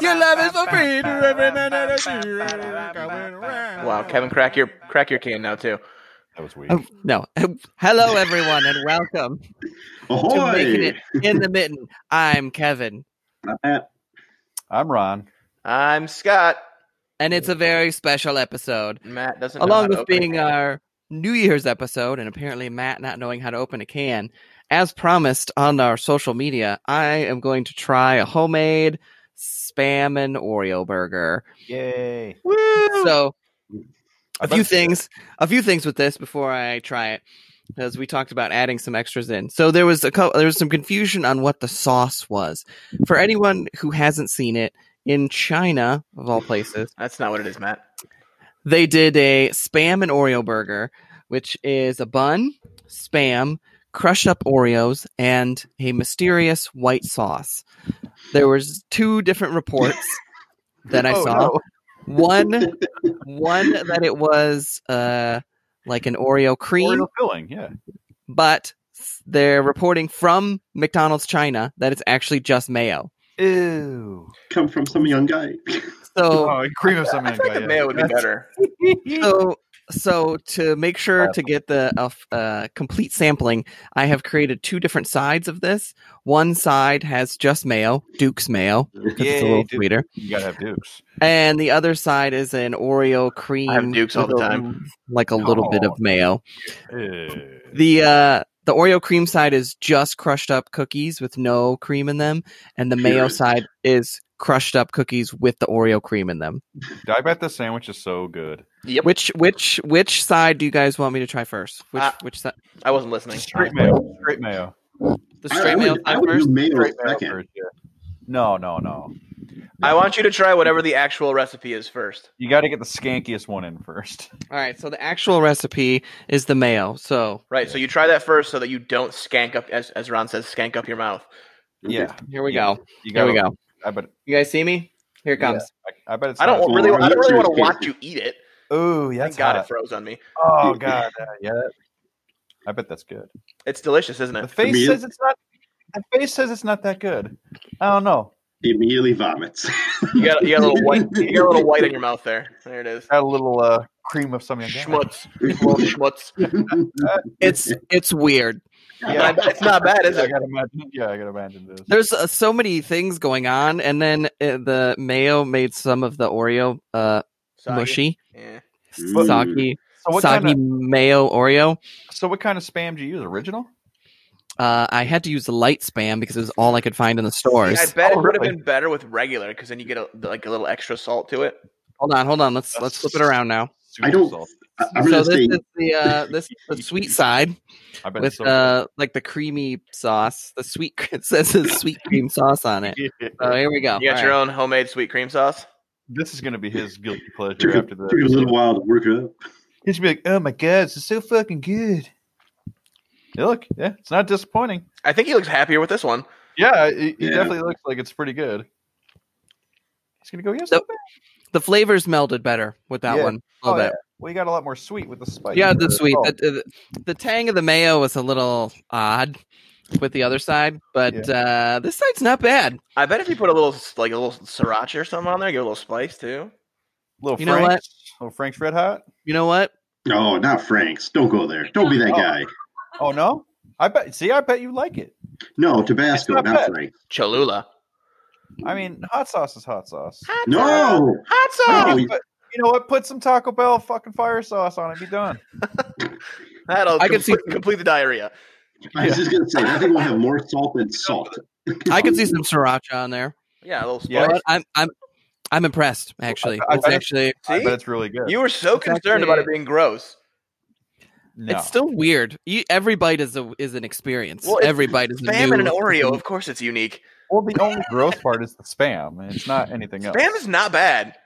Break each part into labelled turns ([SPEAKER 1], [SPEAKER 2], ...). [SPEAKER 1] Your
[SPEAKER 2] love is a feeder every night that I see you coming around.
[SPEAKER 3] Wow, Kevin, crack your crack your can now too.
[SPEAKER 4] That was weird.
[SPEAKER 5] Oh, no. Hello, everyone, and welcome Oh, to Making
[SPEAKER 6] Ahoy!
[SPEAKER 5] It in the Mitten. I'm Kevin,
[SPEAKER 6] Not that.
[SPEAKER 4] I'm Ron.
[SPEAKER 3] I'm Scott.
[SPEAKER 5] and it's a very special episode.
[SPEAKER 3] Matt doesn't know how
[SPEAKER 5] Along
[SPEAKER 3] to
[SPEAKER 5] with
[SPEAKER 3] open a
[SPEAKER 5] being
[SPEAKER 3] can.
[SPEAKER 5] our New Year's episode, and apparently Matt not knowing how to open a can, as promised on our social media, I am going to try a homemade spam and Oreo burger.
[SPEAKER 4] Yay.
[SPEAKER 5] So
[SPEAKER 4] I
[SPEAKER 5] a few
[SPEAKER 4] bet-
[SPEAKER 5] things a few things with this before i try it because we talked about adding some extras in so there was a co- there was some confusion on what the sauce was for anyone who hasn't seen it in china of all places
[SPEAKER 3] That's not what it is, Matt.
[SPEAKER 5] they did a spam and oreo burger which is a bun spam crushed up oreos and a mysterious white sauce there was two different reports that i
[SPEAKER 3] Oh,
[SPEAKER 5] saw one one that it was uh like an Oreo cream,
[SPEAKER 4] Oreo filling, yeah.
[SPEAKER 5] but s- they're reporting from McDonald's China that it's actually just mayo.
[SPEAKER 4] Ew.
[SPEAKER 6] Come from some young guy.
[SPEAKER 5] So
[SPEAKER 4] Oh, cream of some
[SPEAKER 3] I feel like the mayo would be better.
[SPEAKER 5] so so to make sure to get the uh, f- uh, complete sampling, I have created two different sides of this. One side has just mayo, Duke's mayo, 'cause it's a
[SPEAKER 4] Yay,
[SPEAKER 5] little
[SPEAKER 4] Duke.
[SPEAKER 5] sweeter,
[SPEAKER 4] You gotta have Dukes.
[SPEAKER 5] and the other side is an Oreo cream.
[SPEAKER 3] Dukes all
[SPEAKER 5] with
[SPEAKER 3] the
[SPEAKER 5] a-
[SPEAKER 3] time.
[SPEAKER 5] like a little bit of
[SPEAKER 4] Oh.
[SPEAKER 5] mayo.
[SPEAKER 4] Ew.
[SPEAKER 5] the uh the Oreo cream side is just crushed up cookies with no cream in them, and the mayo
[SPEAKER 6] Pure.
[SPEAKER 5] side is crushed up cookies with the Oreo cream in them.
[SPEAKER 4] I bet the sandwich is so good.
[SPEAKER 3] Yep,
[SPEAKER 5] Which which which side do you guys want me to try first? Which
[SPEAKER 3] Uh,
[SPEAKER 5] which side?
[SPEAKER 3] I wasn't listening.
[SPEAKER 4] Straight mayo. Straight mayo.
[SPEAKER 5] The
[SPEAKER 6] I-
[SPEAKER 5] straight
[SPEAKER 6] I
[SPEAKER 5] mayo
[SPEAKER 6] would, I
[SPEAKER 5] side
[SPEAKER 6] would
[SPEAKER 5] first.
[SPEAKER 6] do mayo
[SPEAKER 4] Straight mayo
[SPEAKER 6] second.
[SPEAKER 4] first, yeah. No, no, no.
[SPEAKER 3] I want you to try whatever the actual recipe is first.
[SPEAKER 4] You gotta get the skankiest one in first.
[SPEAKER 5] All right, so the actual recipe is the mayo. So
[SPEAKER 3] Right, so you try that first so that you don't skank up, as, as Ron says, skank up your mouth.
[SPEAKER 4] Yeah.
[SPEAKER 5] here we
[SPEAKER 4] Yeah,
[SPEAKER 5] go.
[SPEAKER 4] You
[SPEAKER 5] Here
[SPEAKER 4] gotta,
[SPEAKER 5] we go.
[SPEAKER 4] I bet
[SPEAKER 5] You guys see me? Here it
[SPEAKER 4] Yeah.
[SPEAKER 5] comes.
[SPEAKER 4] I, I bet it's
[SPEAKER 3] I don't
[SPEAKER 4] not-
[SPEAKER 3] really, I don't really want
[SPEAKER 6] Yours
[SPEAKER 3] to
[SPEAKER 6] is
[SPEAKER 3] watch
[SPEAKER 6] tasty.
[SPEAKER 3] you eat it.
[SPEAKER 4] Ooh,
[SPEAKER 3] Thank
[SPEAKER 4] yeah, that's
[SPEAKER 3] God
[SPEAKER 4] hot.
[SPEAKER 3] it froze on me.
[SPEAKER 4] Oh god, uh, yeah. I bet that's good.
[SPEAKER 3] It's delicious, isn't
[SPEAKER 4] The
[SPEAKER 3] it?
[SPEAKER 4] face
[SPEAKER 6] me,
[SPEAKER 4] says it's not. The face says it's not that good. I don't know.
[SPEAKER 6] He immediately vomits.
[SPEAKER 3] You got, you got a little white, you got a little white in your mouth there. There it is.
[SPEAKER 4] Got a little uh, cream of something.
[SPEAKER 3] Schmutz, little schmutz.
[SPEAKER 5] It's it's weird.
[SPEAKER 3] But I bet it's not bad, is
[SPEAKER 4] I
[SPEAKER 3] it?
[SPEAKER 4] gotta imagine. Yeah, I gotta imagine this.
[SPEAKER 5] There's uh, so many things going on, and then uh, the mayo made some of the Oreo uh,
[SPEAKER 3] Soggy.
[SPEAKER 5] mushy,
[SPEAKER 3] Yeah.
[SPEAKER 6] Mm.
[SPEAKER 5] soggy,
[SPEAKER 4] So what
[SPEAKER 5] soggy
[SPEAKER 4] kind of
[SPEAKER 5] mayo Oreo.
[SPEAKER 4] so what kind of spam do you use? Original?
[SPEAKER 5] Uh, I had to use light spam because it was all I could find in the stores.
[SPEAKER 3] See, I bet
[SPEAKER 4] Oh,
[SPEAKER 3] it would have
[SPEAKER 4] really?
[SPEAKER 3] been better with regular because then you get a, like a little extra salt to it.
[SPEAKER 5] hold on, hold on. Let's let's flip it around now.
[SPEAKER 4] Super
[SPEAKER 6] I don't-
[SPEAKER 4] salt.
[SPEAKER 6] I- I'm
[SPEAKER 5] so
[SPEAKER 6] gonna
[SPEAKER 5] this
[SPEAKER 6] say
[SPEAKER 5] is the uh, this is the sweet side
[SPEAKER 4] I bet
[SPEAKER 5] with
[SPEAKER 4] it's so
[SPEAKER 5] uh, like the creamy sauce. The sweet it says the sweet cream sauce on it.
[SPEAKER 4] good.
[SPEAKER 5] So here we go.
[SPEAKER 3] You got
[SPEAKER 5] All
[SPEAKER 3] your
[SPEAKER 5] right.
[SPEAKER 3] own homemade sweet cream sauce.
[SPEAKER 4] this is gonna be his guilty pleasure
[SPEAKER 6] took, a-
[SPEAKER 4] after
[SPEAKER 6] took a little
[SPEAKER 4] the.
[SPEAKER 6] while to work it up.
[SPEAKER 4] He's be like, oh my god, this is so fucking good. Yeah, look, yeah, it's not disappointing.
[SPEAKER 3] I think he looks happier with this one.
[SPEAKER 4] Yeah, it, it
[SPEAKER 6] Yeah.
[SPEAKER 4] definitely looks like it's pretty good. He's gonna go. Yes,
[SPEAKER 5] So- The flavors melded better with that
[SPEAKER 4] Yeah.
[SPEAKER 5] one a little
[SPEAKER 4] Oh,
[SPEAKER 5] bit.
[SPEAKER 4] we got a lot more sweet with the spice.
[SPEAKER 5] Yeah, the sweet,
[SPEAKER 4] Oh,
[SPEAKER 5] the, the, the tang of the mayo was a little odd with the other side, but uh, this side's not bad.
[SPEAKER 3] I bet if you put a little like a little sriracha or something on there, get a little spice too.
[SPEAKER 4] little
[SPEAKER 5] you know what?
[SPEAKER 4] Frank's, Little Frank's Red Hot.
[SPEAKER 5] You know what?
[SPEAKER 6] Oh, not Frank's. Don't go there. Don't be that
[SPEAKER 4] Oh.
[SPEAKER 6] guy.
[SPEAKER 4] Oh no! I bet. See, I bet you like it.
[SPEAKER 6] No, Tabasco,
[SPEAKER 4] It's not
[SPEAKER 6] not,
[SPEAKER 4] bad.
[SPEAKER 6] Frank.
[SPEAKER 3] Cholula.
[SPEAKER 4] I mean, hot sauce is hot sauce.
[SPEAKER 3] Hot sauce.
[SPEAKER 6] No.
[SPEAKER 3] Hot sauce.
[SPEAKER 6] No.
[SPEAKER 4] But you know what? Put some Taco Bell fucking fire sauce on it. Be done.
[SPEAKER 3] That'll
[SPEAKER 5] I
[SPEAKER 3] I
[SPEAKER 5] can
[SPEAKER 3] complete, complete the diarrhea.
[SPEAKER 6] I was just gonna say that thing will have more salt than salt.
[SPEAKER 5] I could see some sriracha on there.
[SPEAKER 3] Yeah, a little spice.
[SPEAKER 4] Yeah.
[SPEAKER 5] You know what? I'm I'm I'm impressed actually.
[SPEAKER 4] I- I-
[SPEAKER 5] it's
[SPEAKER 4] I-
[SPEAKER 5] actually
[SPEAKER 4] I
[SPEAKER 3] See?
[SPEAKER 4] bet it's really good.
[SPEAKER 3] You were so
[SPEAKER 5] It's
[SPEAKER 3] concerned about it
[SPEAKER 5] actually-
[SPEAKER 3] being gross.
[SPEAKER 4] no.
[SPEAKER 5] it's still weird. You, every bite is a is an experience.
[SPEAKER 3] Well, it's
[SPEAKER 5] every bite is a
[SPEAKER 3] Spam and an
[SPEAKER 5] new-
[SPEAKER 3] Oreo, of course it's unique.
[SPEAKER 4] well, the only gross part is the spam. It's not anything else.
[SPEAKER 3] Spam is not bad.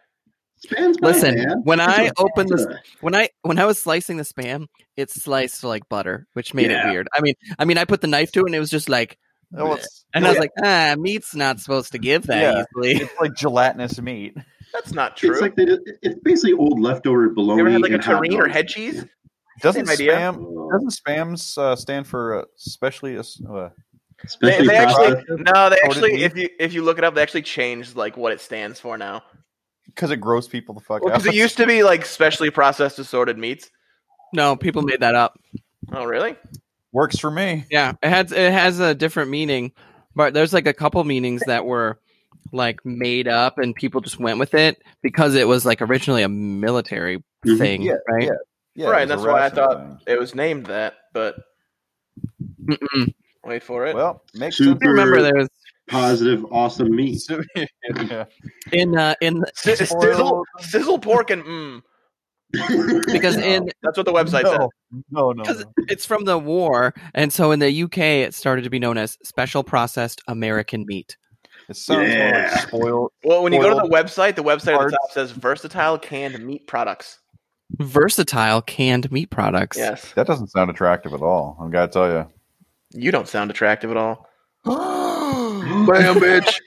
[SPEAKER 6] Spam's not
[SPEAKER 5] Listen,
[SPEAKER 6] bad.
[SPEAKER 5] when
[SPEAKER 6] It's
[SPEAKER 5] I
[SPEAKER 6] a
[SPEAKER 5] open this-
[SPEAKER 6] pizza.
[SPEAKER 5] When I when I was slicing the spam, it sliced like butter, which made
[SPEAKER 6] Yeah.
[SPEAKER 5] it weird. I mean, I mean, I put the knife to it and it was just like,
[SPEAKER 4] Well, it's,
[SPEAKER 5] and I was
[SPEAKER 4] yeah,
[SPEAKER 5] like, ah, meat's not supposed to give that
[SPEAKER 4] Yeah.
[SPEAKER 5] easily.
[SPEAKER 4] it's like gelatinous meat.
[SPEAKER 3] That's not
[SPEAKER 6] It's
[SPEAKER 3] true.
[SPEAKER 6] like they did, it's basically old leftover bologna.
[SPEAKER 3] you ever had like a
[SPEAKER 6] and hot
[SPEAKER 3] terrine or
[SPEAKER 6] dogs.
[SPEAKER 3] head cheese?
[SPEAKER 4] Doesn't
[SPEAKER 3] Same idea.
[SPEAKER 4] spam
[SPEAKER 6] Uh,
[SPEAKER 4] doesn't spams uh, stand for uh, especially uh,
[SPEAKER 3] They,
[SPEAKER 6] especially
[SPEAKER 3] they actually
[SPEAKER 6] processed.
[SPEAKER 3] no. They
[SPEAKER 4] Coated
[SPEAKER 3] actually,
[SPEAKER 4] meat.
[SPEAKER 3] if you if you look it up, they actually changed like what it stands for now.
[SPEAKER 4] because it grows people the fuck
[SPEAKER 3] Because
[SPEAKER 4] out.
[SPEAKER 3] it used to be like specially processed assorted meats.
[SPEAKER 5] No, people made that up.
[SPEAKER 3] Oh, really?
[SPEAKER 4] Works for me.
[SPEAKER 5] Yeah, it has it has a different meaning, but there's like a couple meanings that were like made up and people just went with it because it was like originally a military
[SPEAKER 6] Mhm.
[SPEAKER 5] thing,
[SPEAKER 4] Yeah,
[SPEAKER 5] right?
[SPEAKER 4] yeah. Yeah,
[SPEAKER 3] Right,
[SPEAKER 4] it was
[SPEAKER 3] that's
[SPEAKER 4] a
[SPEAKER 3] why I
[SPEAKER 4] ration
[SPEAKER 3] thought-
[SPEAKER 4] thing.
[SPEAKER 3] It was named that, but
[SPEAKER 5] Mm-mm.
[SPEAKER 3] wait for it.
[SPEAKER 4] Well, makes
[SPEAKER 5] I remember there was
[SPEAKER 6] Positive, awesome meat.
[SPEAKER 4] sense. yeah.
[SPEAKER 5] in uh, in
[SPEAKER 3] Si- sizzle,
[SPEAKER 4] Spoiled.
[SPEAKER 3] sizzle pork and mm.
[SPEAKER 5] because in
[SPEAKER 3] That's what the website said.
[SPEAKER 4] no, no, no,
[SPEAKER 5] because
[SPEAKER 4] no.
[SPEAKER 5] it's from the war, and so in the UK it started to be known as special processed American meat.
[SPEAKER 4] It sounds more
[SPEAKER 6] Yeah.
[SPEAKER 4] like spoiled.
[SPEAKER 3] Well, when you go to the
[SPEAKER 4] Spoiled
[SPEAKER 3] website, the website at
[SPEAKER 4] parts.
[SPEAKER 3] the top says versatile canned meat products.
[SPEAKER 5] Versatile canned meat products.
[SPEAKER 3] Yes.
[SPEAKER 4] That doesn't sound attractive at all. I've got to tell you.
[SPEAKER 3] You don't sound attractive at all.
[SPEAKER 6] Bam, bitch.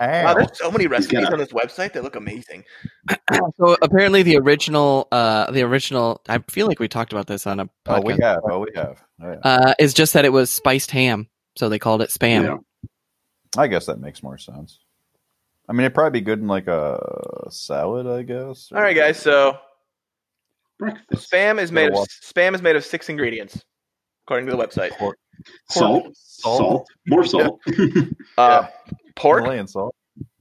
[SPEAKER 3] Wow, there's so many recipes
[SPEAKER 6] gotta-
[SPEAKER 3] on this website that look amazing.
[SPEAKER 5] So apparently the original uh the original I feel like we talked about this on a
[SPEAKER 4] Oh, we
[SPEAKER 5] podcast
[SPEAKER 4] have. Oh, we have. Oh, yeah.
[SPEAKER 5] uh is just that it was spiced ham. So they called it spam.
[SPEAKER 6] Yeah.
[SPEAKER 4] I guess that makes more sense. I mean, it'd probably be good in like a salad, I guess.
[SPEAKER 3] All right, guys. So
[SPEAKER 6] Breakfast.
[SPEAKER 3] spam is made of
[SPEAKER 4] Gotta watch.
[SPEAKER 3] spam is made of six ingredients, according to the website.
[SPEAKER 4] Pork,
[SPEAKER 6] Salt. Salt. More salt.
[SPEAKER 3] Uh, Pork,
[SPEAKER 4] Himalayan salt.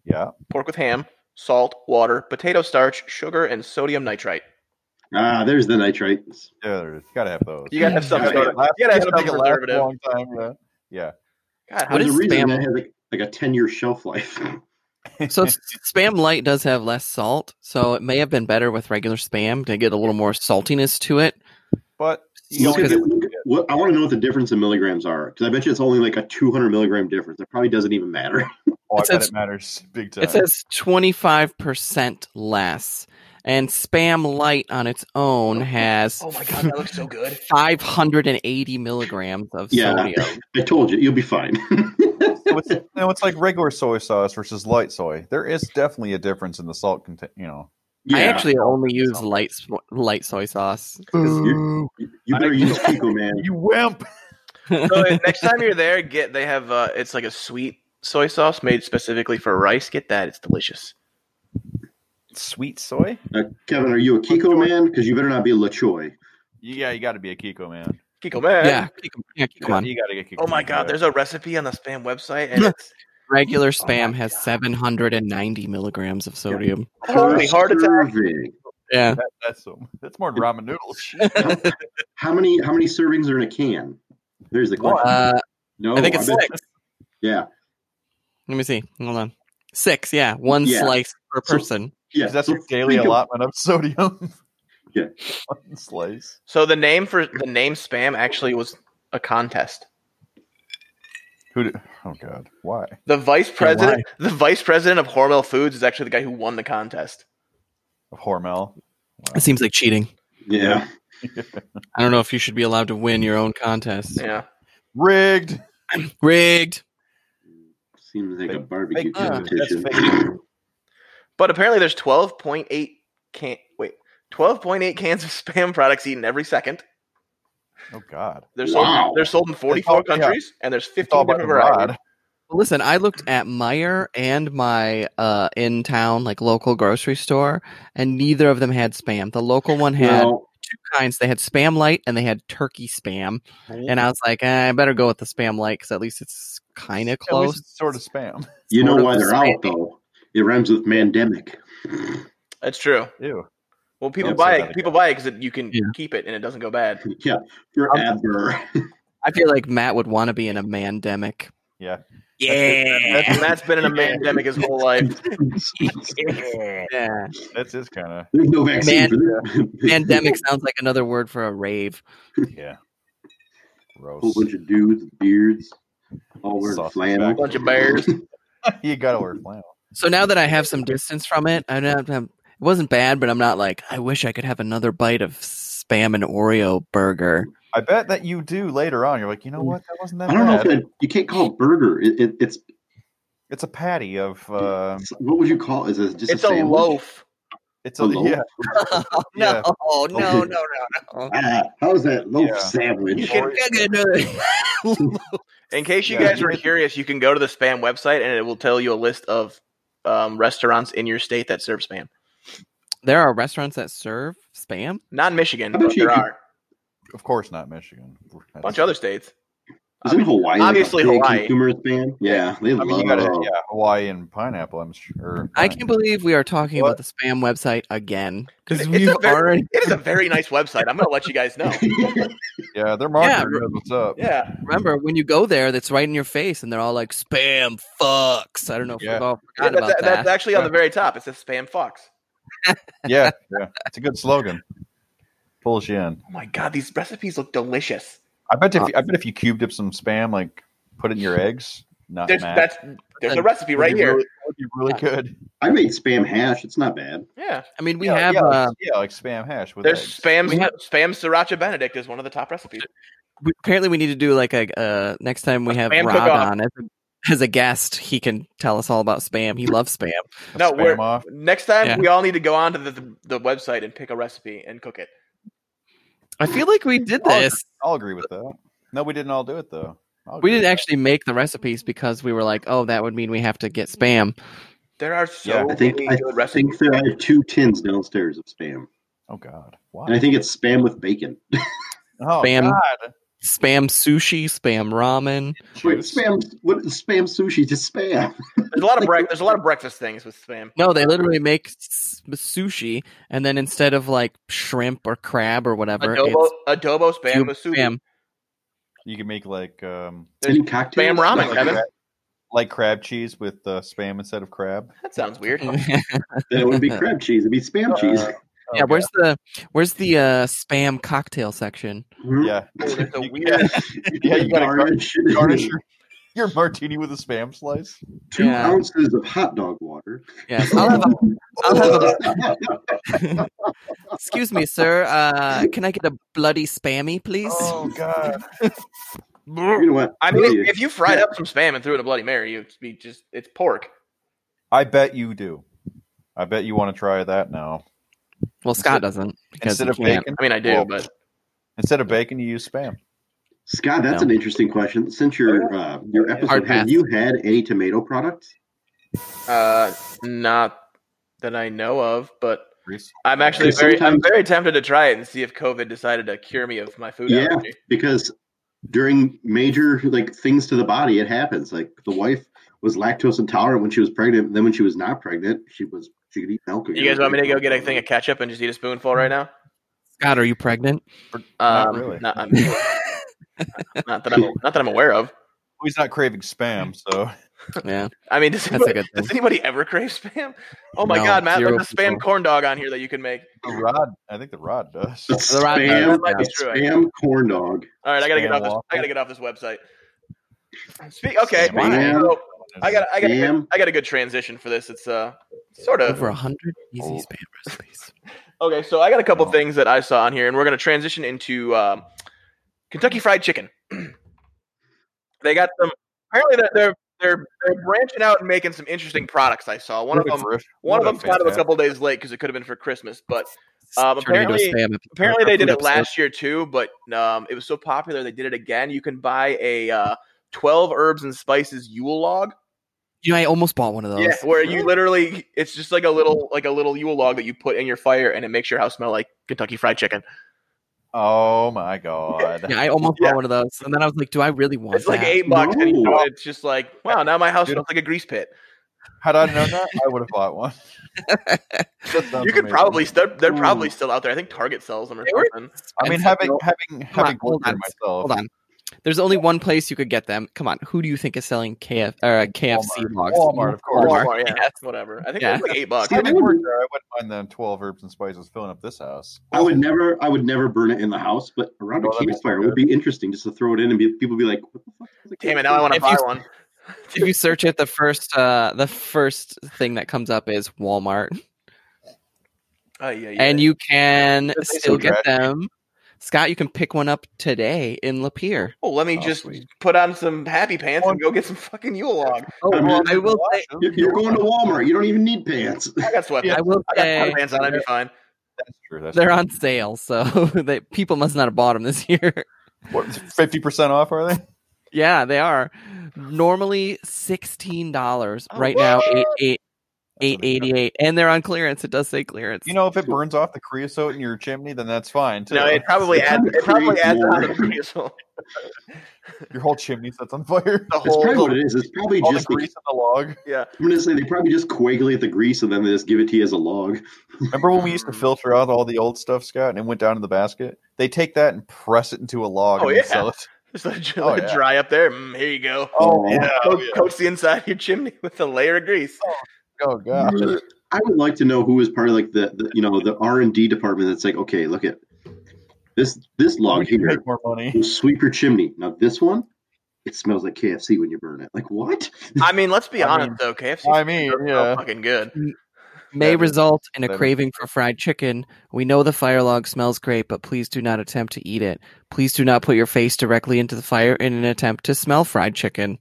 [SPEAKER 4] Yeah.
[SPEAKER 3] pork with ham, salt, water, potato starch, sugar, and sodium nitrite.
[SPEAKER 6] ah, there's the nitrates.
[SPEAKER 4] Yeah, there it is. you gotta have those.
[SPEAKER 3] You gotta have some
[SPEAKER 4] You
[SPEAKER 3] sort of-
[SPEAKER 4] last-
[SPEAKER 3] you gotta have some
[SPEAKER 4] make it last
[SPEAKER 3] preservative.
[SPEAKER 4] a long time. Yeah. Yeah.
[SPEAKER 3] God, how
[SPEAKER 5] What
[SPEAKER 3] did-
[SPEAKER 6] There's
[SPEAKER 5] is
[SPEAKER 6] a reason
[SPEAKER 5] spam?
[SPEAKER 6] that has like, like a 10 year shelf life.
[SPEAKER 5] So s- spam light does have less salt, so it may have been better with regular spam to get a little more saltiness to it.
[SPEAKER 4] But
[SPEAKER 6] You
[SPEAKER 4] you
[SPEAKER 5] No,
[SPEAKER 6] look
[SPEAKER 4] get-
[SPEAKER 6] at
[SPEAKER 5] because-
[SPEAKER 6] the- what, I want to know what the difference in milligrams are because I bet you it's only like a 200 milligram difference. It probably doesn't even matter.
[SPEAKER 4] oh, I
[SPEAKER 5] it
[SPEAKER 4] bet
[SPEAKER 5] says-
[SPEAKER 4] it matters big time.
[SPEAKER 5] It says 25% less. And spam light on its own has
[SPEAKER 3] oh my god, that looks so good.
[SPEAKER 5] 580 milligrams of
[SPEAKER 6] Yeah.
[SPEAKER 5] sodium.
[SPEAKER 6] I told you, you'll be fine.
[SPEAKER 4] So it's, you know, it's like regular soy sauce versus light soy. There is definitely a difference in the salt content. You know,
[SPEAKER 6] yeah,
[SPEAKER 5] I actually
[SPEAKER 3] Oh,
[SPEAKER 5] only use light so- light soy sauce.
[SPEAKER 6] Ooh. you better
[SPEAKER 4] I-
[SPEAKER 6] use Pico Man.
[SPEAKER 4] you wimp.
[SPEAKER 3] So if- next time you're there, get they have uh, it's like a sweet soy sauce made specifically for rice. Get that; it's delicious.
[SPEAKER 4] Sweet soy.
[SPEAKER 6] Uh, Kevin, are you a Kiko man? Because you better not be a LaChoy.
[SPEAKER 4] Yeah, you got to be a Kiko man.
[SPEAKER 3] Kiko man.
[SPEAKER 5] yeah, keep 'em- yeah, keep 'em on.
[SPEAKER 4] You got to get Kiko.
[SPEAKER 3] Oh my god, there's a recipe on the spam website, and it's
[SPEAKER 5] Regular
[SPEAKER 3] Oh
[SPEAKER 5] spam has 790 milligrams of sodium.
[SPEAKER 3] holy
[SPEAKER 6] Per
[SPEAKER 3] heart attack.
[SPEAKER 6] serving.
[SPEAKER 5] Yeah.
[SPEAKER 4] That, that's some- that's more than ramen noodles.
[SPEAKER 6] How many how many servings are in a can? There's the question.
[SPEAKER 5] Uh,
[SPEAKER 6] no,
[SPEAKER 5] I think it's
[SPEAKER 6] Oh, bet-
[SPEAKER 5] six.
[SPEAKER 6] Yeah,
[SPEAKER 5] Let me see. Hold on. Six. Yeah. One
[SPEAKER 6] Yeah.
[SPEAKER 5] slice per
[SPEAKER 6] So-
[SPEAKER 5] person.
[SPEAKER 6] yeah.
[SPEAKER 4] Is that
[SPEAKER 6] so
[SPEAKER 4] your daily
[SPEAKER 6] think of-
[SPEAKER 4] allotment of sodium?
[SPEAKER 6] Yeah.
[SPEAKER 4] One slice.
[SPEAKER 3] So the name for the name spam actually was a contest.
[SPEAKER 4] Who? Did, oh god, why?
[SPEAKER 3] The vice president, the vice president of Hormel Foods, is actually the guy who won the contest.
[SPEAKER 4] Hormel.
[SPEAKER 5] It seems like cheating.
[SPEAKER 6] Yeah,
[SPEAKER 5] I don't know if you should be allowed to win your own contest.
[SPEAKER 3] Yeah,
[SPEAKER 4] Rigged.
[SPEAKER 5] Rigged.
[SPEAKER 6] seems like a
[SPEAKER 4] Fake-
[SPEAKER 6] barbecue
[SPEAKER 4] fake news. That's
[SPEAKER 6] competition.
[SPEAKER 4] fake news.
[SPEAKER 3] but apparently there's 12.8 can wait 12.8 cans of spam products eaten every second.
[SPEAKER 4] Oh god.
[SPEAKER 3] They're sold.
[SPEAKER 6] Wow.
[SPEAKER 3] They're sold in 44
[SPEAKER 4] all- yeah.
[SPEAKER 3] countries, and there's
[SPEAKER 4] It's
[SPEAKER 3] 15
[SPEAKER 4] all about
[SPEAKER 3] different
[SPEAKER 4] the
[SPEAKER 3] varieties.
[SPEAKER 4] rod.
[SPEAKER 5] Well, listen, I looked at Meyer and my uh, in town, like local grocery store, and neither of them had spam. The local one had
[SPEAKER 6] Well,
[SPEAKER 5] two kinds. They had spam light and they had turkey spam. And I was like, eh, I better go with the spam light because at least it's kind of
[SPEAKER 4] At least
[SPEAKER 5] close.
[SPEAKER 4] it's sort of spam.
[SPEAKER 6] you know
[SPEAKER 5] Sort of
[SPEAKER 6] why they're
[SPEAKER 5] society.
[SPEAKER 6] out though. It rhymes with mandemic.
[SPEAKER 3] That's true.
[SPEAKER 4] Ew.
[SPEAKER 3] Well, people
[SPEAKER 4] Don't say
[SPEAKER 3] buy
[SPEAKER 4] that
[SPEAKER 3] it. People buy it because you can
[SPEAKER 5] Yeah.
[SPEAKER 3] keep it and it doesn't go bad.
[SPEAKER 6] Yeah, forever.
[SPEAKER 5] I feel like Matt would want to be in a mandemic.
[SPEAKER 4] Yeah.
[SPEAKER 5] Yeah.
[SPEAKER 3] And Matt's been in a pandemic his whole life.
[SPEAKER 5] yeah.
[SPEAKER 4] That's his kind of.
[SPEAKER 6] There's no
[SPEAKER 5] Man-
[SPEAKER 6] vaccine for this.
[SPEAKER 5] Pandemic sounds like another word for a rave.
[SPEAKER 4] Yeah. Gross.
[SPEAKER 6] whole bunch of dudes, with beards, all wearing
[SPEAKER 4] Sausage
[SPEAKER 6] flannel.
[SPEAKER 4] back.
[SPEAKER 3] Bunch of bears.
[SPEAKER 4] you gotta wear flannel.
[SPEAKER 5] So now that I have some distance from it, I don't have, it wasn't bad, but I'm not like, I wish I could have another bite of spam and Oreo burger.
[SPEAKER 4] I bet that you do later on. You're like, you know what? That wasn't that
[SPEAKER 6] I don't know if
[SPEAKER 4] bad.
[SPEAKER 6] that, you can't call it burger. It, it, it's
[SPEAKER 4] It's a patty of. Uh,
[SPEAKER 6] So What would you call? Is it just
[SPEAKER 3] it's
[SPEAKER 6] a,
[SPEAKER 3] a,
[SPEAKER 6] sandwich?
[SPEAKER 3] loaf.
[SPEAKER 4] it's
[SPEAKER 6] A
[SPEAKER 4] a,
[SPEAKER 6] loaf?
[SPEAKER 4] yeah.
[SPEAKER 5] No,
[SPEAKER 4] Yeah.
[SPEAKER 5] no, no, no,
[SPEAKER 6] Okay.
[SPEAKER 5] no.
[SPEAKER 6] Ah, how's that loaf
[SPEAKER 4] Yeah.
[SPEAKER 6] sandwich?
[SPEAKER 3] You can-
[SPEAKER 5] Gotta get another-
[SPEAKER 3] In case you
[SPEAKER 4] Yeah.
[SPEAKER 3] guys were curious, you can go to the spam website and it will tell you a list of um, restaurants in your state that serve spam.
[SPEAKER 5] there are restaurants that serve spam.
[SPEAKER 3] Not in Michigan,
[SPEAKER 6] I bet
[SPEAKER 3] but
[SPEAKER 6] you
[SPEAKER 3] there
[SPEAKER 6] could-
[SPEAKER 3] are
[SPEAKER 4] Of course not Michigan.
[SPEAKER 3] a bunch of other states.
[SPEAKER 6] Isn't Hawaii like,
[SPEAKER 3] obviously
[SPEAKER 6] a big
[SPEAKER 3] Hawaii.
[SPEAKER 6] consumer span? Yeah, they
[SPEAKER 4] I mean,
[SPEAKER 6] love.
[SPEAKER 4] you got it. Yeah, Hawaii and pineapple. I'm sure.
[SPEAKER 5] I can't believe we are talking
[SPEAKER 4] What?
[SPEAKER 5] about the spam website again
[SPEAKER 3] It's
[SPEAKER 5] because
[SPEAKER 3] a
[SPEAKER 5] we've
[SPEAKER 3] very-
[SPEAKER 5] already.
[SPEAKER 3] It is a very nice website. I'm going to let you guys know.
[SPEAKER 4] Yeah, their
[SPEAKER 5] Yeah,
[SPEAKER 4] marketing knows what's up.
[SPEAKER 3] Yeah.
[SPEAKER 5] Remember when you go there, that's right in your face, and they're all like spam fucks. I don't know if
[SPEAKER 4] Yeah.
[SPEAKER 5] we've all
[SPEAKER 3] Yeah,
[SPEAKER 5] forgotten
[SPEAKER 3] that's,
[SPEAKER 5] about that.
[SPEAKER 3] that's actually on the very top. It says spam fox.
[SPEAKER 4] Yeah, yeah. It's a good slogan. Pulls you in.
[SPEAKER 3] Oh my god, these recipes look delicious.
[SPEAKER 4] I bet if you, I bet if you cubed up some spam, like put it in your eggs, not
[SPEAKER 3] There's
[SPEAKER 4] mashed,
[SPEAKER 3] that's there's a recipe
[SPEAKER 4] would
[SPEAKER 3] right
[SPEAKER 4] be
[SPEAKER 3] here.
[SPEAKER 4] really- that would be really good.
[SPEAKER 6] I made spam hash. It's not bad.
[SPEAKER 3] Yeah.
[SPEAKER 5] I mean, we
[SPEAKER 4] yeah,
[SPEAKER 5] have
[SPEAKER 4] yeah, like-
[SPEAKER 5] uh,
[SPEAKER 4] yeah, like spam hash with
[SPEAKER 3] There's
[SPEAKER 4] eggs.
[SPEAKER 3] spam
[SPEAKER 5] We have-
[SPEAKER 3] spam sriracha benedict is one of the top recipes.
[SPEAKER 5] we, apparently we need to do like a uh, next time we have
[SPEAKER 3] spam
[SPEAKER 5] Rob
[SPEAKER 3] cook-off.
[SPEAKER 5] on as a, as a guest, he can tell us all about spam. He loves spam.
[SPEAKER 4] A
[SPEAKER 3] No,
[SPEAKER 4] spam
[SPEAKER 3] we're-
[SPEAKER 4] off.
[SPEAKER 3] Next time
[SPEAKER 5] Yeah.
[SPEAKER 3] we all need to go onto the, the the website and pick a recipe and cook it.
[SPEAKER 5] I feel like we did
[SPEAKER 4] I'll-
[SPEAKER 5] this.
[SPEAKER 4] I'll agree with that. No, we didn't all do it though. I'll agree
[SPEAKER 5] We didn't
[SPEAKER 4] with
[SPEAKER 5] actually make the recipes because we were like, oh, that would mean we have to get spam.
[SPEAKER 3] There are so
[SPEAKER 4] Yeah.
[SPEAKER 6] I think
[SPEAKER 3] many
[SPEAKER 6] I
[SPEAKER 3] good recipes.
[SPEAKER 6] think there are two tins downstairs of spam,
[SPEAKER 4] that. Oh God,
[SPEAKER 6] and I
[SPEAKER 4] why?
[SPEAKER 6] think it's spam with bacon.
[SPEAKER 4] Oh
[SPEAKER 5] Spam.
[SPEAKER 4] God,
[SPEAKER 5] Spam sushi, spam ramen.
[SPEAKER 6] Wait,
[SPEAKER 4] Juice.
[SPEAKER 6] spam? What is spam sushi? Just spam.
[SPEAKER 3] There's a lot of break there's a lot of breakfast things with spam.
[SPEAKER 5] No, they literally make s- sushi, and then instead of like shrimp or crab or whatever,
[SPEAKER 3] Adobo adobo
[SPEAKER 5] it's
[SPEAKER 3] spam with
[SPEAKER 5] spam.
[SPEAKER 4] You can make like um,
[SPEAKER 6] Any cocktail?
[SPEAKER 3] Spam ramen,
[SPEAKER 4] like,
[SPEAKER 3] Kevin.
[SPEAKER 4] crab, like crab cheese with uh, spam instead of crab.
[SPEAKER 3] That sounds weird.
[SPEAKER 6] Then it wouldn't be crab cheese. It'd be spam cheese.
[SPEAKER 4] Uh,
[SPEAKER 5] yeah,
[SPEAKER 4] Oh,
[SPEAKER 5] where's the where's the uh, spam cocktail section?
[SPEAKER 4] God.
[SPEAKER 3] Hmm?
[SPEAKER 6] Mhm.
[SPEAKER 4] yeah?
[SPEAKER 3] There's a
[SPEAKER 4] You-
[SPEAKER 3] weird
[SPEAKER 4] yeah, you gotta
[SPEAKER 6] garnish,
[SPEAKER 4] garnish your, your martini with a spam slice.
[SPEAKER 6] two
[SPEAKER 5] Yeah.
[SPEAKER 6] ounces of hot dog water.
[SPEAKER 5] Yeah, I'll have a, I'll have a excuse me, sir. Uh, can I get a bloody spammy, please?
[SPEAKER 4] Oh God,
[SPEAKER 6] you know what?
[SPEAKER 3] I mean
[SPEAKER 6] Tell you.
[SPEAKER 3] if, if you fried up some spam and threw it in a bloody mary, you'd be just it's pork.
[SPEAKER 4] I bet you do. I bet you want to try that now.
[SPEAKER 5] Well, Scott
[SPEAKER 4] Instead-
[SPEAKER 5] doesn't because
[SPEAKER 4] Instead
[SPEAKER 5] he
[SPEAKER 4] of
[SPEAKER 5] can't.
[SPEAKER 4] bacon,
[SPEAKER 3] I mean I do,
[SPEAKER 4] Well,
[SPEAKER 3] but
[SPEAKER 4] instead of bacon, you use spam.
[SPEAKER 6] Scott, that's
[SPEAKER 5] No.
[SPEAKER 6] an interesting question. Since
[SPEAKER 3] Oh,
[SPEAKER 6] your uh, your episode,
[SPEAKER 5] Hard
[SPEAKER 6] have
[SPEAKER 5] pass.
[SPEAKER 6] you had any tomato products?
[SPEAKER 3] Uh, not that I know of, but
[SPEAKER 4] Reese?
[SPEAKER 3] I'm actually
[SPEAKER 6] Okay,
[SPEAKER 3] very I'm
[SPEAKER 6] sometimes-
[SPEAKER 3] very tempted to try it and see if COVID decided to cure me of my food
[SPEAKER 6] Yeah.
[SPEAKER 3] allergy.
[SPEAKER 6] Because during major like things to the body, it happens. Like the wife was lactose intolerant when she was pregnant, and then when she was not pregnant, she was she could eat milk.
[SPEAKER 3] You guys want me to go get a thing of ketchup and just eat a spoonful right now?
[SPEAKER 5] Scott, are you pregnant?
[SPEAKER 3] Um,
[SPEAKER 4] Not really.
[SPEAKER 3] Not, I'm- not that I'm not that I'm aware of.
[SPEAKER 4] Well, he's not craving spam, so
[SPEAKER 5] Yeah,
[SPEAKER 3] I mean, does
[SPEAKER 5] that's a
[SPEAKER 3] anybody,
[SPEAKER 5] good thing.
[SPEAKER 3] does anybody ever crave spam? Oh my
[SPEAKER 5] No,
[SPEAKER 3] god, Matt,
[SPEAKER 5] zero
[SPEAKER 3] there's a spam
[SPEAKER 5] percent.
[SPEAKER 3] corn dog on here that you can make.
[SPEAKER 4] the rod. I think the rod does.
[SPEAKER 6] A
[SPEAKER 5] The rod-
[SPEAKER 6] spam,
[SPEAKER 5] that might
[SPEAKER 3] be
[SPEAKER 6] a
[SPEAKER 3] true,
[SPEAKER 6] spam corn dog.
[SPEAKER 3] All right, I gotta get
[SPEAKER 4] Spam
[SPEAKER 3] off this. I gotta
[SPEAKER 4] waffle.
[SPEAKER 3] get off this website. Speak. Okay,
[SPEAKER 4] Spam.
[SPEAKER 3] so I got I got a good,
[SPEAKER 6] Spam.
[SPEAKER 3] I got a good transition for this. It's uh sort of
[SPEAKER 5] Over a hundred easy
[SPEAKER 4] Oh.
[SPEAKER 5] spam recipes.
[SPEAKER 3] Okay, so I got a couple
[SPEAKER 4] Oh.
[SPEAKER 3] things that I saw on here, and we're going to transition into um, Kentucky Fried Chicken. they got some. Apparently, they're, they're they're they're branching out and making some interesting products. I saw one of them. One of them got it a couple days late because it could have been for Christmas, but Um,
[SPEAKER 5] Turning into a
[SPEAKER 3] apparently-
[SPEAKER 5] spam ep-
[SPEAKER 3] apparently
[SPEAKER 5] or
[SPEAKER 3] they did
[SPEAKER 5] food
[SPEAKER 3] it
[SPEAKER 5] episode.
[SPEAKER 3] last year too. But um, it was so popular they did it again. You can buy a uh, twelve herbs and spices Yule log.
[SPEAKER 5] You know, I almost bought one of those.
[SPEAKER 3] Yeah, where you literally it's just like a little like a little Yule log that you put in your fire, and it makes your house smell like Kentucky Fried Chicken.
[SPEAKER 4] Oh my god!
[SPEAKER 5] Yeah, I almost
[SPEAKER 3] Yeah.
[SPEAKER 5] bought one of those, and then I was like, "Do I really want
[SPEAKER 3] It's like
[SPEAKER 5] that?"
[SPEAKER 3] eight bucks, and
[SPEAKER 6] No.
[SPEAKER 3] it's just like, wow, now my house
[SPEAKER 4] Dude.
[SPEAKER 3] smells like a grease pit.
[SPEAKER 4] Had I known that, I would have bought one. That sounds
[SPEAKER 3] you could
[SPEAKER 4] amazing.
[SPEAKER 3] probably they're, they're
[SPEAKER 6] Mm.
[SPEAKER 3] probably still out there. I think Target sells them or
[SPEAKER 5] They were-
[SPEAKER 3] something.
[SPEAKER 4] I mean,
[SPEAKER 5] Expensive.
[SPEAKER 4] having having
[SPEAKER 5] Hold on,
[SPEAKER 4] having
[SPEAKER 5] hold
[SPEAKER 4] worked there
[SPEAKER 5] on,
[SPEAKER 4] myself.
[SPEAKER 5] Hold on. There's only one place you could get them. Come on, who do you think is selling KF or uh, KFC
[SPEAKER 4] Walmart.
[SPEAKER 5] logs?
[SPEAKER 4] Walmart, of course.
[SPEAKER 5] Walmart.
[SPEAKER 3] Walmart, yeah,
[SPEAKER 5] Yes.
[SPEAKER 3] whatever. I think
[SPEAKER 5] Yeah.
[SPEAKER 3] it was like eight bucks.
[SPEAKER 6] See,
[SPEAKER 4] Having worked there, I wouldn't mind them twelve herbs and spices filling up this house.
[SPEAKER 6] I would never, I would never burn it in the house, but around
[SPEAKER 4] Oh,
[SPEAKER 6] a
[SPEAKER 4] that'd be so
[SPEAKER 6] campfire it
[SPEAKER 4] good.
[SPEAKER 6] would be interesting just to throw it in and be, people be like, "What the fuck?" is a
[SPEAKER 3] Damn it!
[SPEAKER 6] campfire?"
[SPEAKER 3] Now I want to
[SPEAKER 5] If
[SPEAKER 3] buy
[SPEAKER 5] you-
[SPEAKER 3] one.
[SPEAKER 5] If you search it, the first uh, the first thing that comes up is Walmart,
[SPEAKER 3] Oh yeah, yeah.
[SPEAKER 5] and you can
[SPEAKER 4] They're so
[SPEAKER 5] still get them Scott, you can pick one up today in Lapeer.
[SPEAKER 3] Oh, let me
[SPEAKER 4] Oh,
[SPEAKER 3] just
[SPEAKER 4] sweet.
[SPEAKER 3] put on some happy pants and go get some fucking Yule log.
[SPEAKER 5] Oh,
[SPEAKER 6] I mean,
[SPEAKER 5] well, I will say,
[SPEAKER 6] You're, you're going to Walmart. You don't even need pants.
[SPEAKER 3] I got sweatpants.
[SPEAKER 5] I will
[SPEAKER 3] I got
[SPEAKER 5] say
[SPEAKER 3] sweatpants on. I'd be fine.
[SPEAKER 4] That's true. That's
[SPEAKER 5] they're on sale, so they, people must not have bought them this year.
[SPEAKER 4] fifty percent off. Are they?
[SPEAKER 5] yeah, they are normally sixteen dollars.
[SPEAKER 3] Oh,
[SPEAKER 5] right now, eight eight eight eighty eight, and they're on clearance. It does say clearance.
[SPEAKER 4] You know, if it burns off the creosote in your chimney, then that's fine too.
[SPEAKER 3] No, it probably
[SPEAKER 6] It's
[SPEAKER 3] adds.
[SPEAKER 6] gonna
[SPEAKER 3] It probably
[SPEAKER 6] create
[SPEAKER 3] adds
[SPEAKER 6] more.
[SPEAKER 3] on to the diesel.
[SPEAKER 4] your whole chimney sets on fire.
[SPEAKER 3] The
[SPEAKER 6] That's
[SPEAKER 3] whole.
[SPEAKER 6] probably what it is. It's probably
[SPEAKER 4] All the
[SPEAKER 6] just.
[SPEAKER 4] grease in the log.
[SPEAKER 3] yeah.
[SPEAKER 6] I'm gonna say they probably just coagulate the grease and then they just give it to you as a log.
[SPEAKER 4] Remember when we used to filter out all the old stuff, Scott, and it went down in the basket? They take that and press it into a log
[SPEAKER 3] Oh,
[SPEAKER 4] and
[SPEAKER 3] yeah.
[SPEAKER 4] then sell it.
[SPEAKER 3] Just let,
[SPEAKER 4] Oh,
[SPEAKER 3] let it
[SPEAKER 4] yeah.
[SPEAKER 3] dry up there. Mm, here you go.
[SPEAKER 6] Oh,
[SPEAKER 3] Yeah,
[SPEAKER 4] oh,
[SPEAKER 3] coat,
[SPEAKER 4] yeah.
[SPEAKER 3] coats the inside of your chimney with a layer of grease.
[SPEAKER 4] Oh god.
[SPEAKER 6] I would like to know who is part of like the, the you know the R and D department that's like, okay, look at this this
[SPEAKER 4] we
[SPEAKER 6] log
[SPEAKER 4] should
[SPEAKER 6] here
[SPEAKER 4] make more money.
[SPEAKER 6] will sweep your chimney. Now this one, it smells like KFC when you burn it. Like what?
[SPEAKER 3] I mean, let's be
[SPEAKER 4] I
[SPEAKER 3] honest
[SPEAKER 4] mean-
[SPEAKER 3] though. KFC
[SPEAKER 4] I mean,
[SPEAKER 3] so
[SPEAKER 4] yeah.
[SPEAKER 3] fucking good.
[SPEAKER 5] may
[SPEAKER 4] That is-
[SPEAKER 5] result in a
[SPEAKER 4] that is
[SPEAKER 5] craving for fried chicken. We know the fire log smells great, but please do not attempt to eat it. Please do not put your face directly into the fire in an attempt to smell fried chicken.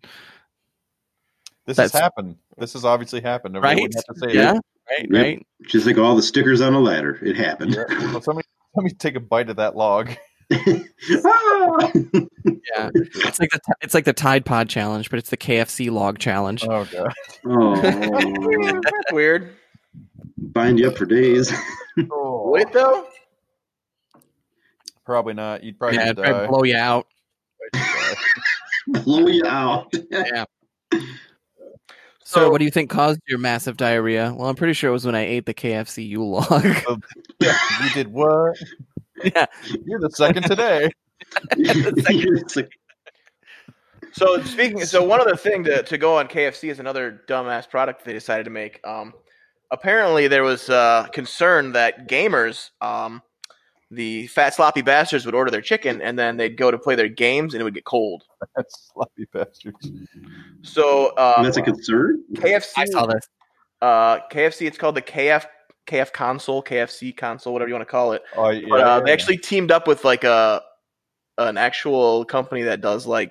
[SPEAKER 4] This
[SPEAKER 5] That's-
[SPEAKER 4] has happened. This has obviously happened. Nobody
[SPEAKER 5] Right?
[SPEAKER 4] would have to say
[SPEAKER 5] Yeah.
[SPEAKER 4] that.
[SPEAKER 5] Right,
[SPEAKER 6] Yep.
[SPEAKER 5] right.
[SPEAKER 6] Just like all the stickers on a ladder. It happened.
[SPEAKER 4] Yeah. So somebody somebody take a bite of that log.
[SPEAKER 6] Ah!
[SPEAKER 5] Yeah, it's like the t- it's like the Tide Pod challenge, but it's the KFC log challenge.
[SPEAKER 4] Oh god.
[SPEAKER 6] Oh,
[SPEAKER 3] That's weird.
[SPEAKER 6] bind you up for days.
[SPEAKER 3] Would it though?
[SPEAKER 4] Probably not. You'd probably
[SPEAKER 5] yeah,
[SPEAKER 4] just
[SPEAKER 5] it'd probably
[SPEAKER 4] die.
[SPEAKER 5] blow you out.
[SPEAKER 6] Blow you out.
[SPEAKER 5] So,
[SPEAKER 3] So-
[SPEAKER 5] what do you think caused your massive diarrhea? Well, I'm pretty sure it was when I ate the KFC U log.
[SPEAKER 4] Yeah, you did what?
[SPEAKER 5] yeah,
[SPEAKER 4] You're the second today.
[SPEAKER 6] It's like,
[SPEAKER 3] So speaking, so one other thing to, to go on KFC is another dumbass product they decided to make. Um, apparently, there was uh, concern that gamers, um, the fat sloppy bastards, would order their chicken and then they'd go to play their games and it would get cold.
[SPEAKER 4] That's sloppy bastards.
[SPEAKER 3] So um,
[SPEAKER 6] that's a concern.
[SPEAKER 3] KFC.
[SPEAKER 5] I saw this.
[SPEAKER 3] Uh, KFC. It's called the KF KF console, KFC console, whatever you want to call it.
[SPEAKER 4] Oh yeah.
[SPEAKER 3] But uh,
[SPEAKER 4] yeah.
[SPEAKER 3] they actually teamed up with like a an actual company that does like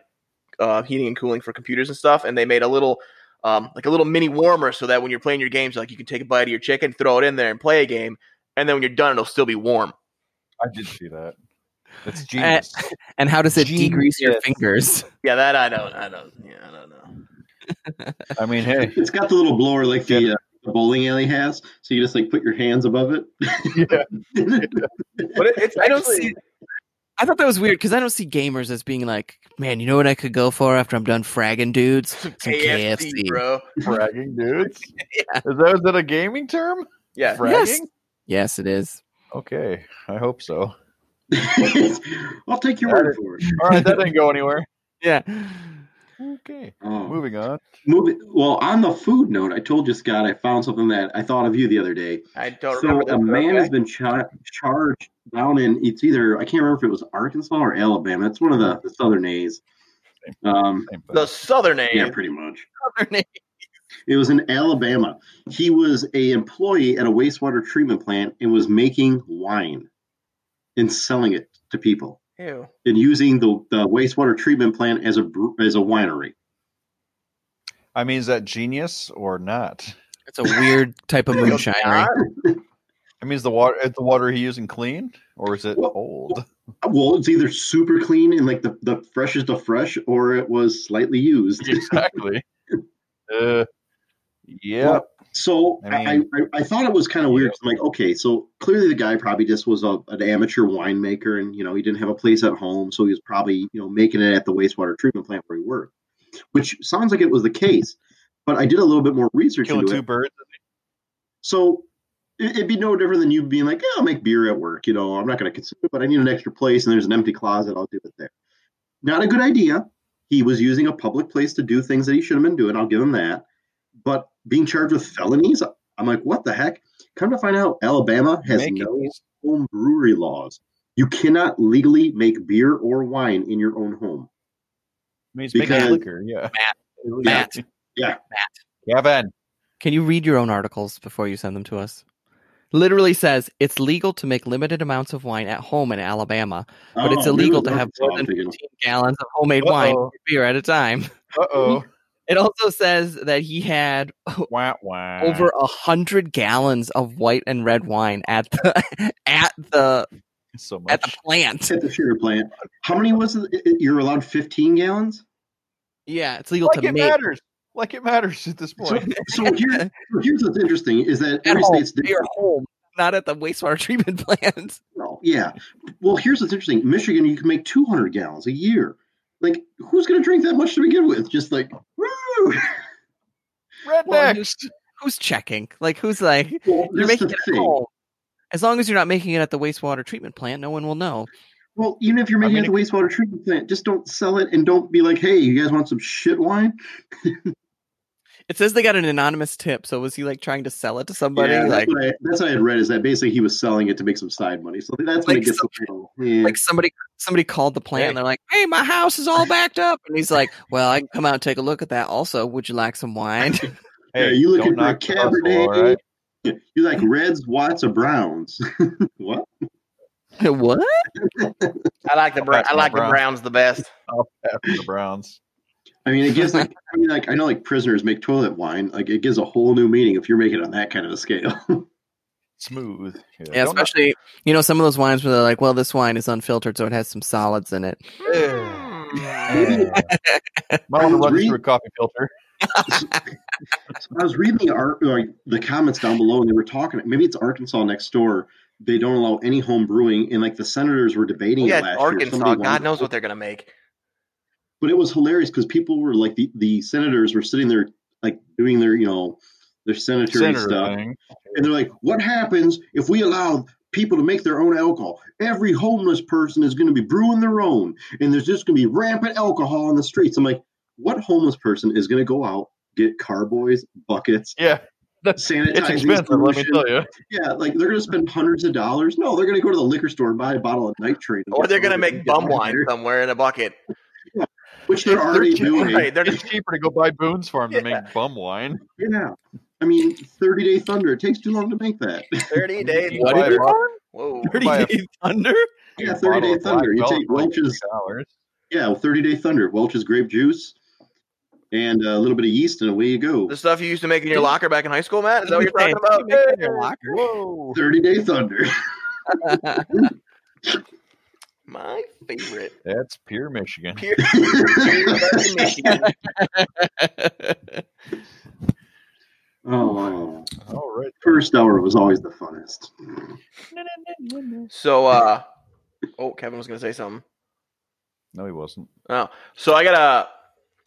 [SPEAKER 3] uh, heating and cooling for computers and stuff, and they made a little um, like a little mini warmer so that when you're playing your games, like you can take a bite of your chicken, throw it in there, and play a game, and then when you're done, it'll still be warm.
[SPEAKER 4] I did see that. That's genius.
[SPEAKER 5] And how does it degrease your
[SPEAKER 4] Genius.
[SPEAKER 5] fingers?
[SPEAKER 3] Yeah, that I don't, I don't, yeah, I don't know.
[SPEAKER 4] I mean, hey.
[SPEAKER 6] It's got the little blower like the, uh, the bowling alley has. So you just like put your hands above it.
[SPEAKER 4] Yeah.
[SPEAKER 3] But it, it's
[SPEAKER 5] I don't
[SPEAKER 3] actually-
[SPEAKER 5] see- I thought that was weird because I don't see gamers as being like, man, you know what I could go for after I'm done fragging dudes? Some
[SPEAKER 3] KFC, bro.
[SPEAKER 4] Fragging dudes? Is that is that a gaming term?
[SPEAKER 3] Yeah,
[SPEAKER 4] Fragging?
[SPEAKER 5] Yes. Yes, it is.
[SPEAKER 4] Okay. I hope so.
[SPEAKER 6] I'll take your word for it.
[SPEAKER 4] All right, that didn't go anywhere.
[SPEAKER 5] Yeah.
[SPEAKER 4] Okay.
[SPEAKER 6] Oh.
[SPEAKER 4] Moving on.
[SPEAKER 6] Moving, well, on the food note, I told you, Scott, I found something that I thought of you the other day.
[SPEAKER 3] I don't
[SPEAKER 6] so
[SPEAKER 3] remember.
[SPEAKER 6] a
[SPEAKER 3] that, but
[SPEAKER 6] man
[SPEAKER 3] okay.
[SPEAKER 6] has been cha- charged down in it's either I can't remember if it was Arkansas or Alabama. It's one of
[SPEAKER 3] Mm-hmm.
[SPEAKER 6] the, the southern A's. Um,
[SPEAKER 4] Same thing.
[SPEAKER 3] the Southern A's.
[SPEAKER 6] yeah, pretty much.
[SPEAKER 5] Other name.
[SPEAKER 6] It was in Alabama. He was a employee at a wastewater treatment plant and was making wine and selling it to people
[SPEAKER 3] Ew.
[SPEAKER 6] and using the, the wastewater treatment plant as a bre- as a winery.
[SPEAKER 4] I mean, is that genius or not?
[SPEAKER 5] It's a weird type of moonshinery.
[SPEAKER 4] I mean, is the water is the water he using clean or is it
[SPEAKER 6] Well-
[SPEAKER 4] old?
[SPEAKER 6] Well, it's either super clean and like the, the freshest of fresh, or it was slightly used.
[SPEAKER 4] Exactly. uh, yeah.
[SPEAKER 6] So
[SPEAKER 4] I
[SPEAKER 6] I,
[SPEAKER 4] mean-
[SPEAKER 6] I, I thought it was kind of weird. 'cause I'm like, okay, so clearly the guy probably just was a, an amateur winemaker, and you know he didn't have a place at home, so he was probably you know making it at the wastewater treatment plant where he worked, which sounds like it was the case. But I did a little bit more research
[SPEAKER 4] Killing
[SPEAKER 6] into
[SPEAKER 4] two
[SPEAKER 6] it.
[SPEAKER 4] birds.
[SPEAKER 6] So it, it'd be no different than you being like, yeah, I'll make beer at work. You know, I'm not going to consume it, but I need an extra place, and there's an empty closet. I'll do it there. Not a good idea. He was using a public place to do things that he should have been doing. I'll give him that. But being charged with felonies, I'm like, what the heck? Come to find out, Alabama has
[SPEAKER 4] Making
[SPEAKER 6] no
[SPEAKER 4] these.
[SPEAKER 6] home brewery laws. You cannot legally make beer or wine in your own home.
[SPEAKER 4] I mean, he's making
[SPEAKER 6] Because-
[SPEAKER 4] liquor. Yeah.
[SPEAKER 5] Matt.
[SPEAKER 4] Yeah.
[SPEAKER 6] Yeah.
[SPEAKER 4] Gavin.
[SPEAKER 5] Can you read your own articles before you send them to us? literally says it's legal to make limited amounts of wine at home in Alabama, but
[SPEAKER 6] Oh,
[SPEAKER 5] it's illegal to have more than 15 gallons of homemade wine
[SPEAKER 4] Uh-oh.
[SPEAKER 5] or beer at a time.
[SPEAKER 4] Uh oh.
[SPEAKER 5] It also says that he had
[SPEAKER 4] Wah, wah.
[SPEAKER 5] over a hundred gallons of white and red wine at the at the
[SPEAKER 4] so much.
[SPEAKER 5] at the plant.
[SPEAKER 6] at the sugar plant. How many was it? it- You're allowed 15 gallons.
[SPEAKER 5] Yeah, it's legal
[SPEAKER 4] like
[SPEAKER 5] to
[SPEAKER 4] it
[SPEAKER 5] make
[SPEAKER 4] matters. Like it matters at this
[SPEAKER 6] So,
[SPEAKER 4] point.
[SPEAKER 6] so here's, here's what's interesting is that
[SPEAKER 5] at
[SPEAKER 6] every
[SPEAKER 5] home,
[SPEAKER 6] state's
[SPEAKER 5] at your
[SPEAKER 6] different.
[SPEAKER 5] home, not at the wastewater treatment plant.
[SPEAKER 6] No, yeah. Well, here's what's interesting. Michigan, you can make 200 gallons a year. Like, who's going to drink that much to begin with? Just like, woo!
[SPEAKER 4] Rednecks.
[SPEAKER 5] Well, Who's checking? Like, who's like
[SPEAKER 6] Well,
[SPEAKER 5] you're
[SPEAKER 6] that's
[SPEAKER 5] making
[SPEAKER 6] the
[SPEAKER 5] it at
[SPEAKER 6] thing.
[SPEAKER 5] home. As long as you're not making it at the wastewater treatment plant, no one will know.
[SPEAKER 6] Well, even if you're making
[SPEAKER 4] I mean,
[SPEAKER 6] it at the wastewater treatment plant, just don't sell it and don't be like, hey, you guys want some shit wine?
[SPEAKER 5] It says they got an anonymous tip, so was he like trying to sell it to somebody?
[SPEAKER 6] that's,
[SPEAKER 5] like,
[SPEAKER 6] what I, that's what I had read is that basically he was selling it to make some side money. So that's when
[SPEAKER 5] Like
[SPEAKER 6] it gets
[SPEAKER 5] some-
[SPEAKER 6] a little. Yeah.
[SPEAKER 5] like somebody somebody called the plant and they're like, "Hey, my house is all backed up," and he's like, "Well, I can come out and take a look at that. Also, would you like some wine?"
[SPEAKER 6] Yeah, you
[SPEAKER 4] don't
[SPEAKER 6] looking for a
[SPEAKER 4] knock the hustle, all
[SPEAKER 6] Cabernet?
[SPEAKER 4] right?
[SPEAKER 6] You like reds, whites, or browns? what?
[SPEAKER 5] what?
[SPEAKER 3] I like the br-
[SPEAKER 4] That's
[SPEAKER 3] I
[SPEAKER 4] my
[SPEAKER 3] like the
[SPEAKER 4] Browns.
[SPEAKER 3] Browns the best.
[SPEAKER 4] After the Browns.
[SPEAKER 6] I mean, it gives like I mean, like I know like prisoners make toilet wine. Like it gives a whole new meaning if you're making it on that kind of a scale.
[SPEAKER 4] Smooth.
[SPEAKER 5] Yeah,
[SPEAKER 4] don't knock-
[SPEAKER 5] especially you know some of those wines where they're like, "Well, this wine is unfiltered, so it has some solids in it."
[SPEAKER 4] Yeah. Might want to run this through a coffee filter.
[SPEAKER 6] I was reading the art, like the comments down below, and they were talking. Maybe it's Arkansas next door. They don't allow any home brewing, and like the senators were debating
[SPEAKER 3] yeah,
[SPEAKER 6] it last year.
[SPEAKER 3] Arkansas.
[SPEAKER 6] Somebody
[SPEAKER 3] God
[SPEAKER 6] wanted-
[SPEAKER 3] knows what they're gonna make.
[SPEAKER 6] But it was hilarious because people were like the the senators were sitting there like doing their you know their senatory
[SPEAKER 4] Senator
[SPEAKER 6] stuff,
[SPEAKER 4] thing.
[SPEAKER 6] and they're like, "What happens if we allow people to make their own alcohol? Every homeless person is going to be brewing their own, and there's just going to be rampant alcohol on the streets." I'm like, "What homeless person is going to go out get carboys, buckets,
[SPEAKER 4] Yeah,
[SPEAKER 6] sanitize
[SPEAKER 4] it's expensive. Let me tell you.
[SPEAKER 6] Yeah, like they're going to spend hundreds of dollars. No, they're going to go to the liquor store and buy a bottle of nitrate,
[SPEAKER 3] Or they're gonna make bum wine somewhere in a bucket.
[SPEAKER 6] which they're
[SPEAKER 4] They're
[SPEAKER 6] already
[SPEAKER 4] cheap.
[SPEAKER 6] doing.
[SPEAKER 3] Right? They're
[SPEAKER 4] It's
[SPEAKER 3] just
[SPEAKER 4] cheaper to go buy Boone's Farm
[SPEAKER 3] Yeah.
[SPEAKER 4] to make bum wine.
[SPEAKER 6] Yeah, I mean, thirty day thunder. It takes too long to make that.
[SPEAKER 3] thirty days.
[SPEAKER 4] What did you call
[SPEAKER 3] Whoa.
[SPEAKER 5] Thirty
[SPEAKER 4] Buy a-
[SPEAKER 5] Day Thunder.
[SPEAKER 6] Yeah,
[SPEAKER 4] A
[SPEAKER 6] 30
[SPEAKER 4] bottle
[SPEAKER 6] Day
[SPEAKER 4] of Black
[SPEAKER 6] Thunder. You
[SPEAKER 4] Velvet
[SPEAKER 6] take
[SPEAKER 4] for like
[SPEAKER 6] Welch's-
[SPEAKER 4] $3.
[SPEAKER 6] Yeah, thirty day thunder, Welch's grape juice, and a little bit of yeast, and away you go.
[SPEAKER 3] The stuff you used to make in your locker back in high school, Matt? Is that what you're talking
[SPEAKER 5] Hey,
[SPEAKER 3] about?
[SPEAKER 5] you make that in your locker?
[SPEAKER 4] Whoa.
[SPEAKER 6] Thirty day thunder.
[SPEAKER 3] My favorite.
[SPEAKER 4] That's pure Michigan.
[SPEAKER 3] Pure, pure fucking Michigan.
[SPEAKER 6] oh,
[SPEAKER 4] All right.
[SPEAKER 6] first hour was always the funnest.
[SPEAKER 3] So, uh, oh, Kevin was gonna say something.
[SPEAKER 4] No, he wasn't.
[SPEAKER 3] Oh, so I got a.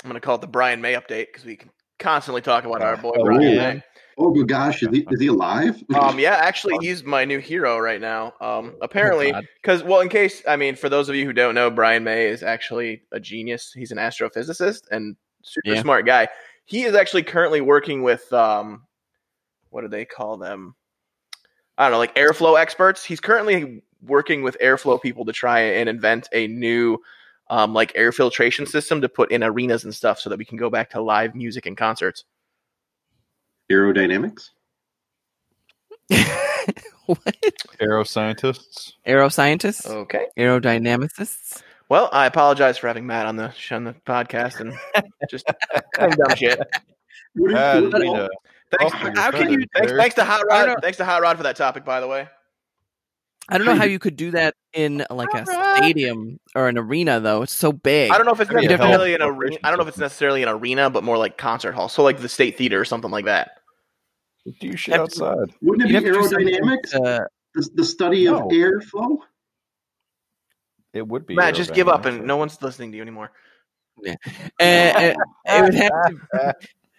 [SPEAKER 3] I'm gonna call it the Brian May update because we can constantly talk about our boy
[SPEAKER 4] Oh,
[SPEAKER 3] Brian
[SPEAKER 6] yeah.
[SPEAKER 3] May.
[SPEAKER 6] Oh my gosh, is he, is he alive?
[SPEAKER 3] Um, yeah, actually, he's my new hero right now. Um, apparently,
[SPEAKER 5] Oh God.
[SPEAKER 3] because well, in case I mean, for those of you who don't know, Brian May is actually a genius. He's an astrophysicist and super
[SPEAKER 5] Yeah.
[SPEAKER 3] smart guy. He is actually currently working with um, what do they call them? I don't know, like airflow experts. He's currently working with airflow people to try and invent a new um, like air filtration system to put in arenas and stuff so that we can go back to live music and concerts.
[SPEAKER 6] Aerodynamics.
[SPEAKER 5] what?
[SPEAKER 4] Aeroscientists.
[SPEAKER 5] Aeroscientists,
[SPEAKER 3] Okay.
[SPEAKER 5] aerodynamicists.
[SPEAKER 3] Well, I apologize for having Matt on the on the podcast and just saying dumb shit.
[SPEAKER 6] What
[SPEAKER 4] Ah,
[SPEAKER 6] are
[SPEAKER 3] uh,
[SPEAKER 6] you- what
[SPEAKER 4] Lita.
[SPEAKER 6] all-
[SPEAKER 3] Thanks,
[SPEAKER 4] Off with
[SPEAKER 5] how
[SPEAKER 4] your
[SPEAKER 5] can
[SPEAKER 4] feathers
[SPEAKER 5] you-
[SPEAKER 3] thanks,
[SPEAKER 4] there.
[SPEAKER 3] thanks to Hot
[SPEAKER 5] I
[SPEAKER 3] Rod.
[SPEAKER 5] don't-
[SPEAKER 3] Thanks to Hot Rod for that topic, by the way.
[SPEAKER 5] I don't know
[SPEAKER 6] Sure.
[SPEAKER 5] how you could do that in like a stadium or an arena though. It's so big.
[SPEAKER 3] I don't know if it's
[SPEAKER 4] I mean,
[SPEAKER 3] necessarily an
[SPEAKER 4] hell,
[SPEAKER 3] arena. I don't know if it's necessarily an arena, but more like concert hall. So like the State Theater or something like that.
[SPEAKER 4] Do you shit outside?
[SPEAKER 6] Wouldn't
[SPEAKER 5] You'd have
[SPEAKER 6] it be
[SPEAKER 5] to do something
[SPEAKER 6] aerodynamics?
[SPEAKER 5] to-
[SPEAKER 6] The, the study
[SPEAKER 4] No.
[SPEAKER 6] of airflow.
[SPEAKER 4] It would be.
[SPEAKER 3] Matt, just give up
[SPEAKER 4] aerodynamics.
[SPEAKER 3] and no one's listening to you anymore.
[SPEAKER 5] eh, eh, it would have to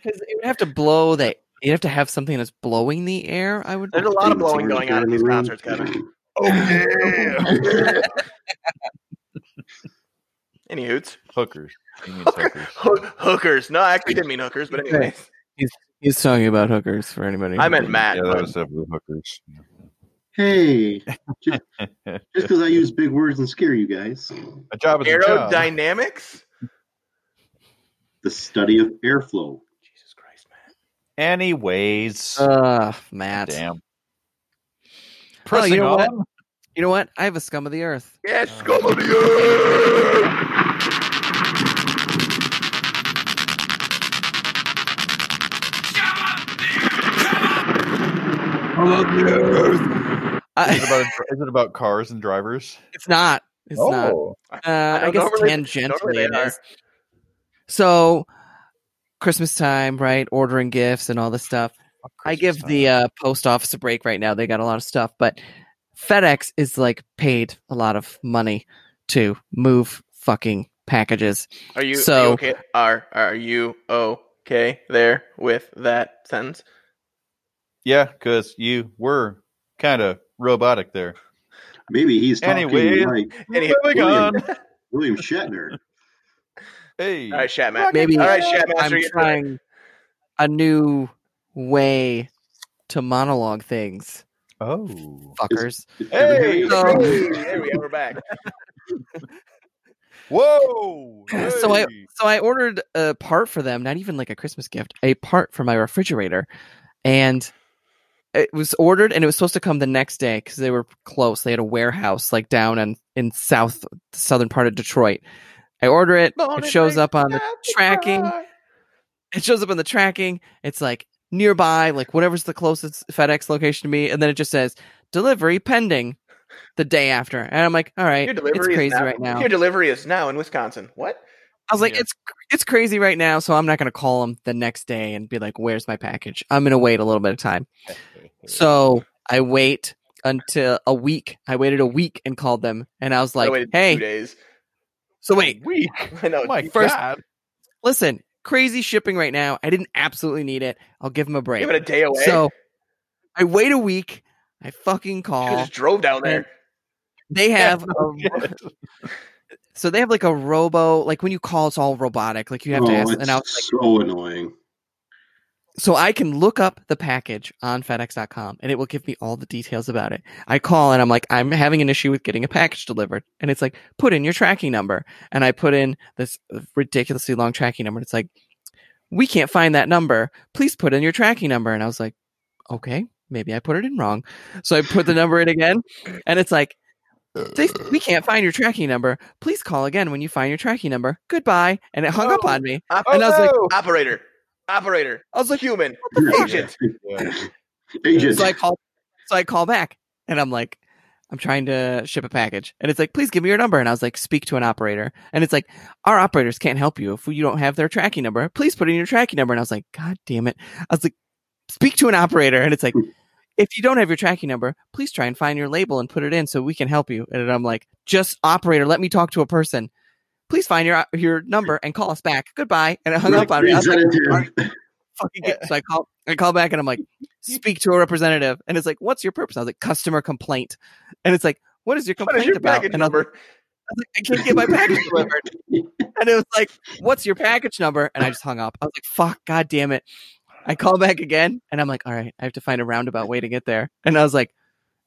[SPEAKER 5] because it would have to blow that. You'd have to have something that's blowing the air. I would.
[SPEAKER 3] There's a lot of
[SPEAKER 6] Dinosaurs
[SPEAKER 3] blowing going on
[SPEAKER 6] are
[SPEAKER 3] at
[SPEAKER 6] in
[SPEAKER 3] these
[SPEAKER 6] the room.
[SPEAKER 3] concerts, Kevin.
[SPEAKER 4] Oh yeah.
[SPEAKER 3] Any hoots?
[SPEAKER 4] hookers. He means
[SPEAKER 3] Hooker,
[SPEAKER 4] hookers.
[SPEAKER 3] hook, hookers. No, I actually didn't mean hookers, but anyways,
[SPEAKER 5] He's talking about hookers for anybody.
[SPEAKER 3] I meant Matt.
[SPEAKER 4] Yeah, that was definitely hookers.
[SPEAKER 6] Hey, just because I use big words and scare you guys.
[SPEAKER 4] A job is a job.
[SPEAKER 3] Aerodynamics.
[SPEAKER 6] The study of airflow.
[SPEAKER 3] Jesus Christ, Matt. Uh,
[SPEAKER 4] Anyways.
[SPEAKER 5] Ugh, Matt.
[SPEAKER 4] Damn.
[SPEAKER 5] Pressing
[SPEAKER 4] Pressing
[SPEAKER 5] you know on.
[SPEAKER 4] on.
[SPEAKER 5] You know what? I have a scum of the earth.
[SPEAKER 3] Yes, scum of the earth.
[SPEAKER 4] Is, it
[SPEAKER 5] I,
[SPEAKER 4] about, is it about cars and drivers? Oh,
[SPEAKER 5] it's not. It's not. Uh, I,
[SPEAKER 3] don't
[SPEAKER 5] guess
[SPEAKER 3] know really- don't
[SPEAKER 5] tangentially
[SPEAKER 3] really
[SPEAKER 5] it
[SPEAKER 3] are.
[SPEAKER 5] is. So, Christmas time, right? Ordering gifts and all this stuff. I give the uh, post office a break right now. They got a lot of stuff, but FedEx is like paid a lot of money to move fucking packages.
[SPEAKER 3] Are you, are
[SPEAKER 5] So-
[SPEAKER 3] you okay? Are are you okay there with that sentence?
[SPEAKER 4] Yeah, because you were kind of robotic there.
[SPEAKER 6] Maybe he's talking
[SPEAKER 4] Anyways.
[SPEAKER 6] like
[SPEAKER 3] Anyway,
[SPEAKER 4] Moving
[SPEAKER 6] William.
[SPEAKER 4] on.
[SPEAKER 6] William Shatner.
[SPEAKER 4] Hey,
[SPEAKER 3] all right, Shatman.
[SPEAKER 5] Maybe
[SPEAKER 3] all right, Shatmaster.
[SPEAKER 5] I'm
[SPEAKER 3] you're-
[SPEAKER 5] trying a new way to monologue things,
[SPEAKER 4] oh,
[SPEAKER 5] fuckers.
[SPEAKER 4] Hey,
[SPEAKER 5] so-
[SPEAKER 3] Hey, there we go. We're back.
[SPEAKER 4] whoa!
[SPEAKER 5] So I
[SPEAKER 4] hey.
[SPEAKER 5] so I ordered a part for them, not even like a Christmas gift, a part for my refrigerator, and it was ordered and it was supposed to come the next day because they were close. They had a warehouse like down in in south southern part of Detroit. I order it. It shows up on the tracking. It shows up on the tracking. It's like nearby, like whatever's the closest FedEx location to me, and then it just says delivery pending the day after. And I'm like, all right,
[SPEAKER 3] Your
[SPEAKER 5] it's
[SPEAKER 3] delivery
[SPEAKER 5] crazy
[SPEAKER 3] is now,
[SPEAKER 5] right now.
[SPEAKER 3] Your delivery is now in Wisconsin. What?
[SPEAKER 5] I was like,
[SPEAKER 4] Yeah.
[SPEAKER 5] it's it's crazy right now, so I'm not gonna call him the next day and be like, "Where's my package?" I'm gonna wait a little bit of time. So I wait until a week. I waited a week and called them, and I was
[SPEAKER 3] I
[SPEAKER 5] like,
[SPEAKER 3] waited two
[SPEAKER 5] "Hey,
[SPEAKER 3] days.
[SPEAKER 5] so wait,
[SPEAKER 4] we
[SPEAKER 3] I know.
[SPEAKER 4] Oh my
[SPEAKER 5] first-
[SPEAKER 4] God.
[SPEAKER 5] listen, crazy shipping right now. I didn't absolutely need it. I'll give him a break."
[SPEAKER 3] Give it a day away.
[SPEAKER 5] So I wait a week. I fucking
[SPEAKER 3] Should've
[SPEAKER 5] call.
[SPEAKER 3] just drove
[SPEAKER 5] uh,
[SPEAKER 3] down there.
[SPEAKER 5] They have
[SPEAKER 4] no
[SPEAKER 5] a,
[SPEAKER 4] shit.
[SPEAKER 5] so they have like a robo. Like when you call, it's all robotic. Like you have
[SPEAKER 6] oh,
[SPEAKER 5] to ask.
[SPEAKER 6] it's
[SPEAKER 5] And I was
[SPEAKER 6] so annoying.
[SPEAKER 5] So I can look up the package on FedEx.com and it will give me all the details about it. I call and I'm like, I'm having an issue with getting a package delivered. And it's like, put in your tracking number. And I put in this ridiculously long tracking number. And it's like, we can't find that number. Please put in your tracking number. And I was like, okay, maybe I put it in wrong. So I put the number in again and it's like, "They- we can't find your tracking number. Please call again when you find your tracking number. Goodbye. And it hung up
[SPEAKER 4] Oh.
[SPEAKER 5] on me.
[SPEAKER 3] Op-
[SPEAKER 5] And I was like,
[SPEAKER 3] operator, operator,
[SPEAKER 5] I was like,
[SPEAKER 3] human, agent.
[SPEAKER 6] Agent.
[SPEAKER 5] So I call, so I call back, and I'm like, I'm trying to ship a package, and it's like, please give me your number, and I was like, speak to an operator, and it's like, our operators can't help you if you don't have their tracking number. Please put in your tracking number, and I was like, God damn it, I was like, speak to an operator, and it's like. If you don't have your tracking number, please try and find your label and put it in so we can help you. And I'm like, just operator, let me talk to a person. Please find your your number and call us back. Goodbye. And I hung up on me. I was like,
[SPEAKER 6] Representative.
[SPEAKER 5] fucking get- so I call I call back and I'm like, speak to a representative. And it's like, what's your purpose? I was like, customer complaint. And it's like, what is your
[SPEAKER 3] What
[SPEAKER 5] complaint
[SPEAKER 3] is your
[SPEAKER 5] about?
[SPEAKER 3] package
[SPEAKER 5] And I was
[SPEAKER 3] number?
[SPEAKER 5] like, I can't get my package delivered. And it was like, what's your package number? And I just hung up. I was like, fuck, god damn it. I call back again and I'm like, all right, I have to find a roundabout way to get there. And I was like,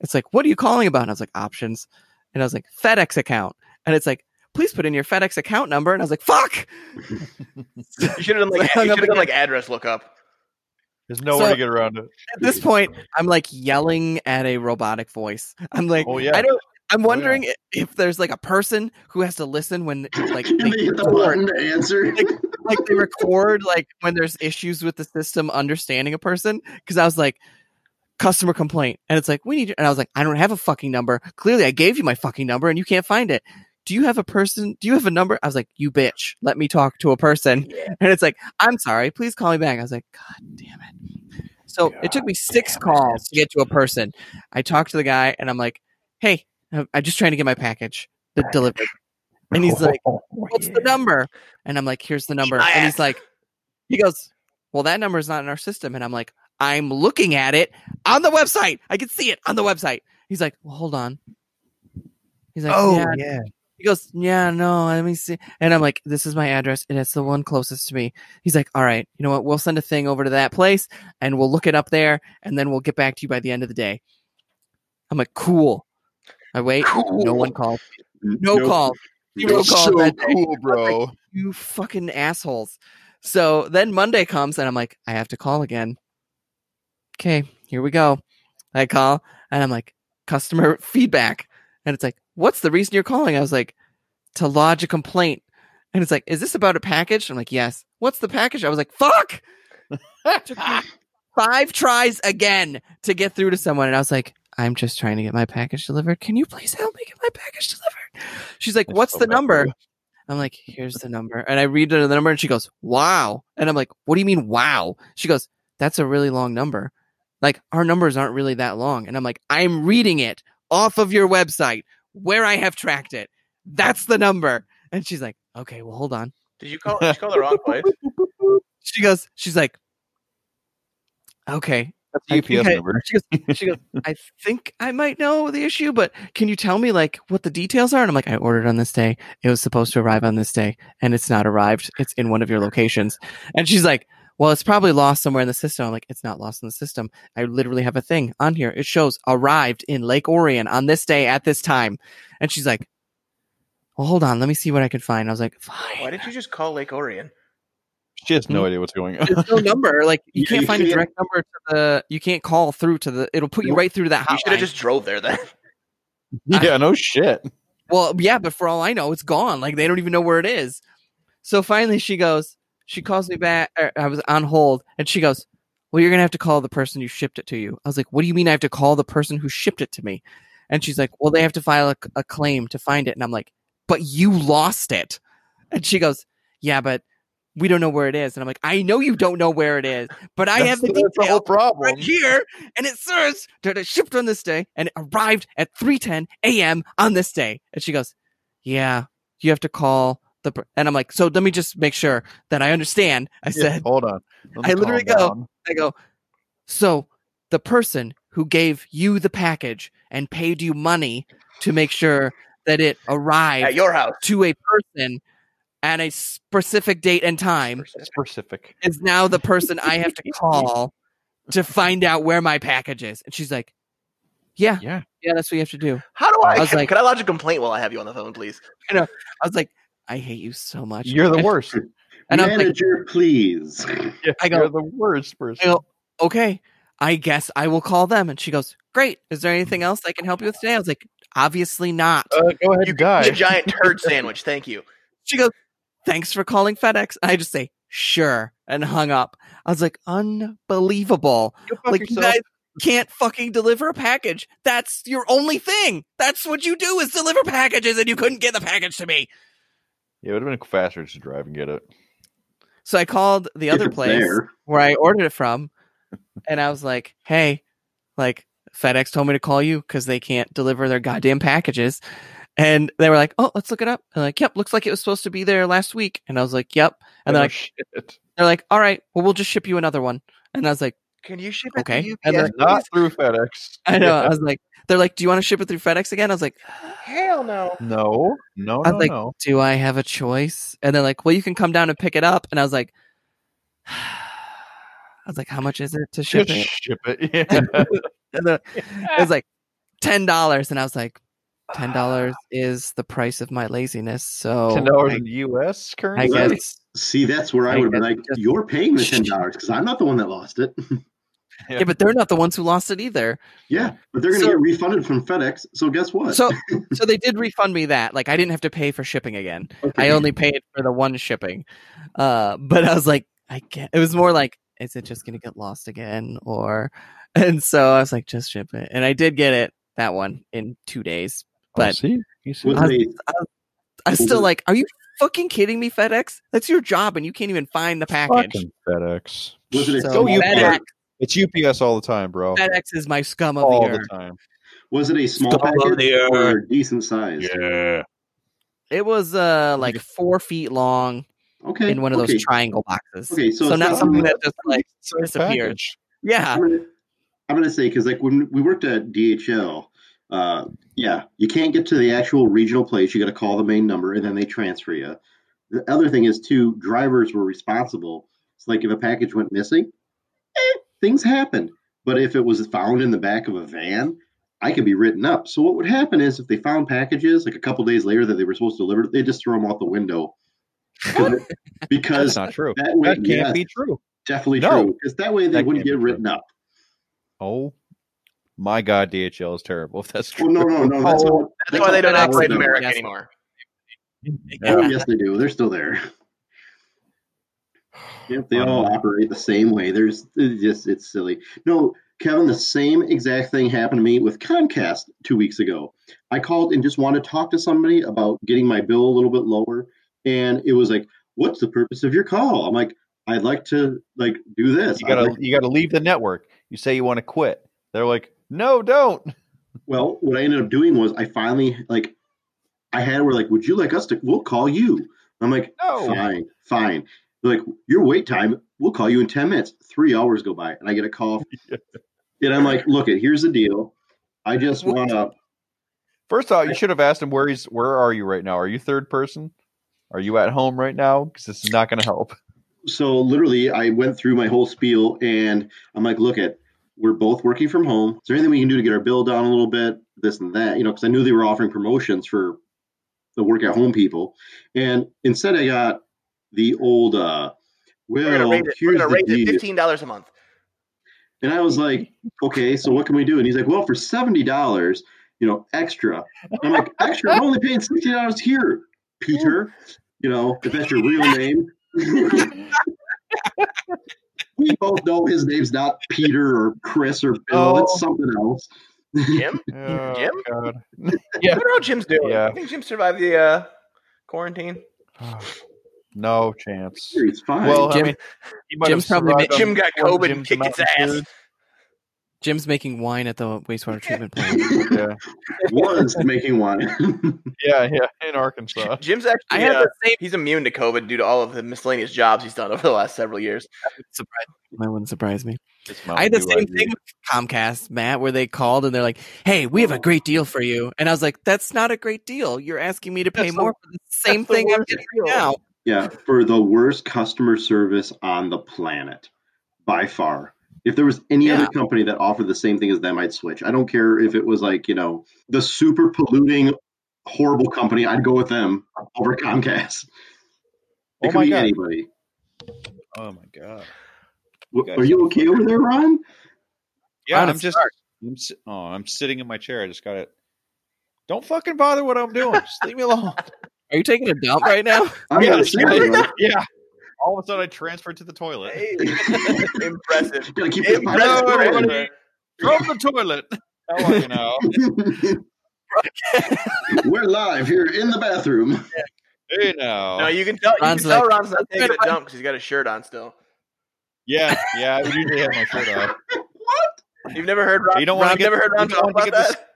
[SPEAKER 5] it's like, what are you calling about? And I was like, options. And I was like, FedEx account. And it's like, please put in your FedEx account number. And I was like, fuck.
[SPEAKER 3] You should have done
[SPEAKER 5] So I
[SPEAKER 3] like you
[SPEAKER 5] hung
[SPEAKER 3] should
[SPEAKER 5] up
[SPEAKER 3] have done like address lookup.
[SPEAKER 4] There's no way
[SPEAKER 5] So-
[SPEAKER 4] to get around it.
[SPEAKER 5] at this point, I'm like yelling at a robotic voice. I'm like,
[SPEAKER 4] Oh, yeah.
[SPEAKER 5] I don't. I'm
[SPEAKER 4] yeah.
[SPEAKER 5] wondering i- if there's like a person who has to listen when like
[SPEAKER 6] Can
[SPEAKER 5] they
[SPEAKER 6] they hit the
[SPEAKER 5] record,
[SPEAKER 6] button to answer?
[SPEAKER 5] Like- like they record like when there's issues with the system understanding a person. Because I was like, customer complaint, and it's like we need, and I was like, I don't have a fucking number. Clearly, I gave you my fucking number, and you can't find it. Do you have a person? Do you have a number? I was like, you bitch, let me talk to a person. And it's like, I'm sorry, please call me back. I was like, God damn it. So it took me six calls to get to a person. I talked to the guy and I'm like, hey, I'm I'm just trying to get my package Oh, the delivered. And he's like, what's the number? And I'm like, here's the number.
[SPEAKER 3] my
[SPEAKER 5] And
[SPEAKER 3] ass.
[SPEAKER 5] he's like, he goes, well, that number is not in our system. And I'm like, I'm looking at it on the website. I can see it on the website. He's like, well, hold on. He's like, oh,
[SPEAKER 4] yeah.
[SPEAKER 5] he goes, Yeah, no, let me see. And I'm like, This is my address, and it's the one closest to me. He's like, All right, you know what? We'll send a thing over to that place and we'll look it up there, and then we'll get back to you by the end of the day. I'm like, Cool. I wait. No one calls. No
[SPEAKER 6] Nope.
[SPEAKER 5] call. Zero
[SPEAKER 6] Nope.
[SPEAKER 5] calls
[SPEAKER 4] So
[SPEAKER 5] that day.
[SPEAKER 4] cool, bro.
[SPEAKER 5] You fucking assholes. So then Monday comes, and I'm like, I have to call again. Okay, here we go. I call, and I'm like, customer feedback. And it's like, what's the reason you're calling? I was like, to lodge a complaint. And it's like, is this about a package? I'm like, yes. What's the package? I was like, fuck. It took me five tries again to get through to someone. And I was like, I'm just trying to get my package delivered. Can you please help me get my package delivered? She's like,
[SPEAKER 4] That's
[SPEAKER 5] what's
[SPEAKER 4] so
[SPEAKER 5] the
[SPEAKER 4] bad for
[SPEAKER 5] number?
[SPEAKER 4] you.
[SPEAKER 5] I'm like, here's the number. And I read her the number and she goes, wow. And I'm like, what do you mean, wow? She goes, that's a really long number. Like, our numbers aren't really that long. And I'm like, I'm reading it off of your website where I have tracked it. That's the number. And she's like, okay, well, hold on.
[SPEAKER 3] Did you call? Did you call the wrong place?
[SPEAKER 5] She goes, she's like, okay.
[SPEAKER 4] That's the
[SPEAKER 5] I
[SPEAKER 4] UPS
[SPEAKER 5] think I-
[SPEAKER 4] number.
[SPEAKER 5] She goes, she goes, I think I might know the issue, but can you tell me like what the details are? And I'm like, I ordered on this day. It was supposed to arrive on this day and it's not arrived. It's in one of your locations. And she's like, well, it's probably lost somewhere in the system. I'm like, it's not lost in the system. I literally have a thing on here. It shows arrived in Lake Orion on this day at this time. And she's like, well, hold on. Let me see what I can find. I was like, fine.
[SPEAKER 3] Why didn't you just call Lake Orion?
[SPEAKER 4] She has
[SPEAKER 5] Mm-hmm.
[SPEAKER 4] no idea what's going on.
[SPEAKER 5] there's no number. Like you
[SPEAKER 6] Yeah,
[SPEAKER 5] can't
[SPEAKER 6] you
[SPEAKER 5] find a
[SPEAKER 6] can't-
[SPEAKER 5] direct number to the. You can't call through to the. It'll put you
[SPEAKER 6] Nope.
[SPEAKER 5] right through to that
[SPEAKER 3] You should
[SPEAKER 5] hotline.
[SPEAKER 3] have just drove there then.
[SPEAKER 4] yeah, no shit.
[SPEAKER 5] Well, yeah, but for all I know, it's gone. Like they don't even know where it is. So finally, she goes. She calls me back. Or I was on hold, and she goes, "Well, you're gonna have to call the person who shipped it to you." I was like, "What do you mean I have to call the person who shipped it to me?" And she's like, "Well, they have to file a, a claim to find it." And I'm like, "But you lost it." And she goes, "Yeah, but." We don't know where it is, and I'm like, I know you don't know where it is, but I have the
[SPEAKER 4] that's the
[SPEAKER 5] details
[SPEAKER 4] whole problem.
[SPEAKER 5] right here, and it serves that it shipped on this day and it arrived at 3:10 a.m. on this day. And she goes, "Yeah, you have to call the." per-" And I'm like, "So let me just make sure that I understand." I
[SPEAKER 4] Yeah,
[SPEAKER 5] said,
[SPEAKER 4] hold on. Let me
[SPEAKER 5] I literally
[SPEAKER 4] calm
[SPEAKER 5] go-
[SPEAKER 4] down.
[SPEAKER 5] "I go, so the person who gave you the package and paid you money to make sure that it
[SPEAKER 3] At
[SPEAKER 5] arrived
[SPEAKER 3] your house.
[SPEAKER 5] to a person at a specific date and time
[SPEAKER 4] specific.
[SPEAKER 5] is now the person I have to call to find out where my package is. And she's like, Yeah,
[SPEAKER 4] Yeah.
[SPEAKER 5] yeah, that's what you have to do.
[SPEAKER 3] How do I?
[SPEAKER 5] I was
[SPEAKER 3] can,
[SPEAKER 5] like-
[SPEAKER 3] can I lodge a complaint while I have you on the phone, please?
[SPEAKER 5] I was like, I hate you so much.
[SPEAKER 4] You're the worst.
[SPEAKER 5] And I was like,
[SPEAKER 6] Manager, please.
[SPEAKER 5] I go-
[SPEAKER 4] You're the worst person.
[SPEAKER 5] I go, Okay, I guess I will call them. And she goes, Great. Is there
[SPEAKER 4] Mm.
[SPEAKER 5] anything else I can help you with today? I was like, Obviously not.
[SPEAKER 4] Uh, go ahead and
[SPEAKER 3] Eat
[SPEAKER 4] die.
[SPEAKER 3] a giant turd sandwich. Thank you.
[SPEAKER 5] She goes, Thanks for calling FedEx. I just say, Sure. And hung up. I was like, Unbelievable.
[SPEAKER 4] Go fuck
[SPEAKER 5] like,
[SPEAKER 4] yourself.
[SPEAKER 5] you guys can't fucking deliver a package. That's your only thing. That's what you do is deliver packages, and you couldn't get the package to me.
[SPEAKER 4] Yeah, it would have been faster to drive and get it.
[SPEAKER 5] So I called the
[SPEAKER 6] If
[SPEAKER 5] other
[SPEAKER 6] it's
[SPEAKER 5] place
[SPEAKER 6] there.
[SPEAKER 5] where I ordered it from, and I was like, "Hey, like FedEx told me to call you because they can't deliver their goddamn packages." And they were like, "Oh, let's look it up." And I'm like, "Yep, looks like it was supposed to be there last week." And I was like, "Yep." And
[SPEAKER 4] Oh,
[SPEAKER 5] they're like,
[SPEAKER 4] shit.
[SPEAKER 5] "They're like, all right, well, we'll just ship you another one." And I was like,
[SPEAKER 3] Can you ship
[SPEAKER 5] Okay.
[SPEAKER 3] it
[SPEAKER 5] And
[SPEAKER 3] to
[SPEAKER 5] then-
[SPEAKER 3] UPS?
[SPEAKER 4] It's not through FedEx.
[SPEAKER 5] "I know."
[SPEAKER 4] Yeah.
[SPEAKER 5] I was like, "They're like, do you want to ship it through FedEx again?" I was like,
[SPEAKER 3] Hell no.
[SPEAKER 4] No, no,
[SPEAKER 5] I
[SPEAKER 4] no,
[SPEAKER 5] was like,
[SPEAKER 4] no.
[SPEAKER 5] do I have a choice? And they're like, well, you can come down and pick it up. And I was like, I was like, how much is it to ship
[SPEAKER 4] Just
[SPEAKER 5] it?
[SPEAKER 4] ship it. Yeah.
[SPEAKER 5] And they're- it was like ten dollars, and I was like, ten dollars is the price of my laziness. So
[SPEAKER 4] Ten dollars
[SPEAKER 5] I-
[SPEAKER 4] in U.S.
[SPEAKER 5] I,
[SPEAKER 4] currency. Oh,
[SPEAKER 6] Well,
[SPEAKER 5] guess
[SPEAKER 6] See, that's where I
[SPEAKER 5] I
[SPEAKER 6] would have been
[SPEAKER 5] guess
[SPEAKER 6] like,
[SPEAKER 5] just-
[SPEAKER 6] you're paying the ten dollars because I'm not the one that lost it.
[SPEAKER 4] yeah.
[SPEAKER 5] yeah, but they're not the ones who lost it either.
[SPEAKER 6] yeah, but they're going to
[SPEAKER 5] So-
[SPEAKER 6] get refunded from FedEx. So guess what?
[SPEAKER 5] So, so they did refund me that. Like, I didn't have to pay for shipping again.
[SPEAKER 6] Okay.
[SPEAKER 5] I only paid for the one shipping. Uh, but I was like, I can't. It was more like, is it just going to get lost again? Or, and so I was like, just ship it. And I did get it that one in two days.
[SPEAKER 4] Oh,
[SPEAKER 5] But
[SPEAKER 4] see, you see,
[SPEAKER 6] was
[SPEAKER 5] I-
[SPEAKER 6] it a
[SPEAKER 5] I'm still
[SPEAKER 6] Mhm.
[SPEAKER 5] like, are you fucking kidding me, FedEx? That's your job, and you can't even find the package.
[SPEAKER 4] fucking FedEx.
[SPEAKER 6] Was it a
[SPEAKER 4] Go
[SPEAKER 5] So FedEx,
[SPEAKER 4] UPS. It's UPS all the time, bro.
[SPEAKER 5] FedEx is my scum of
[SPEAKER 4] All
[SPEAKER 5] the
[SPEAKER 4] the
[SPEAKER 5] earth.
[SPEAKER 4] time.
[SPEAKER 6] was it a small
[SPEAKER 5] Scum of the
[SPEAKER 6] package
[SPEAKER 5] earth.
[SPEAKER 6] or a decent size?
[SPEAKER 4] Yeah.
[SPEAKER 5] It was uh like four feet long
[SPEAKER 6] Okay,
[SPEAKER 5] in one of
[SPEAKER 6] okay.
[SPEAKER 5] those triangle boxes.
[SPEAKER 6] Okay, so
[SPEAKER 5] so,
[SPEAKER 6] it's
[SPEAKER 5] not
[SPEAKER 6] not-
[SPEAKER 5] something that just like
[SPEAKER 4] So
[SPEAKER 5] Disappeared.
[SPEAKER 4] package.
[SPEAKER 5] yeah.
[SPEAKER 6] I'm gonna, I'm gonna say because like when we worked at DHL, uh, yeah, you can't get to the actual regional place. You got to call the main number, and then they transfer you. The other thing is too, drivers were responsible. It's like if a package went missing, eh, things happened. But if it was found in the back of a van, I could be written up. So what would happen is if they found packages like a couple days later that they were supposed to deliver, they just throw them out the window
[SPEAKER 4] That's
[SPEAKER 6] because
[SPEAKER 4] not true.
[SPEAKER 6] that way,
[SPEAKER 4] That can't
[SPEAKER 6] yes,
[SPEAKER 4] be true.
[SPEAKER 6] definitely
[SPEAKER 4] No.
[SPEAKER 6] true. Because that way they
[SPEAKER 4] That
[SPEAKER 6] wouldn't
[SPEAKER 4] can't
[SPEAKER 6] get
[SPEAKER 4] be true.
[SPEAKER 6] written up.
[SPEAKER 4] Oh My God, DHL is terrible. If that's
[SPEAKER 6] Well,
[SPEAKER 4] true.
[SPEAKER 6] no, no, no. That's,
[SPEAKER 5] Oh,
[SPEAKER 6] how,
[SPEAKER 3] That's why they don't
[SPEAKER 5] that's-
[SPEAKER 3] operate in
[SPEAKER 5] that's-
[SPEAKER 3] America
[SPEAKER 5] yes.
[SPEAKER 3] anymore.
[SPEAKER 6] Oh, yes, they do. They're still there. Yep, they all operate the same way. There's it just it's silly. No, Kevin, the same exact thing happened to me with Comcast two weeks ago. I called and just wanted to talk to somebody about getting my bill a little bit lower, and it was like, "What's the purpose of your call?" I'm like, "I'd like to like do this."
[SPEAKER 4] You
[SPEAKER 6] I'd
[SPEAKER 4] gotta
[SPEAKER 6] like-
[SPEAKER 4] you gotta leave the network. You say you want to quit. They're like, no, don't.
[SPEAKER 6] well, what I ended up doing was I finally like I had were like, "Would you like us to? We'll call you." I'm like,
[SPEAKER 3] Oh,
[SPEAKER 4] No.
[SPEAKER 6] Fine, fine. They're like, your wait time, we'll call you in 10 minutes. Three hours go by, and I get a call. And I'm like, look, it, here's the deal. I just want to,
[SPEAKER 4] First off, you should have asked him where he's. Where are you right now? Are you third person? Are you at home right now? Because this is not going to help.
[SPEAKER 6] so literally, I went through my whole spiel, and I'm like, look, it, we're both working from home. Is there anything we can do to get our bill down a little bit? This and that, you know, because I knew they were offering promotions for the work at home people. And instead, I got the old, uh, well,
[SPEAKER 3] We're gonna rate it. We're
[SPEAKER 6] here's
[SPEAKER 3] gonna
[SPEAKER 6] the
[SPEAKER 3] rate it
[SPEAKER 6] deal.
[SPEAKER 3] fifteen dollars a month.
[SPEAKER 6] And I was like, okay, so what can we do? And he's like, well, for seventy dollars, you know, extra. And I'm like, extra? I'm only paying sixty dollars here, Peter. You know, if that's your real name. we both know his name's not Peter or Chris or Bill.
[SPEAKER 4] Oh.
[SPEAKER 6] It's something else.
[SPEAKER 3] Jim,
[SPEAKER 4] Oh,
[SPEAKER 3] Jim?
[SPEAKER 4] God.
[SPEAKER 3] I wonder how Jim's doing.
[SPEAKER 4] Yeah.
[SPEAKER 3] I think Jim survived the uh, quarantine.
[SPEAKER 4] no chance.
[SPEAKER 6] He's fine.
[SPEAKER 4] Well,
[SPEAKER 5] Jim-
[SPEAKER 4] I mean, he might
[SPEAKER 5] Jim's
[SPEAKER 4] have
[SPEAKER 5] probably
[SPEAKER 4] survived
[SPEAKER 5] ma-
[SPEAKER 4] on
[SPEAKER 3] Jim got
[SPEAKER 4] one
[SPEAKER 3] COVID and
[SPEAKER 4] Jim's
[SPEAKER 3] kicked its
[SPEAKER 4] Mountain
[SPEAKER 3] ass.
[SPEAKER 4] Dew.
[SPEAKER 5] Jim's making wine at the wastewater treatment plant.
[SPEAKER 4] Yeah,
[SPEAKER 6] was making one.
[SPEAKER 4] yeah, yeah. In Arkansas,
[SPEAKER 3] Jim's
[SPEAKER 5] I
[SPEAKER 3] actually
[SPEAKER 5] had
[SPEAKER 3] uh,
[SPEAKER 5] the same.
[SPEAKER 3] he's immune to COVID due to all of the miscellaneous jobs he's done over the last several years.
[SPEAKER 5] Surprise. That wouldn't surprise me.
[SPEAKER 4] it's
[SPEAKER 5] I
[SPEAKER 4] Mountain
[SPEAKER 5] had the
[SPEAKER 4] Dew
[SPEAKER 5] same
[SPEAKER 4] IPA.
[SPEAKER 5] thing with Comcast, Matt, where they called and they're like, "Hey, we have a great deal for you," and I was like, "That's not a great deal. You're asking me to pay
[SPEAKER 4] That's the-
[SPEAKER 5] more for the same
[SPEAKER 4] that's the
[SPEAKER 5] thing I'm
[SPEAKER 4] worst
[SPEAKER 5] getting
[SPEAKER 4] deal.
[SPEAKER 5] now."
[SPEAKER 6] yeah, for the worst customer service on the planet, by far. If there was any
[SPEAKER 5] Yeah.
[SPEAKER 6] other company that offered the same thing as them, I'd switch. I don't care if it was like, you know, the super polluting, horrible company, I'd go with them over Comcast. It
[SPEAKER 4] Oh
[SPEAKER 6] could
[SPEAKER 4] my
[SPEAKER 6] be
[SPEAKER 4] God.
[SPEAKER 6] anybody.
[SPEAKER 4] Oh my god.
[SPEAKER 6] W-
[SPEAKER 4] guys
[SPEAKER 6] Are
[SPEAKER 4] are
[SPEAKER 6] you okay over there, Ron?
[SPEAKER 4] Yeah,
[SPEAKER 5] Honest
[SPEAKER 4] I'm just.
[SPEAKER 5] start.
[SPEAKER 4] I'm, si- oh, I'm sitting in my chair. I just got it. Don't fucking bother what I'm doing. Just leave me alone.
[SPEAKER 5] Are you taking a dump right now?
[SPEAKER 6] I'm
[SPEAKER 4] Yeah,
[SPEAKER 6] not
[SPEAKER 4] sure.
[SPEAKER 6] sure. Ron.
[SPEAKER 4] yeah. All of a sudden, I transferred to the toilet.
[SPEAKER 3] Hey, impressive.
[SPEAKER 6] Gotta keep it
[SPEAKER 3] Impressive.
[SPEAKER 4] Hello,
[SPEAKER 3] transfer.
[SPEAKER 4] everybody. From the toilet. How are you now?
[SPEAKER 6] We're live here in the bathroom.
[SPEAKER 4] Hey now.
[SPEAKER 3] No, you can tell. You
[SPEAKER 5] Ron's
[SPEAKER 3] can tell
[SPEAKER 5] like,
[SPEAKER 3] Ron's not
[SPEAKER 5] "Let's
[SPEAKER 3] taking
[SPEAKER 5] try
[SPEAKER 3] a
[SPEAKER 5] to-
[SPEAKER 3] dump because he's got his shirt on still.
[SPEAKER 4] yeah, yeah. I would usually have my shirt off.
[SPEAKER 3] You've never heard Ron.
[SPEAKER 4] You don't wanna
[SPEAKER 3] Ron,
[SPEAKER 4] get-
[SPEAKER 3] never heard
[SPEAKER 4] you
[SPEAKER 3] Ron
[SPEAKER 4] don't
[SPEAKER 3] talk
[SPEAKER 4] wanna
[SPEAKER 3] about
[SPEAKER 4] get this-
[SPEAKER 3] that.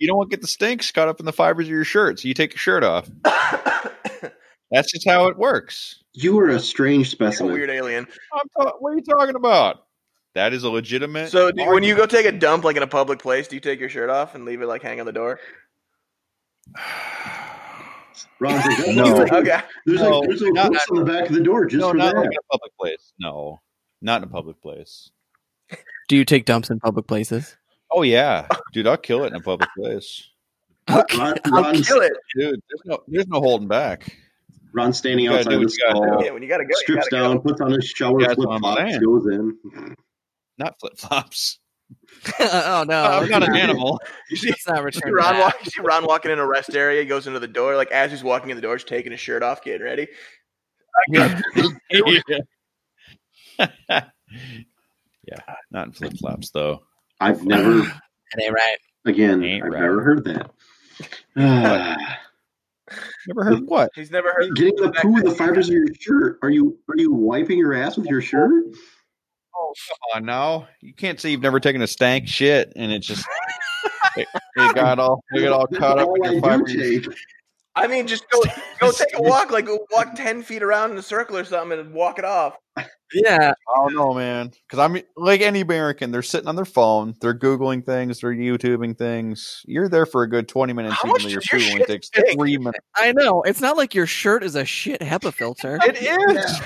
[SPEAKER 4] You don't want to get the stinks caught up in the fibers of your shirt, so you take your shirt off. That's just how it works.
[SPEAKER 6] You are a strange
[SPEAKER 3] You're a
[SPEAKER 6] specimen.
[SPEAKER 3] weird alien.
[SPEAKER 4] I'm ta- what are you talking about? That is a legitimate.
[SPEAKER 3] So, do, when you go take a dump like in a public place, do you take your shirt off and leave it like hang on the door?
[SPEAKER 6] Ron's like,
[SPEAKER 4] No.
[SPEAKER 6] "That's like-
[SPEAKER 3] Okay.
[SPEAKER 6] There's
[SPEAKER 4] No,
[SPEAKER 6] like there's like
[SPEAKER 4] not-
[SPEAKER 6] books on the back of the door just
[SPEAKER 4] no,
[SPEAKER 6] for
[SPEAKER 4] not like in
[SPEAKER 6] that.
[SPEAKER 4] a public place. No, not in a public place.
[SPEAKER 5] Do you take dumps in public places?
[SPEAKER 4] Oh yeah, dude, I'll kill it in a public place.
[SPEAKER 5] Okay.
[SPEAKER 6] Ron,
[SPEAKER 3] I'll
[SPEAKER 6] Ron's,
[SPEAKER 3] kill it.
[SPEAKER 4] Dude, there's no, there's no holding back.
[SPEAKER 6] Ron's standing
[SPEAKER 4] You gotta
[SPEAKER 6] outside
[SPEAKER 4] do what
[SPEAKER 6] this
[SPEAKER 4] you gotta
[SPEAKER 6] stall,
[SPEAKER 3] Yeah, when you gotta go, you
[SPEAKER 6] strips
[SPEAKER 3] gotta go.
[SPEAKER 6] down, puts on his shower
[SPEAKER 4] That's
[SPEAKER 6] flip
[SPEAKER 4] what I'm
[SPEAKER 6] flops,
[SPEAKER 4] saying.
[SPEAKER 6] goes in.
[SPEAKER 4] Not flip flops.
[SPEAKER 5] oh no,
[SPEAKER 4] I'm not an
[SPEAKER 6] yeah.
[SPEAKER 4] animal.
[SPEAKER 3] You see,
[SPEAKER 5] let's not
[SPEAKER 3] you see
[SPEAKER 5] return to
[SPEAKER 3] Ron
[SPEAKER 5] that.
[SPEAKER 3] walk, you see Ron walking in a rest area. He goes into the door. Like as he's walking in the door, he's taking his shirt off, getting ready.
[SPEAKER 4] yeah. Yeah, not in flip flops though.
[SPEAKER 6] I've never
[SPEAKER 5] That ain't right.
[SPEAKER 6] again
[SPEAKER 4] Ain't
[SPEAKER 6] I've
[SPEAKER 4] right.
[SPEAKER 6] never heard that. Ah.
[SPEAKER 4] Never heard what?
[SPEAKER 3] He's never heard.
[SPEAKER 6] Getting the poo in the fibers of your shirt. Are you are you wiping your ass with your shirt?
[SPEAKER 4] Oh come on now. You can't say you've never taken a stank shit and it just it, it got all it got all
[SPEAKER 6] That's
[SPEAKER 4] caught up
[SPEAKER 6] all
[SPEAKER 4] in
[SPEAKER 6] I
[SPEAKER 4] your
[SPEAKER 6] do
[SPEAKER 4] fibers.
[SPEAKER 6] take.
[SPEAKER 3] I mean, just go go take a walk, like walk ten feet around in a circle or something, and walk it off.
[SPEAKER 5] Yeah,
[SPEAKER 4] I don't know, man. Because I'm like any American, they're sitting on their phone, they're googling things, they're YouTubing things. You're there for a good twenty minutes.
[SPEAKER 3] How
[SPEAKER 4] even
[SPEAKER 3] much
[SPEAKER 4] though
[SPEAKER 3] does
[SPEAKER 4] your
[SPEAKER 3] your
[SPEAKER 4] food only
[SPEAKER 3] shit
[SPEAKER 4] takes
[SPEAKER 3] take?
[SPEAKER 4] three minutes.
[SPEAKER 5] I know. It's not like your shirt is a shit HEPA filter.
[SPEAKER 4] It is.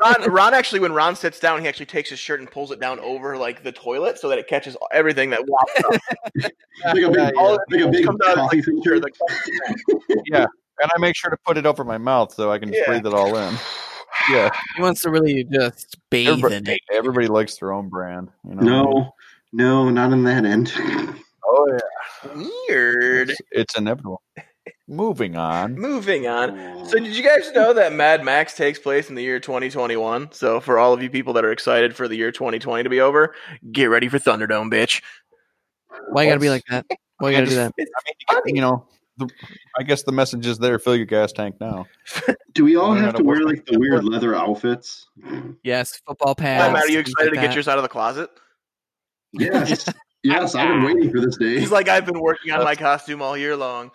[SPEAKER 3] Ron, Ron actually, when Ron sits down, he actually takes his shirt and pulls it down over like the toilet so that it catches everything that walks up.
[SPEAKER 6] Like a
[SPEAKER 4] Yeah,
[SPEAKER 6] big,
[SPEAKER 3] All of
[SPEAKER 6] like a
[SPEAKER 3] it
[SPEAKER 6] big
[SPEAKER 3] comes out as
[SPEAKER 6] coffee
[SPEAKER 3] like
[SPEAKER 6] filter.
[SPEAKER 3] sure, the
[SPEAKER 4] Yeah, and I make sure to put it over my mouth so I can just
[SPEAKER 3] Yeah.
[SPEAKER 4] breathe it all in. Yeah,
[SPEAKER 5] He wants to really just bathe in
[SPEAKER 4] everybody,
[SPEAKER 5] it.
[SPEAKER 4] everybody likes their own brand. You know,
[SPEAKER 6] No, No, not on that end.
[SPEAKER 4] Oh yeah,
[SPEAKER 3] Weird.
[SPEAKER 4] it's, it's inevitable. Moving on.
[SPEAKER 3] Moving on. So did you guys know that Mad Max takes place in the year 2021? So for all of you people that are excited for the year 2020 to be over, get ready for Thunderdome, bitch.
[SPEAKER 5] Why you gotta be like that? Why you
[SPEAKER 4] I
[SPEAKER 5] gotta do that?
[SPEAKER 4] I mean, you know, the, I guess the message is there. Fill your gas tank now.
[SPEAKER 6] Do we all
[SPEAKER 4] Learn how
[SPEAKER 6] have
[SPEAKER 4] to
[SPEAKER 6] to wear
[SPEAKER 4] work
[SPEAKER 6] like the weird leather outfits?
[SPEAKER 5] Yes, football pads.
[SPEAKER 3] Matt, Matt, are you
[SPEAKER 5] things
[SPEAKER 3] excited
[SPEAKER 5] like
[SPEAKER 3] to get
[SPEAKER 5] that.
[SPEAKER 3] yours out of the closet?
[SPEAKER 6] Yes. yes, I've been waiting for this day.
[SPEAKER 3] He's like, I've been working on my costume all year long.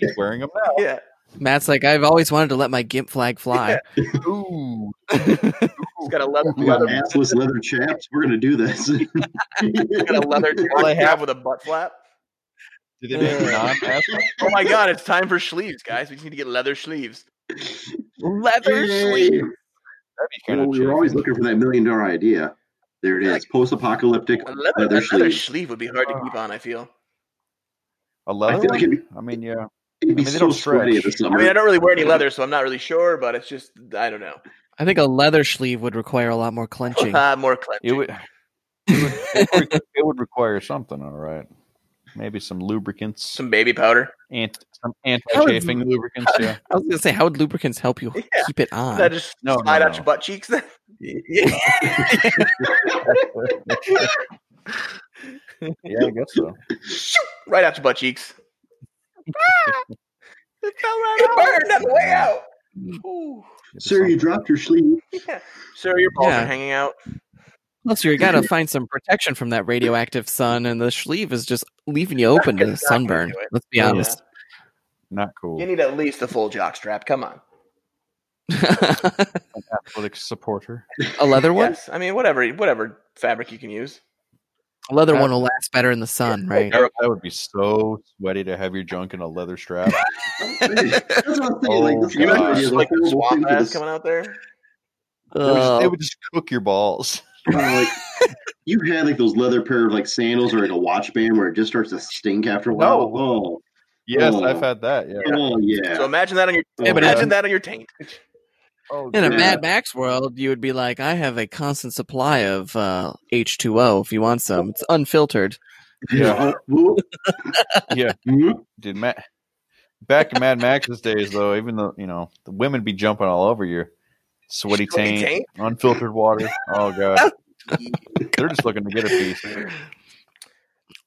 [SPEAKER 4] He's wearing them now.
[SPEAKER 3] Yeah.
[SPEAKER 5] Matt's like, I've always wanted to let my gimp flag fly.
[SPEAKER 4] Ooh,
[SPEAKER 3] He's got a leather,
[SPEAKER 6] we got
[SPEAKER 3] leather,
[SPEAKER 6] assless leather chaps. We're gonna do this.
[SPEAKER 3] got a leather
[SPEAKER 4] All I
[SPEAKER 3] strap with a butt flap.
[SPEAKER 4] did they make non-ass?
[SPEAKER 3] Oh my god, it's time for sleeves, guys. We just need to get leather sleeves.
[SPEAKER 5] Leather
[SPEAKER 6] Yay.
[SPEAKER 5] sleeve.
[SPEAKER 4] That'd be kind
[SPEAKER 6] Well, we were
[SPEAKER 4] of
[SPEAKER 6] always looking for that million dollar idea. There it is. Post apocalyptic
[SPEAKER 3] A leather,
[SPEAKER 6] leather
[SPEAKER 3] a leather
[SPEAKER 6] sleeves.
[SPEAKER 3] sleeve would be hard to keep on, I feel.
[SPEAKER 4] a leather.
[SPEAKER 6] I feel like
[SPEAKER 4] one?
[SPEAKER 6] it'd be,
[SPEAKER 4] I mean, yeah.
[SPEAKER 6] it'd be
[SPEAKER 4] I mean, they
[SPEAKER 6] so
[SPEAKER 4] don't
[SPEAKER 6] sweaty in the
[SPEAKER 4] stretch.
[SPEAKER 3] I
[SPEAKER 6] summer.
[SPEAKER 3] mean, I don't really wear any leather, so I'm not really sure, but it's just, I don't know.
[SPEAKER 5] I think a leather sleeve would require a lot more clenching.
[SPEAKER 3] Uh, more clenching.
[SPEAKER 4] It would, it would. It would require something, all right. Maybe some lubricants, some,
[SPEAKER 3] Some baby powder.
[SPEAKER 4] anti, some anti-chafing lubricants. Yeah.
[SPEAKER 5] I was gonna say, how would lubricants help you
[SPEAKER 3] Yeah.
[SPEAKER 5] keep it
[SPEAKER 3] Does
[SPEAKER 5] on?
[SPEAKER 3] that just
[SPEAKER 4] No,
[SPEAKER 3] slide
[SPEAKER 4] no,
[SPEAKER 3] out
[SPEAKER 4] no.
[SPEAKER 3] your butt cheeks then?
[SPEAKER 4] yeah, I guess so.
[SPEAKER 3] right out your butt cheeks. Ah! it burned on the way out. Ooh.
[SPEAKER 6] Sir, you dropped your sleeve.
[SPEAKER 3] Yeah. Mm. Sir, your balls
[SPEAKER 5] Yeah.
[SPEAKER 3] are hanging out.
[SPEAKER 5] Plus, you gotta find some protection from that radioactive sun, and the sleeve is just leaving you open to the
[SPEAKER 3] It's not gonna
[SPEAKER 5] sunburn.
[SPEAKER 3] do it.
[SPEAKER 5] Let's be
[SPEAKER 3] Yeah.
[SPEAKER 5] honest.
[SPEAKER 4] Not
[SPEAKER 3] You
[SPEAKER 4] cool.
[SPEAKER 3] need at least a full jock strap. Come on.
[SPEAKER 4] An athletic supporter.
[SPEAKER 5] a leather one,
[SPEAKER 3] Yes. I mean, whatever whatever fabric you can use.
[SPEAKER 5] a leather
[SPEAKER 4] Uh,
[SPEAKER 5] one will last better in the sun, right?
[SPEAKER 4] That would be so sweaty to have your junk in a leather strap.
[SPEAKER 6] That's what I'm thinking. Like,
[SPEAKER 4] Oh,
[SPEAKER 6] this
[SPEAKER 3] Can you
[SPEAKER 6] leather
[SPEAKER 4] God.
[SPEAKER 3] imagine
[SPEAKER 6] idea is
[SPEAKER 3] just
[SPEAKER 6] a
[SPEAKER 3] like the
[SPEAKER 6] horrible
[SPEAKER 3] swamp
[SPEAKER 6] thing for
[SPEAKER 3] ass
[SPEAKER 6] this.
[SPEAKER 3] coming out there?
[SPEAKER 4] It would, just,
[SPEAKER 5] Uh,
[SPEAKER 4] it would just cook your balls.
[SPEAKER 6] Uh, like, you had like those leather pair of like sandals or like a watch band where it just starts to stink after a while.
[SPEAKER 4] Yes,
[SPEAKER 6] Oh.
[SPEAKER 4] I've had that. Yeah.
[SPEAKER 6] Oh, oh yeah. Oh,
[SPEAKER 3] So imagine that on your
[SPEAKER 6] Yeah,
[SPEAKER 5] but
[SPEAKER 3] imagine
[SPEAKER 5] it's-
[SPEAKER 3] that on your taint.
[SPEAKER 4] Oh,
[SPEAKER 5] in a
[SPEAKER 6] Yeah.
[SPEAKER 5] Mad Max world, you would be like, I have a constant supply of uh, H2O if you want some. It's unfiltered.
[SPEAKER 4] yeah,
[SPEAKER 6] Whoop.
[SPEAKER 4] yeah.
[SPEAKER 6] Mhm.
[SPEAKER 4] Dude, Matt. Back in Mad Max's days, though, even though you know the women be jumping all over you,
[SPEAKER 3] Sweaty
[SPEAKER 4] sweaty taint,
[SPEAKER 3] taint?
[SPEAKER 4] unfiltered water. Oh god, they're just looking to get a piece.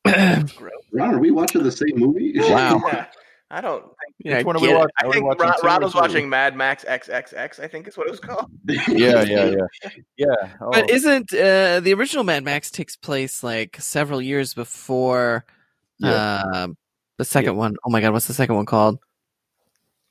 [SPEAKER 5] yeah,
[SPEAKER 3] Gross.
[SPEAKER 6] Ron, are we watching the same movie?
[SPEAKER 5] Wow.
[SPEAKER 3] Yeah. I don't think
[SPEAKER 4] Which one are we
[SPEAKER 5] get it.
[SPEAKER 4] watching? Are
[SPEAKER 3] I
[SPEAKER 4] we
[SPEAKER 3] think
[SPEAKER 4] watching
[SPEAKER 3] Ron,
[SPEAKER 4] two
[SPEAKER 3] Ron
[SPEAKER 4] or
[SPEAKER 3] was
[SPEAKER 4] three?
[SPEAKER 3] watching Mad Max XXX, I think is what it was called.
[SPEAKER 4] Yeah, yeah, yeah, yeah. Oh,
[SPEAKER 5] But isn't uh, the original Mad Max takes place like several years before
[SPEAKER 4] yeah.
[SPEAKER 5] uh, the second one? Oh my god, what's the second one called?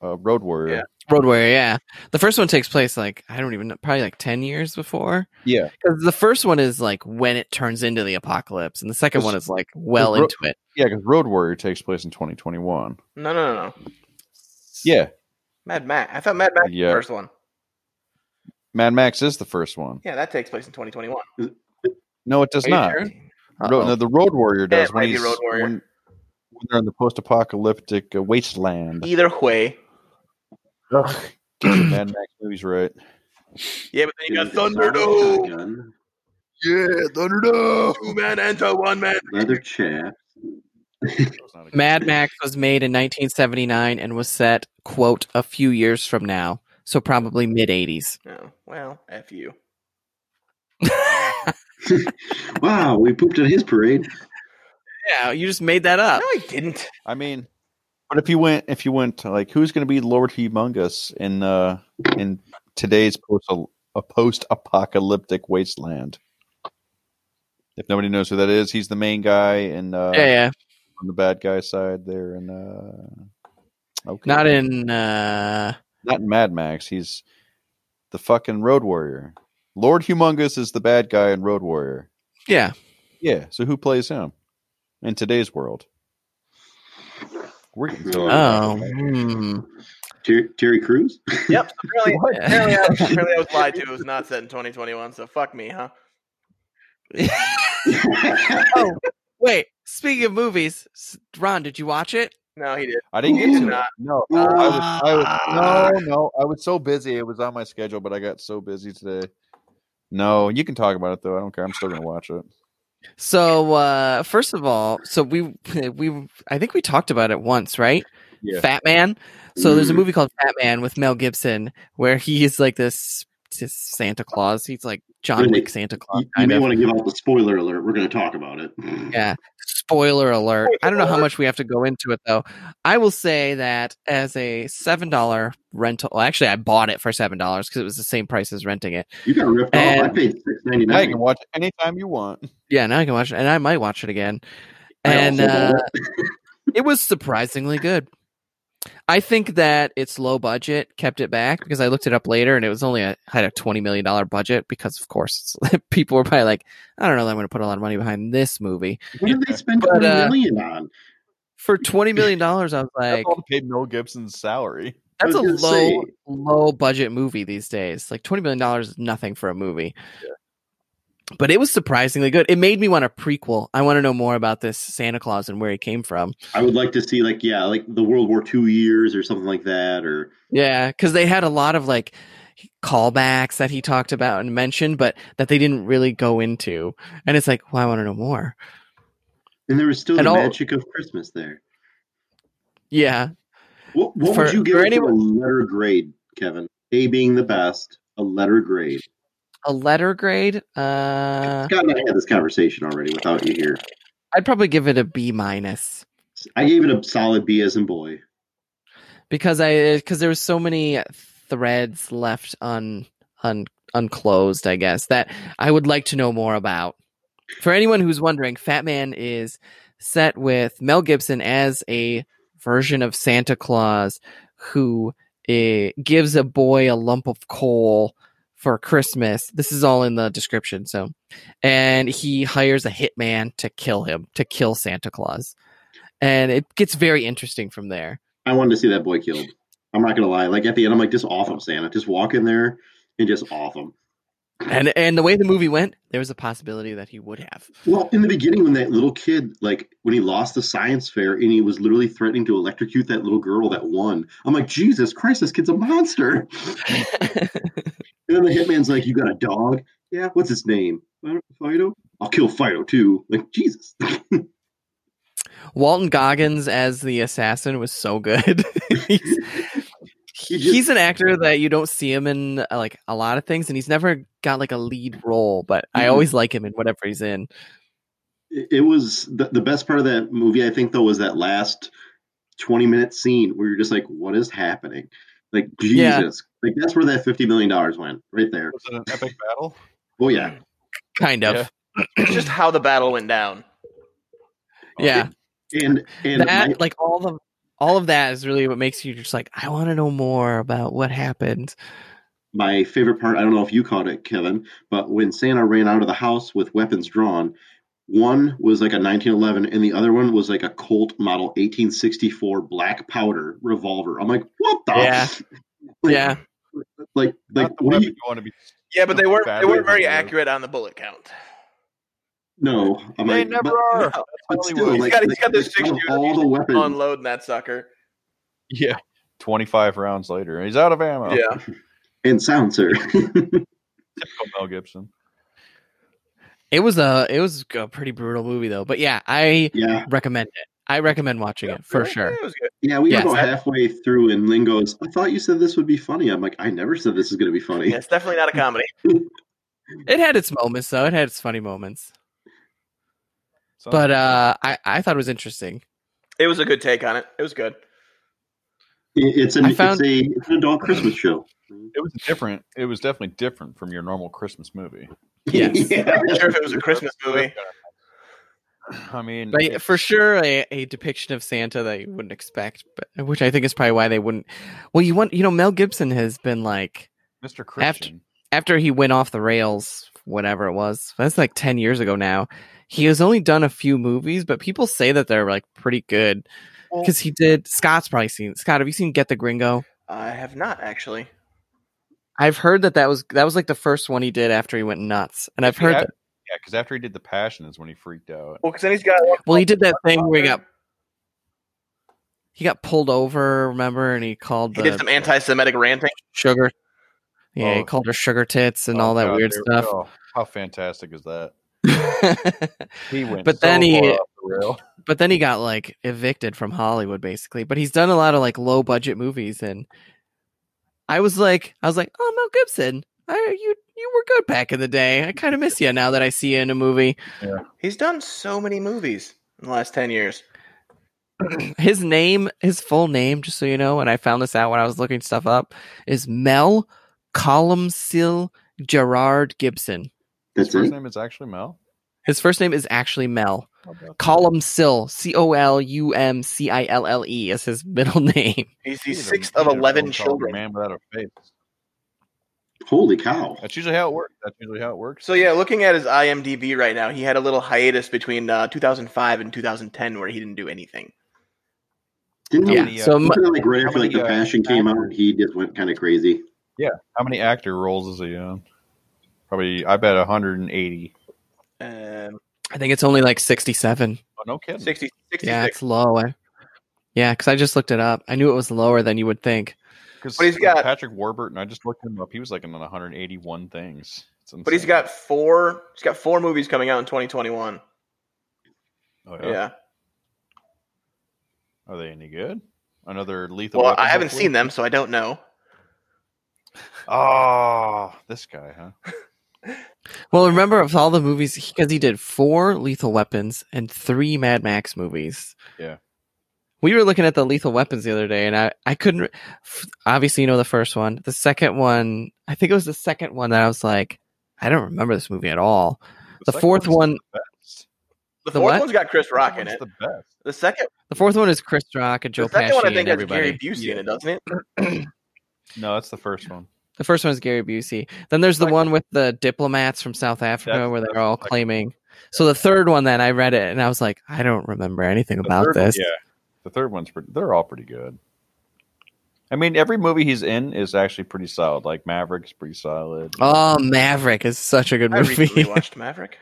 [SPEAKER 4] Uh, Road Warrior.
[SPEAKER 5] Road Warrior. Yeah, the first one takes place like I don't even know, probably like ten years before.
[SPEAKER 4] Yeah.
[SPEAKER 5] Because the first one is like when it turns into the apocalypse, and the second
[SPEAKER 4] 'Cause-
[SPEAKER 5] one is like well
[SPEAKER 4] 'cause Ro-
[SPEAKER 5] into it.
[SPEAKER 4] Yeah, because Road Warrior takes place in 2021.
[SPEAKER 3] No, no, no, no.
[SPEAKER 4] Yeah,
[SPEAKER 3] Mad Max. I thought Mad Max
[SPEAKER 4] Yeah.
[SPEAKER 3] was the first one.
[SPEAKER 4] Mad Max is the first one.
[SPEAKER 3] Yeah, that takes place in 2021.
[SPEAKER 4] No, it does
[SPEAKER 5] Are you
[SPEAKER 4] not.
[SPEAKER 5] sure?
[SPEAKER 4] Ro-
[SPEAKER 5] Uh-oh.
[SPEAKER 4] no, the Road Warrior
[SPEAKER 3] Yeah,
[SPEAKER 4] does.
[SPEAKER 3] it
[SPEAKER 4] when
[SPEAKER 3] might be
[SPEAKER 4] he's,
[SPEAKER 3] Road Warrior.
[SPEAKER 4] When, when they're in the post-apocalyptic uh, wasteland.
[SPEAKER 3] Either way.
[SPEAKER 4] Ugh, Get
[SPEAKER 5] Mm.
[SPEAKER 4] your Mad Max movies right.
[SPEAKER 3] Yeah, but then you got
[SPEAKER 6] Dude, solid
[SPEAKER 3] Thunderdome.
[SPEAKER 6] shotgun,
[SPEAKER 4] Yeah, Thunderdome.
[SPEAKER 3] Two man anti one man.
[SPEAKER 6] Leather chaps.
[SPEAKER 5] Mad Max was made in 1979 and was set quote a few years from now, so probably mid 80s.
[SPEAKER 3] Oh, well, F you.
[SPEAKER 6] Wow, we pooped at his parade.
[SPEAKER 5] yeah, you just made that
[SPEAKER 3] No,
[SPEAKER 5] up.
[SPEAKER 3] I didn't.
[SPEAKER 4] I mean, but if you went, if you went, to, like, who's going to be Lord Humongous in uh in today's post a post-apocalyptic wasteland? If nobody knows who that is, he's the main guy and uh,
[SPEAKER 5] yeah, yeah.
[SPEAKER 4] on the bad guy side there, and uh, okay,
[SPEAKER 5] Not in uh
[SPEAKER 4] not in Mad Max. He's the fucking Road Warrior. Lord Humongous is the bad guy in Road Warrior.
[SPEAKER 5] yeah.
[SPEAKER 4] Yeah. So who plays him in today's world? We're
[SPEAKER 6] Mm-hmm.
[SPEAKER 4] getting so
[SPEAKER 5] Oh. hmm.
[SPEAKER 6] Ter- Terry Crews?
[SPEAKER 3] Yep. so Apparently,
[SPEAKER 4] What?
[SPEAKER 3] apparently, I, apparently, I was lied to. It was not set in 2021. So fuck me, huh?
[SPEAKER 5] oh, wait. Speaking of movies, s- Ron, did you watch it?
[SPEAKER 3] No, he did.
[SPEAKER 4] I didn't
[SPEAKER 3] He
[SPEAKER 4] get
[SPEAKER 3] did
[SPEAKER 4] to it.
[SPEAKER 3] not.
[SPEAKER 4] No,
[SPEAKER 6] Ah.
[SPEAKER 4] I was, I was, no, no. I was so busy. It was on my schedule, but I got so busy today. No, you can talk about it though. I don't care. I'm still gonna watch it.
[SPEAKER 5] So uh first of all, so we we I think we talked about it once, right?
[SPEAKER 4] Yeah.
[SPEAKER 5] Fat Man. So there's a
[SPEAKER 6] Mhm.
[SPEAKER 5] movie called Fat Man with Mel Gibson where he is like this, this Santa Claus. He's like John
[SPEAKER 6] Really?
[SPEAKER 5] Wick Santa
[SPEAKER 6] You,
[SPEAKER 5] Claus.
[SPEAKER 6] you
[SPEAKER 5] Kind
[SPEAKER 6] may
[SPEAKER 5] of.
[SPEAKER 6] want to give out the spoiler alert. We're going to talk about it.
[SPEAKER 5] Yeah. Spoiler alert. I don't know how much we have to go into it though. I will say that as a seven dollar rental well, actually I bought it for seven dollars because it was the same price as renting it.
[SPEAKER 6] You got ripped off. I
[SPEAKER 5] And-
[SPEAKER 6] paid six ninety
[SPEAKER 4] Now you can
[SPEAKER 6] nine.
[SPEAKER 4] watch it anytime you want.
[SPEAKER 5] Yeah, now I can watch it and I might watch it again. And uh it was surprisingly good. I think that its low budget kept it back because I looked it up later and it was only a, had a twenty million dollar budget because of course people were probably like, I don't know that I'm going to put a lot of money behind this movie
[SPEAKER 6] what did they spend
[SPEAKER 5] But,
[SPEAKER 6] twenty
[SPEAKER 5] uh,
[SPEAKER 6] million on?
[SPEAKER 5] for twenty million dollars. I was
[SPEAKER 4] That's
[SPEAKER 5] like,
[SPEAKER 4] all to pay Mel Gibson's salary.
[SPEAKER 5] that's
[SPEAKER 6] I
[SPEAKER 5] a
[SPEAKER 6] was
[SPEAKER 5] low
[SPEAKER 6] gonna say-
[SPEAKER 5] low budget movie these days. Like twenty million dollars is nothing for a movie. But it was surprisingly good. It made me want a prequel. I want to know more about this Santa Claus and where he came from.
[SPEAKER 6] I would like to see like yeah, like the World War II years or something like that, or
[SPEAKER 5] Yeah, because they had a lot of like callbacks that he talked about and mentioned, but that they didn't really go into. And it's like, well, I want to know more.
[SPEAKER 6] and there was still
[SPEAKER 5] And
[SPEAKER 6] the
[SPEAKER 5] all-
[SPEAKER 6] magic of Christmas there.
[SPEAKER 5] Yeah,
[SPEAKER 6] What, what
[SPEAKER 5] For-
[SPEAKER 6] would you give
[SPEAKER 5] for
[SPEAKER 6] it for a
[SPEAKER 5] anyone-
[SPEAKER 6] letter grade, Kevin? A being the best, a letter grade.
[SPEAKER 5] a letter grade. Uh,
[SPEAKER 6] Scott and I had this conversation already without you here.
[SPEAKER 5] I'd probably give it a B minus
[SPEAKER 6] I gave it a solid B as in boy.
[SPEAKER 5] because I because there was so many threads left un un unclosed. I guess that I would like to know more about. For anyone who's wondering, Fat Man is set with Mel Gibson as a version of Santa Claus who eh, gives a boy a lump of coal for Christmas. This is all in the description. So, and he hires a hitman to kill him, to kill Santa Claus. And it gets very interesting from there.
[SPEAKER 6] I wanted to see that boy killed. I'm not gonna lie. Like at the end, I'm like, just off him, Santa. Just walk in there and just off him.
[SPEAKER 5] And and the way the movie went, there was a possibility that he would have.
[SPEAKER 6] Well, in the beginning, when that little kid, like when he lost the science fair and he was literally threatening to electrocute that little girl that won, I'm like, Jesus Christ, this kid's a monster. And then the hitman's like, You got a dog? Yeah, what's his name? "Fido- Fido? I'll kill Fido too. Like, Jesus.
[SPEAKER 5] Walton Goggins as the assassin was so good. he's,
[SPEAKER 6] He just-
[SPEAKER 5] he's an actor that you don't see him in uh, like a lot of things, and he's never got like a lead role, but I
[SPEAKER 6] Mhm.
[SPEAKER 5] always like him in whatever he's in.
[SPEAKER 6] It it was the, the best part of that movie, I think, though, was that last 20 minute scene where you're just like, What is happening? Like,
[SPEAKER 5] Yeah.
[SPEAKER 6] Jesus. Like, that's where that $50 million went, right there.
[SPEAKER 4] Was it an epic battle?
[SPEAKER 6] Oh,
[SPEAKER 5] Mm.
[SPEAKER 6] yeah.
[SPEAKER 5] Kind of.
[SPEAKER 3] It's just how the battle went down.
[SPEAKER 5] Yeah.
[SPEAKER 6] And, and
[SPEAKER 5] that
[SPEAKER 6] my-
[SPEAKER 5] like all the all of that is really what makes you just like, I want to know more about what happened.
[SPEAKER 6] my favorite part, I don't know if you caught it, Kevin, but when Santa ran out of the house with weapons drawn, one was like a 1911 and the other one was like a Colt model 1864 black powder revolver. I'm like, what the?
[SPEAKER 5] Yeah.
[SPEAKER 6] Like-
[SPEAKER 5] Yeah.
[SPEAKER 6] Like, like,
[SPEAKER 4] Not the
[SPEAKER 6] what
[SPEAKER 4] weapon
[SPEAKER 6] do
[SPEAKER 4] you,
[SPEAKER 6] you?
[SPEAKER 4] want to be.
[SPEAKER 3] Yeah, but they weren't they
[SPEAKER 4] Battle
[SPEAKER 3] weren't very
[SPEAKER 4] went down.
[SPEAKER 3] accurate on the bullet count.
[SPEAKER 6] No, I'm
[SPEAKER 4] They
[SPEAKER 6] like,
[SPEAKER 4] never
[SPEAKER 6] but,
[SPEAKER 4] are.
[SPEAKER 3] No.
[SPEAKER 6] but
[SPEAKER 4] That's
[SPEAKER 6] still,
[SPEAKER 4] Hollywood.
[SPEAKER 3] He's
[SPEAKER 6] like,
[SPEAKER 3] got- he's
[SPEAKER 6] like,
[SPEAKER 3] got this
[SPEAKER 6] like,
[SPEAKER 3] six
[SPEAKER 6] out of
[SPEAKER 3] years
[SPEAKER 6] all the weapons.
[SPEAKER 3] Unloading that sucker.
[SPEAKER 4] Yeah. 25 rounds later, he's out of ammo.
[SPEAKER 3] Yeah.
[SPEAKER 6] and silencer.
[SPEAKER 4] Typical Mel Gibson.
[SPEAKER 5] It was a it was a pretty brutal movie though. But yeah, I
[SPEAKER 6] yeah,
[SPEAKER 5] recommend it. I recommend watching it for
[SPEAKER 3] Yeah,
[SPEAKER 5] sure.
[SPEAKER 3] it was good.
[SPEAKER 6] yeah. We were
[SPEAKER 5] Yeah.
[SPEAKER 6] about halfway through, and Lynn goes, "I thought you said this would be funny." I'm like, "I never said this is going to be funny."
[SPEAKER 3] Yeah, it's definitely not a comedy.
[SPEAKER 5] It had its moments though. It had its funny moments.
[SPEAKER 4] So-
[SPEAKER 5] But uh I, I thought it was interesting.
[SPEAKER 3] It was a good take on it. It was good.
[SPEAKER 6] It- It's an
[SPEAKER 5] I found-
[SPEAKER 6] it's, a, it's an adult Christmas show.
[SPEAKER 4] it was different. It was definitely different from your normal Christmas movie.
[SPEAKER 5] Yes.
[SPEAKER 6] yeah.
[SPEAKER 3] I'm not sure if it was a Christmas movie.
[SPEAKER 4] I mean,
[SPEAKER 5] But
[SPEAKER 4] it's-
[SPEAKER 5] for sure, a, a depiction of Santa that you wouldn't expect, but which I think is probably why they wouldn't. Well, you want you know Mel Gibson has been like
[SPEAKER 4] Mr. Christian.
[SPEAKER 5] after he went off the rails, whatever it was. That's like ten years ago now. He has only done a few movies, but people say that they're like pretty good
[SPEAKER 4] Well-
[SPEAKER 5] because he did. Scott's probably seen Scott. Have you seen Get the Gringo?
[SPEAKER 3] I have not actually.
[SPEAKER 5] I've heard that that was that was like the first one he did after he went nuts, and I've heard
[SPEAKER 4] Yeah,
[SPEAKER 5] that.
[SPEAKER 4] yeah, because after he did the Passion is when he freaked out.
[SPEAKER 3] Well, because then he's got
[SPEAKER 5] Well, he did that thing where he got he got pulled over, remember, and he called
[SPEAKER 3] he
[SPEAKER 5] the
[SPEAKER 3] did some anti-Semitic ranting.
[SPEAKER 5] sugar. Yeah,
[SPEAKER 4] Oh.
[SPEAKER 5] he called her sugar tits and
[SPEAKER 4] Oh,
[SPEAKER 5] all that
[SPEAKER 4] God,
[SPEAKER 5] weird
[SPEAKER 4] there-
[SPEAKER 5] stuff.
[SPEAKER 4] oh, how fantastic is that?
[SPEAKER 5] but
[SPEAKER 4] He went.
[SPEAKER 5] But then
[SPEAKER 4] so
[SPEAKER 5] he-
[SPEAKER 4] far off the rail.
[SPEAKER 5] then he got like evicted from Hollywood basically. But he's done a lot of like low budget movies and I was like I was like, "Oh, Mel Gibson, I, you you were good back in the day. I kind of miss you now that I see you in a movie."
[SPEAKER 3] He's done so many movies in the last ten years.
[SPEAKER 5] His name, his full name, just so you know, and I found this out when I was looking stuff up, is Mel Columcille Gerard Gibson.
[SPEAKER 4] His
[SPEAKER 6] That's
[SPEAKER 4] first
[SPEAKER 6] it.
[SPEAKER 4] name is actually Mel.
[SPEAKER 5] His first name is actually Mel. Columcille, C O L U M C I L L E, is his middle name.
[SPEAKER 3] He's the
[SPEAKER 4] a-
[SPEAKER 3] sixth of
[SPEAKER 4] he's a
[SPEAKER 3] eleven
[SPEAKER 4] phone call
[SPEAKER 3] children.
[SPEAKER 4] Man without a face.
[SPEAKER 6] Holy cow!
[SPEAKER 4] That's usually how it works. That's usually how it works.
[SPEAKER 3] So yeah, looking at his IMDb right now, he had a little hiatus between uh, 2005 and 2010 where he didn't do anything.
[SPEAKER 6] Didn't
[SPEAKER 5] Yeah.
[SPEAKER 6] he?
[SPEAKER 4] many, uh,
[SPEAKER 5] so,
[SPEAKER 6] Something like right
[SPEAKER 4] how
[SPEAKER 6] after like
[SPEAKER 4] many,
[SPEAKER 6] the
[SPEAKER 4] uh,
[SPEAKER 6] passion came out, he just went kind of crazy.
[SPEAKER 4] How many actor roles is he on? Probably, I bet 180.
[SPEAKER 3] Um,
[SPEAKER 5] I think it's only like 67.
[SPEAKER 4] Oh, no kidding.
[SPEAKER 3] 60, 66.
[SPEAKER 5] Yeah, it's low. I- Yeah, because I just looked it up. I knew it was lower than you would think.
[SPEAKER 4] Because
[SPEAKER 3] But he's got-
[SPEAKER 4] Patrick Warburton. I just looked him up. He was like in 181 things. It's
[SPEAKER 3] but he's
[SPEAKER 4] insane.
[SPEAKER 3] got four. He's got four movies coming out in 2021.
[SPEAKER 4] Oh,
[SPEAKER 3] Yeah.
[SPEAKER 4] yeah. Are they any good? Another lethal.
[SPEAKER 3] Well,
[SPEAKER 4] Weapon,
[SPEAKER 3] I haven't
[SPEAKER 4] hopefully?
[SPEAKER 3] seen them, so I don't know.
[SPEAKER 4] Oh, this guy, huh?
[SPEAKER 5] Well, remember of all the movies, because he did four Lethal Weapons and three Mad Max movies.
[SPEAKER 4] Yeah.
[SPEAKER 5] We were looking at the Lethal Weapons the other day, and I, I couldn't. re- f- Obviously, you know the first one. The second one, I think it was the second one that I was like, I don't remember this movie at all. The
[SPEAKER 4] second
[SPEAKER 5] fourth
[SPEAKER 4] one's
[SPEAKER 5] one-
[SPEAKER 4] The best.
[SPEAKER 3] The,
[SPEAKER 5] The
[SPEAKER 3] fourth
[SPEAKER 5] what?
[SPEAKER 3] one's got Chris
[SPEAKER 4] The
[SPEAKER 3] Rock
[SPEAKER 4] second
[SPEAKER 3] in it.
[SPEAKER 4] one's The best.
[SPEAKER 3] The second,
[SPEAKER 5] The fourth one is Chris Rock and Joe
[SPEAKER 3] the second one, I
[SPEAKER 5] Pesci
[SPEAKER 3] think
[SPEAKER 5] and
[SPEAKER 3] has
[SPEAKER 5] everybody.
[SPEAKER 3] Gary Busey in it, doesn't it?
[SPEAKER 4] No, that's the first one.
[SPEAKER 5] The first one's Gary Busey. Then there's the
[SPEAKER 4] Like-
[SPEAKER 5] one with the diplomats from South Africa
[SPEAKER 4] That's-
[SPEAKER 5] where they're
[SPEAKER 4] that's
[SPEAKER 5] all
[SPEAKER 4] the second
[SPEAKER 5] claiming. So the third one, then I read it and I was like, I don't remember anything
[SPEAKER 4] The
[SPEAKER 5] about
[SPEAKER 4] third one-
[SPEAKER 5] this.
[SPEAKER 4] yeah, the third one's pretty. They're all pretty good. I mean, every movie he's in is actually pretty solid. Like Maverick's pretty solid.
[SPEAKER 5] Oh, Maverick is such a good
[SPEAKER 3] I recently
[SPEAKER 5] movie.
[SPEAKER 3] watched Maverick.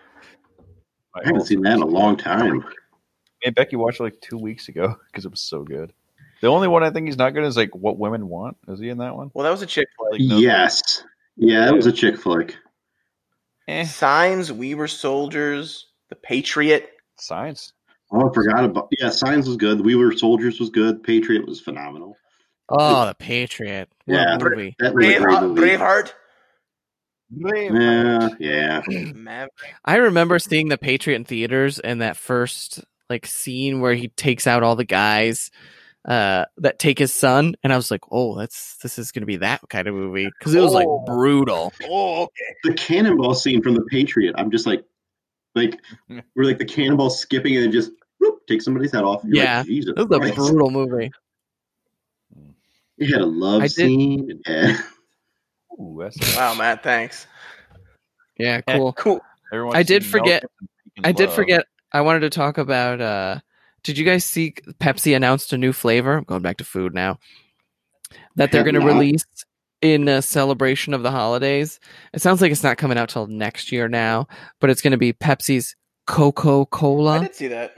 [SPEAKER 6] I haven't seen that in a long time.
[SPEAKER 4] Me and Becky watched it like two weeks ago because it was so good. The only one I think he's not good is like What Women Want. Is he in that one?
[SPEAKER 3] Well, that was a chick flick.
[SPEAKER 4] Like, no-
[SPEAKER 6] Yes. Yeah, that was a chick flick.
[SPEAKER 4] Eh,
[SPEAKER 3] Signs, We Were Soldiers, The Patriot.
[SPEAKER 4] science.
[SPEAKER 6] Oh, I forgot about. Yeah, Signs was good. We Were Soldiers was good. Patriot was phenomenal.
[SPEAKER 5] oh, The Patriot. What
[SPEAKER 6] Yeah.
[SPEAKER 5] a movie.
[SPEAKER 6] That was a
[SPEAKER 3] Brave,
[SPEAKER 6] great movie.
[SPEAKER 3] Braveheart.
[SPEAKER 6] Yeah, yeah.
[SPEAKER 3] Maverick.
[SPEAKER 5] I remember seeing The Patriot in theaters and that first like scene where he takes out all the guys uh that take his son and I was like, "Oh, that's this is going to be that kind of movie cuz it was like
[SPEAKER 3] Oh.
[SPEAKER 5] brutal."
[SPEAKER 3] Oh, okay.
[SPEAKER 6] The cannonball scene from The Patriot. I'm just like, like we're like the cannonball skipping and then just whoop, take somebody's head off. You're like,
[SPEAKER 5] Yeah.
[SPEAKER 6] Jesus.
[SPEAKER 5] It was a
[SPEAKER 6] Christ.
[SPEAKER 5] brutal movie.
[SPEAKER 6] It had a love
[SPEAKER 5] I did-
[SPEAKER 6] scene. It had-
[SPEAKER 4] Ooh, that's
[SPEAKER 3] Wow, Matt, thanks.
[SPEAKER 5] Yeah,
[SPEAKER 4] Eh.
[SPEAKER 5] Oh, cool.
[SPEAKER 3] Cool.
[SPEAKER 4] Everyone's
[SPEAKER 5] I did
[SPEAKER 4] seen Mel
[SPEAKER 5] forget-
[SPEAKER 4] Gibson Peek in
[SPEAKER 5] I did
[SPEAKER 4] Love.
[SPEAKER 5] forget. I wanted to talk about. uh Did you guys see Pepsi announced a new flavor? I'm going back to food now. That they're going to
[SPEAKER 6] Have not.
[SPEAKER 5] release in a celebration of the holidays. It sounds like it's not coming out till next year now, but it's going to be Pepsi's Coca
[SPEAKER 3] I
[SPEAKER 5] Cola.
[SPEAKER 3] did see that.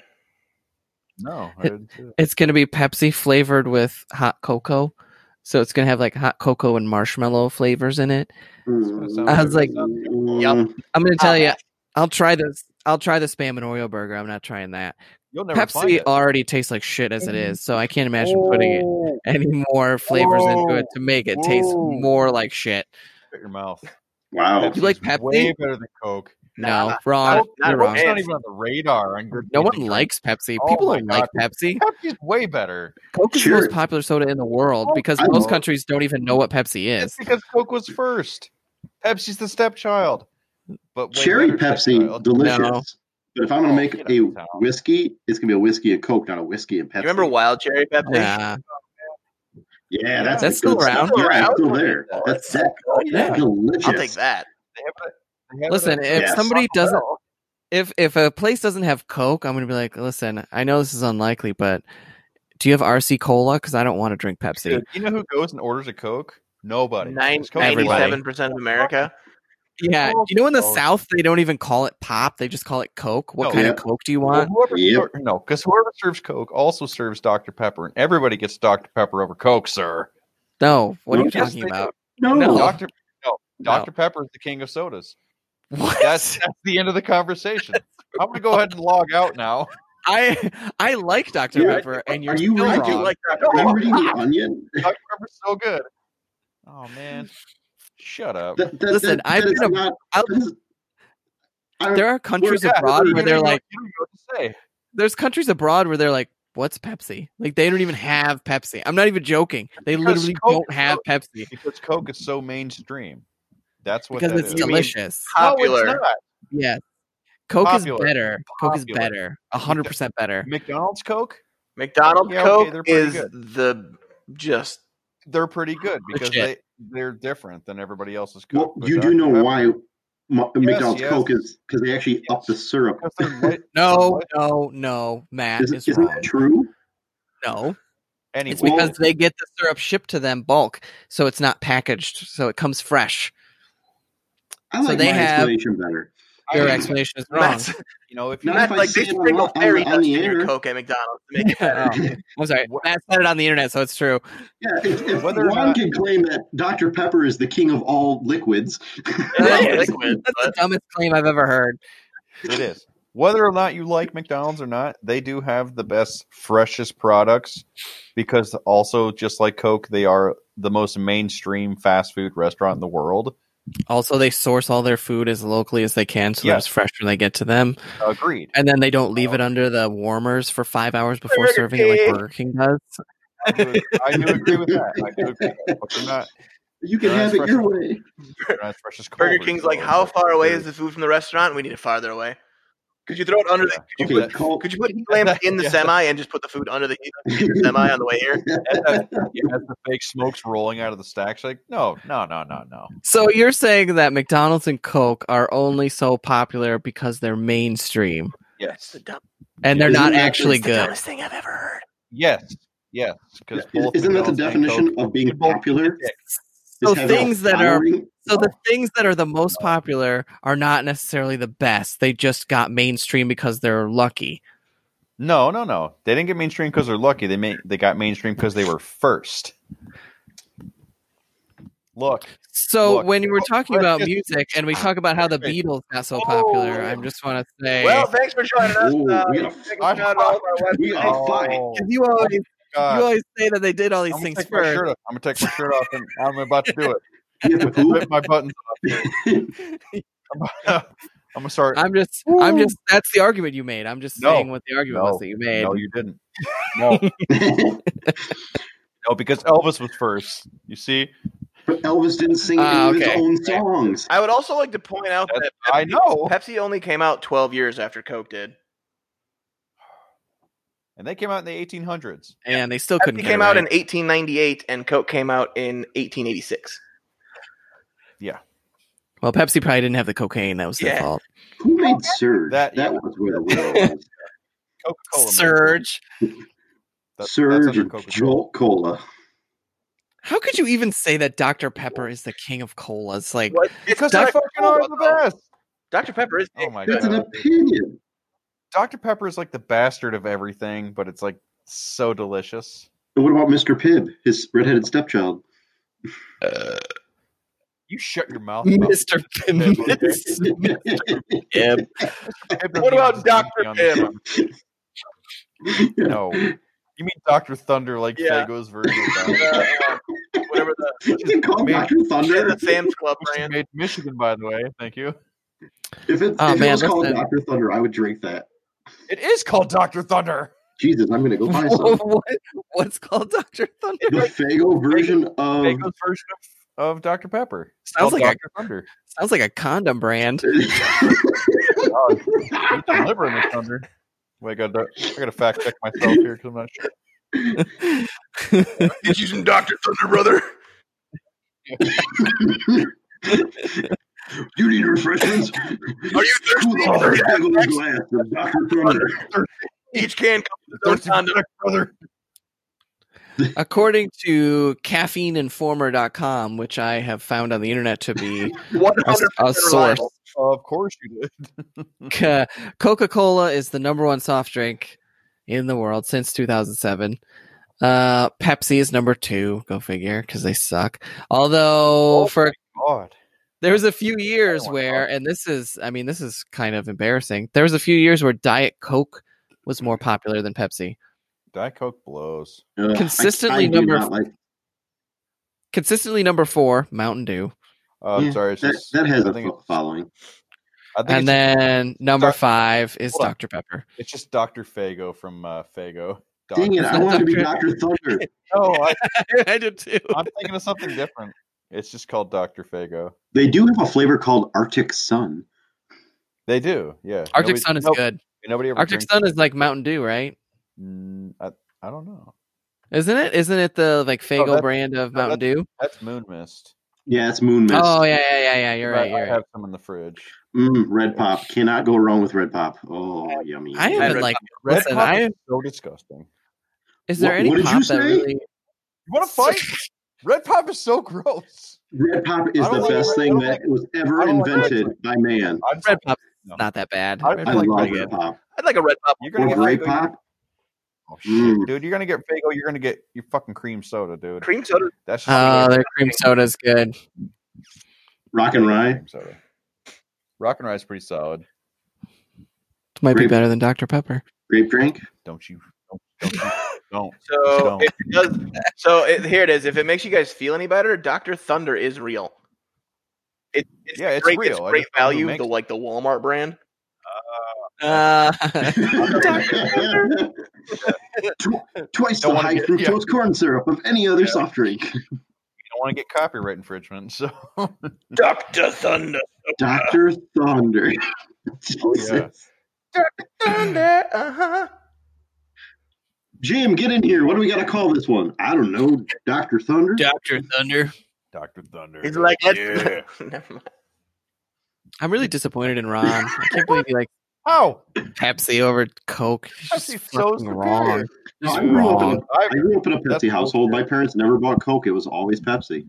[SPEAKER 4] No, I
[SPEAKER 5] It-
[SPEAKER 4] didn't see it.
[SPEAKER 5] It's going to be Pepsi flavored with hot cocoa. So it's going to have like hot cocoa and marshmallow flavors in it.
[SPEAKER 4] what it sounds
[SPEAKER 5] I was like-
[SPEAKER 6] Mm,
[SPEAKER 5] I'm going
[SPEAKER 3] Oh,
[SPEAKER 5] to tell you,
[SPEAKER 3] man.
[SPEAKER 5] I'll try this. I'll try the spam and Oreo burger. I'm not trying that.
[SPEAKER 4] You'll never find
[SPEAKER 5] Pepsi
[SPEAKER 4] it.
[SPEAKER 5] already tastes like shit as it is, so I can't imagine putting it,
[SPEAKER 3] Oh.
[SPEAKER 5] any more flavors into it
[SPEAKER 4] Whoa.
[SPEAKER 5] to make it taste
[SPEAKER 4] Whoa.
[SPEAKER 5] more like shit.
[SPEAKER 4] Shut your mouth.
[SPEAKER 6] wow.
[SPEAKER 5] You like Pepsi?
[SPEAKER 4] Way better than Coke.
[SPEAKER 5] No,
[SPEAKER 3] Nah,
[SPEAKER 5] wrong.
[SPEAKER 3] not- not
[SPEAKER 5] You're
[SPEAKER 3] a
[SPEAKER 5] wrong.
[SPEAKER 4] It's not even on the radar. On good
[SPEAKER 5] No
[SPEAKER 4] days
[SPEAKER 5] one
[SPEAKER 4] to drink.
[SPEAKER 5] likes Pepsi.
[SPEAKER 4] Oh
[SPEAKER 5] People
[SPEAKER 4] my
[SPEAKER 5] don't
[SPEAKER 4] God.
[SPEAKER 5] like Pepsi.
[SPEAKER 4] Pepsi's way better.
[SPEAKER 5] Coke is the
[SPEAKER 6] Sure.
[SPEAKER 5] most popular soda in the world
[SPEAKER 4] Oh,
[SPEAKER 5] because
[SPEAKER 6] I
[SPEAKER 5] most
[SPEAKER 6] know.
[SPEAKER 5] countries don't even know what Pepsi
[SPEAKER 4] It's
[SPEAKER 5] is.
[SPEAKER 4] because Coke was first. Pepsi's the stepchild. But way
[SPEAKER 6] Cherry
[SPEAKER 4] better
[SPEAKER 6] Pepsi,
[SPEAKER 4] stepchild.
[SPEAKER 6] delicious.
[SPEAKER 5] No.
[SPEAKER 6] But if I'm gonna
[SPEAKER 4] Oh,
[SPEAKER 6] make
[SPEAKER 4] get
[SPEAKER 6] a
[SPEAKER 4] out of town.
[SPEAKER 6] whiskey, it's gonna be a whiskey and Coke, not a whiskey and Pepsi.
[SPEAKER 3] You remember Wild Cherry Pepsi?
[SPEAKER 5] Yeah.
[SPEAKER 6] Yeah, that's,
[SPEAKER 4] That's
[SPEAKER 6] the
[SPEAKER 5] still
[SPEAKER 6] good stuff.
[SPEAKER 5] around?
[SPEAKER 6] Yeah, it's
[SPEAKER 3] Around?
[SPEAKER 6] still there.
[SPEAKER 4] Oh,
[SPEAKER 6] That's that.
[SPEAKER 4] Oh,
[SPEAKER 6] that's
[SPEAKER 4] yeah.
[SPEAKER 6] delicious.
[SPEAKER 3] I'll take that.
[SPEAKER 4] They have it- they have Oh, it
[SPEAKER 5] Listen,
[SPEAKER 4] at-
[SPEAKER 5] if
[SPEAKER 6] Yes.
[SPEAKER 5] somebody doesn't,
[SPEAKER 4] Well,
[SPEAKER 5] if if a place doesn't have Coke, I'm gonna be like, listen, I know this is unlikely, but do you have RC Cola? Because I don't want to drink Pepsi.
[SPEAKER 4] dude, you know who goes and orders a Coke? Nobody.
[SPEAKER 3] Nine,
[SPEAKER 4] It's Coke.
[SPEAKER 5] Everybody.
[SPEAKER 3] 97% of America.
[SPEAKER 5] Yeah,
[SPEAKER 4] Coke,
[SPEAKER 5] you know in the
[SPEAKER 4] Coke.
[SPEAKER 5] South they don't even call it pop; they just call it Coke. What
[SPEAKER 4] No,
[SPEAKER 5] kind
[SPEAKER 6] yeah.
[SPEAKER 5] of Coke do you
[SPEAKER 4] Well,
[SPEAKER 5] want?
[SPEAKER 4] whoever
[SPEAKER 6] Yep.
[SPEAKER 4] sor- no, because whoever serves Coke also serves Dr Pepper, and everybody gets Dr Pepper over Coke, sir.
[SPEAKER 5] No, what are you
[SPEAKER 6] Yes,
[SPEAKER 5] talking
[SPEAKER 4] they do.
[SPEAKER 5] about?
[SPEAKER 6] No,
[SPEAKER 5] No.
[SPEAKER 4] Dr. No,
[SPEAKER 5] No.
[SPEAKER 4] Dr Pepper is the king of sodas.
[SPEAKER 5] What?
[SPEAKER 4] That's that's the end of the conversation. I'm gonna go ahead and log out now.
[SPEAKER 5] I I like Dr.
[SPEAKER 6] Yeah,
[SPEAKER 5] Pepper, and you're
[SPEAKER 6] are you
[SPEAKER 5] still
[SPEAKER 6] right?
[SPEAKER 5] wrong.
[SPEAKER 6] I do
[SPEAKER 3] like that.
[SPEAKER 6] Are you reading the Onion?
[SPEAKER 4] Dr. Pepper's so good. Oh man, shut up.
[SPEAKER 6] That- that-
[SPEAKER 5] Listen,
[SPEAKER 6] that-
[SPEAKER 5] I've
[SPEAKER 6] that is
[SPEAKER 5] been a-
[SPEAKER 6] not-
[SPEAKER 5] I'll-
[SPEAKER 6] that is- I-
[SPEAKER 5] there are countries
[SPEAKER 4] Yeah,
[SPEAKER 5] abroad where
[SPEAKER 4] you
[SPEAKER 5] they're
[SPEAKER 4] don't know-
[SPEAKER 5] like,
[SPEAKER 4] you don't know what to say.
[SPEAKER 5] there's countries abroad where they're like, what's Pepsi? Like they don't even have Pepsi. I'm not even joking. They
[SPEAKER 4] Because
[SPEAKER 5] literally
[SPEAKER 4] Coke-
[SPEAKER 5] don't have Pepsi
[SPEAKER 4] because Coke is so mainstream. That's what
[SPEAKER 5] because
[SPEAKER 4] that is.
[SPEAKER 5] it's delicious.
[SPEAKER 4] No,
[SPEAKER 3] Popular.
[SPEAKER 4] it's not.
[SPEAKER 5] Yes. Coke
[SPEAKER 4] Popular.
[SPEAKER 5] is better. Coke is
[SPEAKER 4] Popular.
[SPEAKER 5] better. 100% better.
[SPEAKER 4] McDonald's Coke,
[SPEAKER 3] McDonald's
[SPEAKER 4] Yeah, okay,
[SPEAKER 3] Coke
[SPEAKER 4] they're pretty
[SPEAKER 3] is
[SPEAKER 4] good.
[SPEAKER 3] the just
[SPEAKER 4] they're pretty good because they
[SPEAKER 5] Legit.
[SPEAKER 4] they're different than everybody else's
[SPEAKER 6] well,
[SPEAKER 4] Coke. but
[SPEAKER 6] you do
[SPEAKER 4] Dr.
[SPEAKER 6] know
[SPEAKER 4] Pepper-
[SPEAKER 6] why Mo- McDonald's
[SPEAKER 4] yes.
[SPEAKER 6] Coke is because they actually up the syrup.
[SPEAKER 4] because they're white-
[SPEAKER 5] No, no, no, Matt
[SPEAKER 6] Is,
[SPEAKER 5] is,
[SPEAKER 6] isn't isn't
[SPEAKER 5] wrong.
[SPEAKER 6] that true?
[SPEAKER 5] No,
[SPEAKER 4] Anyway,
[SPEAKER 5] it's because they get the syrup shipped to them bulk, so it's not packaged, so it comes fresh.
[SPEAKER 6] I
[SPEAKER 5] So
[SPEAKER 6] like
[SPEAKER 5] they
[SPEAKER 6] my
[SPEAKER 5] have-
[SPEAKER 6] explanation better.
[SPEAKER 5] Your
[SPEAKER 4] I-
[SPEAKER 5] explanation is wrong.
[SPEAKER 3] Matt's,
[SPEAKER 4] you know, if you
[SPEAKER 6] Not
[SPEAKER 3] Matt's
[SPEAKER 6] if I
[SPEAKER 3] like
[SPEAKER 6] say
[SPEAKER 3] they
[SPEAKER 6] it on
[SPEAKER 3] sprinkle
[SPEAKER 6] the- on
[SPEAKER 3] fairy
[SPEAKER 6] the
[SPEAKER 3] dust in
[SPEAKER 6] air.
[SPEAKER 3] your Coke at McDonald's to make it better.
[SPEAKER 5] Oh, I'm sorry,
[SPEAKER 4] What-
[SPEAKER 5] Matt said it on the internet, so it's true.
[SPEAKER 6] Yeah, if, if
[SPEAKER 4] Whether or
[SPEAKER 6] Juan
[SPEAKER 4] not-
[SPEAKER 6] can claim that Dr. Pepper is the king of all liquids,
[SPEAKER 3] It
[SPEAKER 5] That
[SPEAKER 3] is
[SPEAKER 5] is-
[SPEAKER 3] liquid,
[SPEAKER 5] That's the
[SPEAKER 3] but
[SPEAKER 5] dumbest claim I've ever heard.
[SPEAKER 4] it is whether or not you like McDonald's or not, they do have the best, freshest products because also just like Coke, they are the most mainstream fast food restaurant in the world.
[SPEAKER 5] Also, they source all their food as locally as they can, so that it's fresh when they get to them,
[SPEAKER 4] Agreed.
[SPEAKER 5] and then they don't leave it under the warmers for five hours before
[SPEAKER 3] Burger
[SPEAKER 5] serving it, like
[SPEAKER 3] King.
[SPEAKER 5] Burger King does.
[SPEAKER 4] I do, ag- I do agree with that. I do agree with that. But they're not,
[SPEAKER 6] you can
[SPEAKER 4] They're
[SPEAKER 6] have it
[SPEAKER 4] as
[SPEAKER 6] your way.
[SPEAKER 4] they're not as fresh as
[SPEAKER 3] Burger
[SPEAKER 4] Culver's,
[SPEAKER 3] King's
[SPEAKER 4] so
[SPEAKER 3] like, how
[SPEAKER 4] it's
[SPEAKER 3] far away
[SPEAKER 4] very-
[SPEAKER 3] is the food from the restaurant? We need it farther away. Could you throw it under the? Could you
[SPEAKER 6] Okay,
[SPEAKER 3] put?
[SPEAKER 6] Coke.
[SPEAKER 3] Could you put heat lamps in the
[SPEAKER 4] Yeah.
[SPEAKER 3] semi and just put the food under the heat lamps in the semi on the way here?
[SPEAKER 4] as, that- yeah, as the fake smoke's rolling out of the stacks, like, no, no, no, no, no.
[SPEAKER 5] So you're saying that McDonald's and Coke are only so popular because they're mainstream
[SPEAKER 3] It's
[SPEAKER 4] Yes,
[SPEAKER 3] the, dumb,
[SPEAKER 5] and they're
[SPEAKER 6] Isn't
[SPEAKER 5] not
[SPEAKER 6] that
[SPEAKER 5] actually
[SPEAKER 3] it's the
[SPEAKER 5] good.
[SPEAKER 3] dumbest thing I've ever heard.
[SPEAKER 4] yes, yes. Because
[SPEAKER 6] Is- Isn't that the definition of being
[SPEAKER 4] both
[SPEAKER 6] popular? Is
[SPEAKER 5] So
[SPEAKER 6] having a
[SPEAKER 5] things that are
[SPEAKER 6] following?
[SPEAKER 5] so the things that are the most popular are not necessarily the best. They just got mainstream because they're lucky.
[SPEAKER 4] No, no, no. They didn't get mainstream because they're lucky. They ma- they got mainstream because they were first. Look,
[SPEAKER 5] So
[SPEAKER 4] Look, oh,
[SPEAKER 5] when we were talking
[SPEAKER 4] let's
[SPEAKER 5] about
[SPEAKER 4] just-
[SPEAKER 5] music and we talk about how the
[SPEAKER 4] Wait.
[SPEAKER 5] Beatles got so
[SPEAKER 4] Oh.
[SPEAKER 5] popular, I just want to say
[SPEAKER 3] Well, thanks for joining us.
[SPEAKER 6] Ooh,
[SPEAKER 3] uh,
[SPEAKER 6] Oh, we
[SPEAKER 3] you
[SPEAKER 6] got-
[SPEAKER 3] can check us out at all of our
[SPEAKER 6] we
[SPEAKER 3] websites.
[SPEAKER 6] got
[SPEAKER 4] Oh,
[SPEAKER 6] a fight.
[SPEAKER 5] you always you
[SPEAKER 4] God.
[SPEAKER 5] always say that they did all these
[SPEAKER 4] I'm gonna
[SPEAKER 5] things
[SPEAKER 4] take my
[SPEAKER 5] first.
[SPEAKER 4] shirt off. I'm gonna take my shirt off, and I'm about to do it.
[SPEAKER 6] You have to poop.
[SPEAKER 4] Rip my buttons off. I'm, gonna start.
[SPEAKER 5] I'm just I'm just that's the argument you made. I'm just
[SPEAKER 4] No.
[SPEAKER 5] saying what the argument
[SPEAKER 4] No.
[SPEAKER 5] was that you made.
[SPEAKER 4] No, you didn't. No, no, because Elvis was first. You see,
[SPEAKER 6] But Elvis didn't sing any
[SPEAKER 5] Ah,
[SPEAKER 6] of his
[SPEAKER 5] okay.
[SPEAKER 6] own songs.
[SPEAKER 3] I would also like to point out that
[SPEAKER 4] That's- I know.
[SPEAKER 3] Pepsi only came out 12 years after Coke did.
[SPEAKER 4] And they came out in the 1800s.
[SPEAKER 5] and they still couldn't
[SPEAKER 3] Pepsi
[SPEAKER 5] get it
[SPEAKER 3] came out
[SPEAKER 5] right.
[SPEAKER 3] in 1898 and Coke came out in 1886.
[SPEAKER 5] Well, Pepsi probably didn't have the cocaine. That was their
[SPEAKER 3] Yeah.
[SPEAKER 5] fault.
[SPEAKER 6] Who made Surge?
[SPEAKER 4] That-
[SPEAKER 6] That, was where the world was.
[SPEAKER 4] Coca-Cola.
[SPEAKER 5] Surge.
[SPEAKER 4] That's- that's
[SPEAKER 6] Surge
[SPEAKER 4] under
[SPEAKER 6] and
[SPEAKER 4] Coca-Cola.
[SPEAKER 6] Jolt Cola.
[SPEAKER 5] How could you even say that Dr. Pepper is the king of colas? Like,
[SPEAKER 3] What?
[SPEAKER 4] Because they fucking are the best.
[SPEAKER 3] Dr. Pepper is.
[SPEAKER 4] Oh my
[SPEAKER 6] That's an
[SPEAKER 4] god.
[SPEAKER 6] opinion.
[SPEAKER 4] Dr. Pepper is like the bastard of everything, but it's like so delicious.
[SPEAKER 6] And what about Mr. Pibb, his redheaded stepchild?
[SPEAKER 4] You shut your mouth. about it.
[SPEAKER 5] Mr. Pim- Mr. Pibb.
[SPEAKER 4] Pibb
[SPEAKER 3] What about
[SPEAKER 4] needs to be
[SPEAKER 3] Dr.
[SPEAKER 4] on the
[SPEAKER 3] Pibb?
[SPEAKER 4] show. No. You mean Dr. Thunder, like
[SPEAKER 3] Yeah.
[SPEAKER 4] Fago's version of
[SPEAKER 3] Uh,
[SPEAKER 4] that?
[SPEAKER 3] uh, whatever the,
[SPEAKER 6] You can call him
[SPEAKER 4] Man.
[SPEAKER 6] Dr. Thunder.
[SPEAKER 3] the Sam's Club
[SPEAKER 4] Which is
[SPEAKER 3] brand.
[SPEAKER 4] made in Michigan, by the way. Thank you.
[SPEAKER 6] If, it,
[SPEAKER 5] Oh,
[SPEAKER 6] if
[SPEAKER 5] man,
[SPEAKER 6] it was called
[SPEAKER 5] listen.
[SPEAKER 6] Dr. Thunder, I would drink that.
[SPEAKER 4] It is called Dr. Thunder.
[SPEAKER 6] Jesus, I'm going to go buy some.
[SPEAKER 5] what, what's called Dr. Thunder?
[SPEAKER 6] The Fago version of.
[SPEAKER 4] Fago's version of, of Dr. Pepper. It's
[SPEAKER 5] Sounds
[SPEAKER 4] called
[SPEAKER 5] like
[SPEAKER 4] Dr. Thunder.
[SPEAKER 5] Sounds like a condom brand.
[SPEAKER 4] Oh, you deliver this Thunder. Wait, I gotta, I gotta fact check myself here because I'm not sure.
[SPEAKER 3] He's using Dr. Thunder, brother.
[SPEAKER 6] you need refreshments?
[SPEAKER 3] Are you thirsty?
[SPEAKER 6] Cool off the Fago glass of Dr. Thunder.
[SPEAKER 3] Each can comes with its
[SPEAKER 4] Thirsty
[SPEAKER 3] own condom.
[SPEAKER 4] black brother.
[SPEAKER 5] According to caffeineinformer.com, which I have found on the internet to be a,
[SPEAKER 3] 100%
[SPEAKER 5] a source,
[SPEAKER 3] reliable.
[SPEAKER 4] Of course you did.
[SPEAKER 5] Ca- Coca-Cola is the number one soft drink in the world since 2007. Uh, Pepsi is number two. Go figure, because they suck. Although
[SPEAKER 4] Oh
[SPEAKER 5] for
[SPEAKER 4] God. Oh
[SPEAKER 5] There was a few years
[SPEAKER 4] wanna
[SPEAKER 5] where, and this is, I mean, this is kind of embarrassing. There was a few years where Diet Coke was more popular than Pepsi.
[SPEAKER 4] Diet Coke blows.
[SPEAKER 6] Ugh, I-
[SPEAKER 5] Consistently
[SPEAKER 6] I do
[SPEAKER 5] number-
[SPEAKER 6] not like
[SPEAKER 5] Consistently number four, Mountain Dew,
[SPEAKER 4] Uh, I'm
[SPEAKER 6] Yeah,
[SPEAKER 4] sorry. It's
[SPEAKER 6] that.
[SPEAKER 4] just,
[SPEAKER 6] That has
[SPEAKER 4] I
[SPEAKER 6] a
[SPEAKER 4] think
[SPEAKER 6] fo-
[SPEAKER 4] it's-
[SPEAKER 6] following.
[SPEAKER 4] I think
[SPEAKER 5] and
[SPEAKER 4] it's, just-
[SPEAKER 5] then number
[SPEAKER 4] Doc-
[SPEAKER 5] five is
[SPEAKER 4] Hold on.
[SPEAKER 5] Dr Pepper.
[SPEAKER 4] it's just Doctor Fago from uh, Fago.
[SPEAKER 6] Dang it! I
[SPEAKER 5] Dr.
[SPEAKER 6] wanted to be
[SPEAKER 5] Doctor-
[SPEAKER 6] Doctor Thunder.
[SPEAKER 4] No, I,
[SPEAKER 5] I did too.
[SPEAKER 4] I'm thinking of something different. It's just called Doctor Fago.
[SPEAKER 6] They do have a flavor called Arctic Sun.
[SPEAKER 4] They do, yeah.
[SPEAKER 5] Arctic
[SPEAKER 4] Nobody-
[SPEAKER 5] Sun is
[SPEAKER 4] nope,
[SPEAKER 5] good.
[SPEAKER 4] Nobody ever
[SPEAKER 5] Arctic
[SPEAKER 4] drinks-
[SPEAKER 5] Sun is like Mountain Dew, right?
[SPEAKER 4] Mm, I, I don't know.
[SPEAKER 5] Isn't it? Isn't it the like Fago
[SPEAKER 4] Oh, that's-
[SPEAKER 5] brand of
[SPEAKER 4] no,
[SPEAKER 5] Mountain Dew?
[SPEAKER 4] That's Moon Mist.
[SPEAKER 6] Yeah, it's Moon Mist.
[SPEAKER 5] Oh yeah, yeah, yeah, yeah. You're
[SPEAKER 4] I-
[SPEAKER 5] right.
[SPEAKER 4] I,
[SPEAKER 5] You're right.
[SPEAKER 4] have some in the fridge.
[SPEAKER 6] Mm, Red Pop cannot go wrong with Red Pop. Oh, yummy.
[SPEAKER 5] I
[SPEAKER 3] Red
[SPEAKER 5] haven't
[SPEAKER 3] Pop-
[SPEAKER 5] like
[SPEAKER 4] Red
[SPEAKER 5] listen.
[SPEAKER 4] Pop
[SPEAKER 5] I
[SPEAKER 4] is so disgusting.
[SPEAKER 5] is there
[SPEAKER 6] What-
[SPEAKER 5] any
[SPEAKER 6] what did you
[SPEAKER 5] pop that
[SPEAKER 6] say?
[SPEAKER 5] really?
[SPEAKER 4] You want to fight? Red Pop is so gross.
[SPEAKER 6] Red Pop is
[SPEAKER 4] I don't
[SPEAKER 6] the
[SPEAKER 4] like
[SPEAKER 6] best
[SPEAKER 4] Red- I
[SPEAKER 6] thing
[SPEAKER 4] don't
[SPEAKER 6] that
[SPEAKER 4] like-
[SPEAKER 6] was ever
[SPEAKER 4] I don't like Red
[SPEAKER 6] invented
[SPEAKER 4] Pop.
[SPEAKER 6] by man.
[SPEAKER 4] I'm
[SPEAKER 5] Red
[SPEAKER 4] sorry.
[SPEAKER 5] Pop's
[SPEAKER 4] No.
[SPEAKER 5] not that bad.
[SPEAKER 4] I-
[SPEAKER 5] Red
[SPEAKER 6] I
[SPEAKER 5] Pop's
[SPEAKER 6] love
[SPEAKER 5] pretty good.
[SPEAKER 6] Red Pop.
[SPEAKER 3] I'd like a red pop.
[SPEAKER 4] You're gonna
[SPEAKER 6] Or
[SPEAKER 4] get
[SPEAKER 6] Grape
[SPEAKER 4] Faygo, you're-
[SPEAKER 6] Pop.
[SPEAKER 4] Oh, shit,
[SPEAKER 6] Mm.
[SPEAKER 4] dude! You're gonna get Fago. You're gonna get your fucking cream soda, dude.
[SPEAKER 3] Cream soda.
[SPEAKER 4] That's just
[SPEAKER 5] Oh,
[SPEAKER 4] the way
[SPEAKER 5] their cream soda's good.
[SPEAKER 6] Rock and Rye.
[SPEAKER 4] cream soda. Rock and Rye's pretty solid.
[SPEAKER 5] Might be
[SPEAKER 6] Grape-
[SPEAKER 5] better than Dr Pepper.
[SPEAKER 6] Grape drink.
[SPEAKER 4] Don't you? Don't, don't you? Don't.
[SPEAKER 3] So
[SPEAKER 4] Don't.
[SPEAKER 3] it does. So it, here it is. If it makes you guys feel any better, Doctor Thunder is real. It, it's
[SPEAKER 4] Yeah, it's
[SPEAKER 3] great,
[SPEAKER 4] real.
[SPEAKER 3] It's
[SPEAKER 4] I
[SPEAKER 3] great
[SPEAKER 4] just don't know who
[SPEAKER 3] value.
[SPEAKER 4] makes
[SPEAKER 3] The
[SPEAKER 4] it.
[SPEAKER 3] like the Walmart brand.
[SPEAKER 5] Uh,
[SPEAKER 6] Tw- Twice
[SPEAKER 4] Don't
[SPEAKER 6] the
[SPEAKER 4] wanna
[SPEAKER 6] high
[SPEAKER 4] get-
[SPEAKER 6] fructose
[SPEAKER 4] yeah.
[SPEAKER 6] corn syrup of any other
[SPEAKER 4] Yeah.
[SPEAKER 6] soft drink.
[SPEAKER 4] You don't want to get copyright infringement. So
[SPEAKER 3] Doctor Thunder.
[SPEAKER 6] Doctor Thunder. Jesus.
[SPEAKER 3] Thunder. Uh huh.
[SPEAKER 6] Jim, get in here. What do we got to call this one? I don't know. Doctor Thunder.
[SPEAKER 5] Dr. Thunder.
[SPEAKER 4] Doctor Thunder.
[SPEAKER 3] He's like, let's.
[SPEAKER 4] yeah.
[SPEAKER 3] Never mind.
[SPEAKER 5] I'm really disappointed in Ron. I can't believe he likes
[SPEAKER 4] How?
[SPEAKER 5] Pepsi over Coke. He's just
[SPEAKER 4] Pepsi's so
[SPEAKER 5] fucking
[SPEAKER 4] superior.
[SPEAKER 5] wrong.
[SPEAKER 6] No, I
[SPEAKER 5] Just
[SPEAKER 6] grew up in
[SPEAKER 5] wrong.
[SPEAKER 6] I
[SPEAKER 4] I,
[SPEAKER 6] grew up in a
[SPEAKER 4] That's
[SPEAKER 6] Pepsi household. My
[SPEAKER 4] bullshit.
[SPEAKER 6] parents never bought Coke. It was always Pepsi.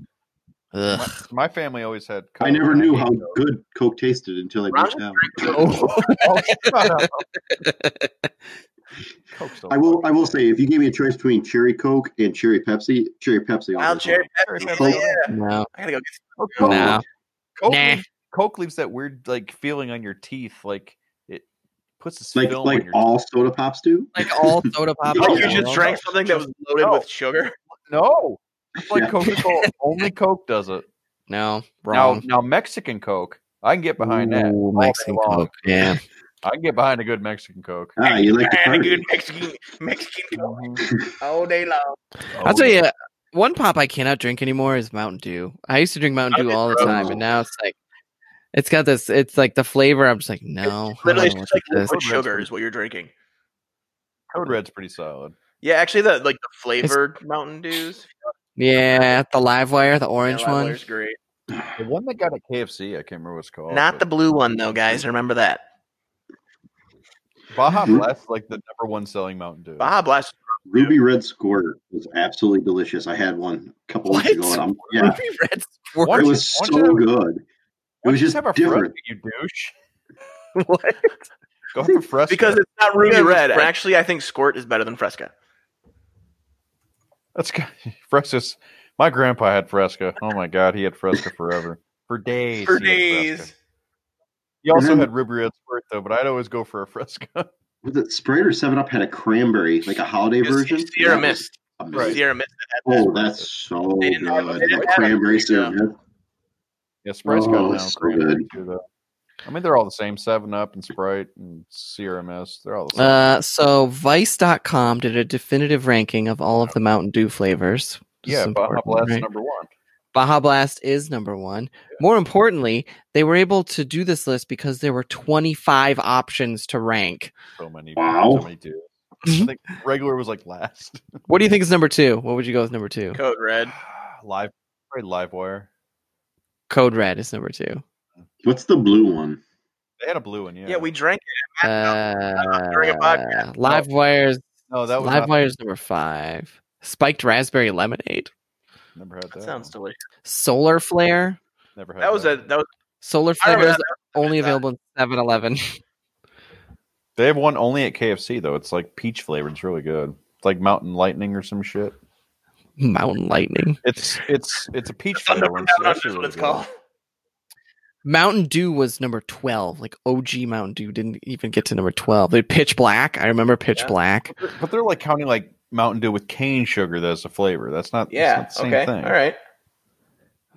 [SPEAKER 5] Ugh.
[SPEAKER 4] my family always had. Coke,
[SPEAKER 6] I never
[SPEAKER 4] and
[SPEAKER 6] knew
[SPEAKER 4] hate
[SPEAKER 6] how
[SPEAKER 4] Coke.
[SPEAKER 6] good Coke tasted until I
[SPEAKER 3] Ron
[SPEAKER 6] reached out.
[SPEAKER 5] Oh.
[SPEAKER 4] Oh, shut up. Coke's so
[SPEAKER 6] I will.
[SPEAKER 4] fucking
[SPEAKER 6] I will
[SPEAKER 4] good.
[SPEAKER 6] say, if you gave me a choice between cherry Coke and cherry Pepsi, cherry Pepsi. all
[SPEAKER 3] Wild
[SPEAKER 6] day long.
[SPEAKER 3] cherry
[SPEAKER 4] Cherry
[SPEAKER 3] Pepsi.
[SPEAKER 4] Pepsi.
[SPEAKER 3] Hell yeah.
[SPEAKER 5] No.
[SPEAKER 3] I gotta go get.
[SPEAKER 4] Coke,
[SPEAKER 6] Oh,
[SPEAKER 5] No.
[SPEAKER 4] Coke,
[SPEAKER 5] Nah.
[SPEAKER 4] leaves, Coke leaves that weird like feeling on your teeth, like it puts this
[SPEAKER 6] like
[SPEAKER 4] film on
[SPEAKER 6] like
[SPEAKER 4] your
[SPEAKER 6] all soda pops do.
[SPEAKER 5] Like all soda pop.
[SPEAKER 6] Oh,
[SPEAKER 3] Like
[SPEAKER 5] like
[SPEAKER 3] you
[SPEAKER 5] all
[SPEAKER 3] just
[SPEAKER 5] of
[SPEAKER 3] drank
[SPEAKER 5] them.
[SPEAKER 3] something that was loaded
[SPEAKER 4] No.
[SPEAKER 3] with sugar.
[SPEAKER 4] No, it's like
[SPEAKER 6] Yeah.
[SPEAKER 4] Coca Cola. Only Coke does it.
[SPEAKER 5] No. Wrong.
[SPEAKER 4] Now, now Mexican Coke, I can get behind that.
[SPEAKER 5] Ooh,
[SPEAKER 4] all day
[SPEAKER 5] Mexican
[SPEAKER 4] long.
[SPEAKER 5] Coke. Yeah.
[SPEAKER 4] I can get behind a good Mexican Coke.
[SPEAKER 6] Ah, you like the
[SPEAKER 3] And a
[SPEAKER 6] party.
[SPEAKER 3] good Mexican Mexican Coke
[SPEAKER 6] Mm-hmm.
[SPEAKER 3] all day long.
[SPEAKER 4] Oh,
[SPEAKER 5] I'll tell you, one pop I cannot drink anymore is Mountain Dew. I used to drink Mountain Dew
[SPEAKER 3] Mountain
[SPEAKER 5] all the
[SPEAKER 3] Dew.
[SPEAKER 5] time, and now it's like, it's got this, it's like the flavor. I'm just like, no. I don't
[SPEAKER 3] Literally, it's
[SPEAKER 5] wanna
[SPEAKER 3] just like
[SPEAKER 5] drink this.
[SPEAKER 3] liquid
[SPEAKER 4] Coke Red's
[SPEAKER 3] sugar
[SPEAKER 4] pretty-
[SPEAKER 3] is what you're drinking.
[SPEAKER 4] Code Red's pretty solid.
[SPEAKER 3] Yeah, actually, the like the flavored Mountain Dews.
[SPEAKER 5] Yeah, the live wire, the
[SPEAKER 3] Yeah,
[SPEAKER 5] orange
[SPEAKER 3] Live
[SPEAKER 5] one.
[SPEAKER 3] Wire's great.
[SPEAKER 4] The one that got at KFC, I can't remember what it's called.
[SPEAKER 3] Not the
[SPEAKER 4] but
[SPEAKER 3] blue one though, guys. Remember that.
[SPEAKER 4] Baja
[SPEAKER 6] Mhm.
[SPEAKER 4] Blast, is, like the number one selling Mountain Dew.
[SPEAKER 3] Baja Blast.
[SPEAKER 6] Ruby Red Squirt was absolutely delicious. I had one a couple weeks ago. And I'm, yeah,
[SPEAKER 5] Ruby Red
[SPEAKER 4] Why
[SPEAKER 5] Squirt.
[SPEAKER 6] it
[SPEAKER 4] don't you-
[SPEAKER 6] was
[SPEAKER 4] why
[SPEAKER 6] so
[SPEAKER 4] don't you have- Why
[SPEAKER 6] good. It was
[SPEAKER 4] don't you
[SPEAKER 6] just
[SPEAKER 4] have a
[SPEAKER 6] different.
[SPEAKER 4] Fresca, you douche.
[SPEAKER 5] What?
[SPEAKER 4] Go for Fresca.
[SPEAKER 3] Because it's not Ruby
[SPEAKER 5] Yeah,
[SPEAKER 3] Red. And actually, I think Squirt is better than Fresca.
[SPEAKER 4] That's ki- Fresca's. My grandpa had Fresca. Oh my god, he had Fresca forever for days.
[SPEAKER 3] For
[SPEAKER 4] he had Fresca.
[SPEAKER 3] days.
[SPEAKER 4] He also
[SPEAKER 6] Mhm.
[SPEAKER 4] had Ruby Red Squirt though, but I'd always go for a Fresca.
[SPEAKER 6] Was it Sprite or Seven Up had a cranberry, like a holiday
[SPEAKER 3] It was
[SPEAKER 6] version?
[SPEAKER 3] Sierra
[SPEAKER 6] That was
[SPEAKER 3] Mist.
[SPEAKER 6] amazing.
[SPEAKER 3] Sierra Mist. that had
[SPEAKER 6] Oh,
[SPEAKER 3] that.
[SPEAKER 6] that's so
[SPEAKER 3] They
[SPEAKER 6] good.
[SPEAKER 3] didn't have- they didn't
[SPEAKER 6] That
[SPEAKER 3] have
[SPEAKER 6] cranberry
[SPEAKER 3] it.
[SPEAKER 6] syrup.
[SPEAKER 4] Yeah, Sprite's got
[SPEAKER 6] Oh,
[SPEAKER 4] now
[SPEAKER 6] so
[SPEAKER 4] cranberry
[SPEAKER 6] good.
[SPEAKER 4] too though. I mean, they're all the same. Seven Up and Sprite and Sierra Mist. They're all the same.
[SPEAKER 5] Uh, so Vice.com did a definitive ranking of all of the Mountain Dew flavors. This is
[SPEAKER 4] yeah, Baja
[SPEAKER 5] important,
[SPEAKER 4] Blast
[SPEAKER 5] right?
[SPEAKER 4] number one.
[SPEAKER 5] Baja Blast is number one. More importantly, they were able to do this list because there were 25 options to rank.
[SPEAKER 4] So many.
[SPEAKER 6] Wow.
[SPEAKER 4] So many dudes.
[SPEAKER 5] Mm-hmm.
[SPEAKER 4] I think regular was like last.
[SPEAKER 5] What do you think is number two? What would you go with number two?
[SPEAKER 3] Code Red.
[SPEAKER 4] Live, probably Livewire.
[SPEAKER 5] Code Red is number two.
[SPEAKER 6] What's the blue one?
[SPEAKER 4] They had a blue one. Yeah.
[SPEAKER 3] Yeah, we drank it. during a
[SPEAKER 5] Uh,
[SPEAKER 3] podcast.
[SPEAKER 5] live wires.
[SPEAKER 4] No, that was
[SPEAKER 5] Live
[SPEAKER 4] not-
[SPEAKER 5] wires number five. Spiked raspberry lemonade.
[SPEAKER 4] never had that.
[SPEAKER 3] That sounds
[SPEAKER 4] one.
[SPEAKER 3] delicious.
[SPEAKER 5] Solar flare.
[SPEAKER 4] Never had
[SPEAKER 3] That was a that was.
[SPEAKER 5] Solar
[SPEAKER 3] I
[SPEAKER 5] flare
[SPEAKER 3] remember
[SPEAKER 5] is
[SPEAKER 3] that.
[SPEAKER 5] only
[SPEAKER 3] that.
[SPEAKER 5] available in 7-Eleven.
[SPEAKER 4] They have one only at KFC though. It's like peach flavored. It's really good. It's like Mountain Lightning or some shit.
[SPEAKER 5] Mountain lightning.
[SPEAKER 4] It's it's it's a peach
[SPEAKER 3] Thunder
[SPEAKER 4] flavor one.
[SPEAKER 3] Mountain
[SPEAKER 4] so that's
[SPEAKER 3] is what
[SPEAKER 4] really
[SPEAKER 3] it's
[SPEAKER 4] good.
[SPEAKER 3] called.
[SPEAKER 5] Mountain Dew was number 12. Like OG Mountain Dew didn't even get to number 12. They Pitch Black. I remember Pitch
[SPEAKER 3] Yeah.
[SPEAKER 5] Black.
[SPEAKER 4] But they're like counting like Mountain Dew with cane sugar as a flavor. That's not
[SPEAKER 3] Yeah.
[SPEAKER 4] that's not the same
[SPEAKER 3] okay.
[SPEAKER 4] thing.
[SPEAKER 3] All right.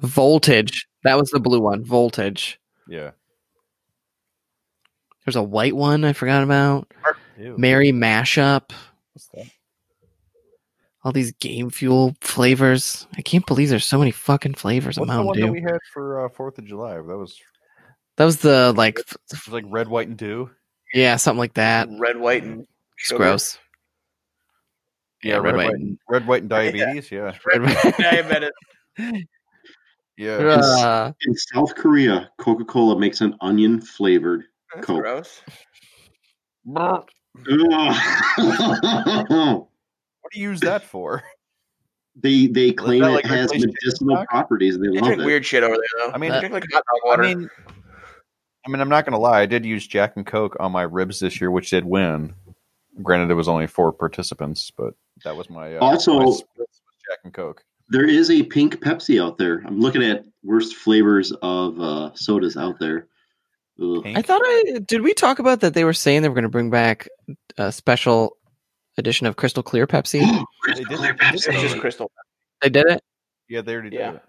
[SPEAKER 5] Voltage. That was the blue one. Voltage.
[SPEAKER 4] Yeah.
[SPEAKER 5] There's a white one I forgot about. Mary Mashup.
[SPEAKER 4] What's that?
[SPEAKER 5] All these Game Fuel flavors. I can't believe there's so many fucking flavors of
[SPEAKER 4] What's the one
[SPEAKER 5] Mountain
[SPEAKER 4] that
[SPEAKER 5] Dew.
[SPEAKER 4] we had for uh, Fourth of July? That was,
[SPEAKER 5] that was the like, f-
[SPEAKER 4] it was like red, white, and dew.
[SPEAKER 5] yeah, something like that.
[SPEAKER 3] Red, white, and
[SPEAKER 5] It's
[SPEAKER 3] sugar.
[SPEAKER 5] gross. Yeah, red, white. and-
[SPEAKER 4] red, white, and diabetes. Yeah,
[SPEAKER 5] Red, white.
[SPEAKER 3] Diabetes.
[SPEAKER 4] yeah.
[SPEAKER 5] Uh,
[SPEAKER 6] In South Korea, Coca Cola makes an onion flavored
[SPEAKER 3] That's
[SPEAKER 6] Coke.
[SPEAKER 3] gross.
[SPEAKER 4] What do you use that for?
[SPEAKER 6] they they claim
[SPEAKER 4] that
[SPEAKER 6] it
[SPEAKER 4] like
[SPEAKER 6] has
[SPEAKER 4] replacing
[SPEAKER 6] medicinal
[SPEAKER 4] TikTok?
[SPEAKER 6] properties and they
[SPEAKER 3] They
[SPEAKER 6] love
[SPEAKER 3] drink
[SPEAKER 6] it.
[SPEAKER 3] weird shit over there, though.
[SPEAKER 4] I mean,
[SPEAKER 3] they drink like hot dog water.
[SPEAKER 4] I mean, I mean, I'm not gonna lie. I did use Jack and Coke on my ribs this year, which did win. Granted, it was only four participants, but that was my uh,
[SPEAKER 6] Also-
[SPEAKER 4] my splits with Jack and Coke.
[SPEAKER 6] There is a pink Pepsi out there. I'm looking at worst flavors of uh, sodas out there. Ugh.
[SPEAKER 4] Pink?
[SPEAKER 5] I thought I did. We talk about that. They were saying they were going to bring back a special edition of Crystal Clear Pepsi.
[SPEAKER 4] They
[SPEAKER 6] Crystal
[SPEAKER 4] did-
[SPEAKER 6] Clear
[SPEAKER 4] they did
[SPEAKER 6] Pepsi.
[SPEAKER 4] that
[SPEAKER 3] it's just
[SPEAKER 4] already.
[SPEAKER 3] crystal.
[SPEAKER 5] they did it,
[SPEAKER 4] Yeah, they already
[SPEAKER 3] Yeah.
[SPEAKER 4] did. it.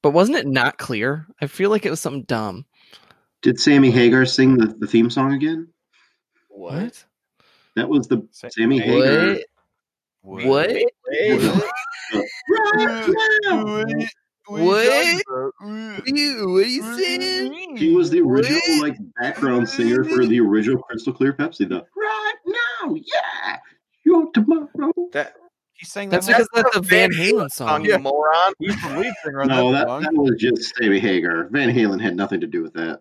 [SPEAKER 5] but wasn't it not clear? I feel like it was something dumb.
[SPEAKER 6] Did Sammy Hagar sing the, the theme song again?
[SPEAKER 5] What?
[SPEAKER 6] That was the
[SPEAKER 4] Sa-
[SPEAKER 6] Sammy
[SPEAKER 4] What?
[SPEAKER 6] Hagar.
[SPEAKER 5] What?
[SPEAKER 4] What?
[SPEAKER 6] What?
[SPEAKER 4] What?
[SPEAKER 5] What are you, what are you saying?
[SPEAKER 6] She was the original
[SPEAKER 5] What?
[SPEAKER 6] like background singer for the original Crystal Clear Pepsi. The right now, yeah, you tomorrow.
[SPEAKER 3] That,
[SPEAKER 4] He sang that.
[SPEAKER 5] That's
[SPEAKER 4] like,
[SPEAKER 5] because that's a Van Halen
[SPEAKER 4] Oh.
[SPEAKER 5] song.
[SPEAKER 3] song, you moron.
[SPEAKER 4] he's the lead singer on
[SPEAKER 6] No,
[SPEAKER 4] that
[SPEAKER 6] that,
[SPEAKER 4] song.
[SPEAKER 6] that was just Sammy Hagar. Van Halen had nothing to do with that.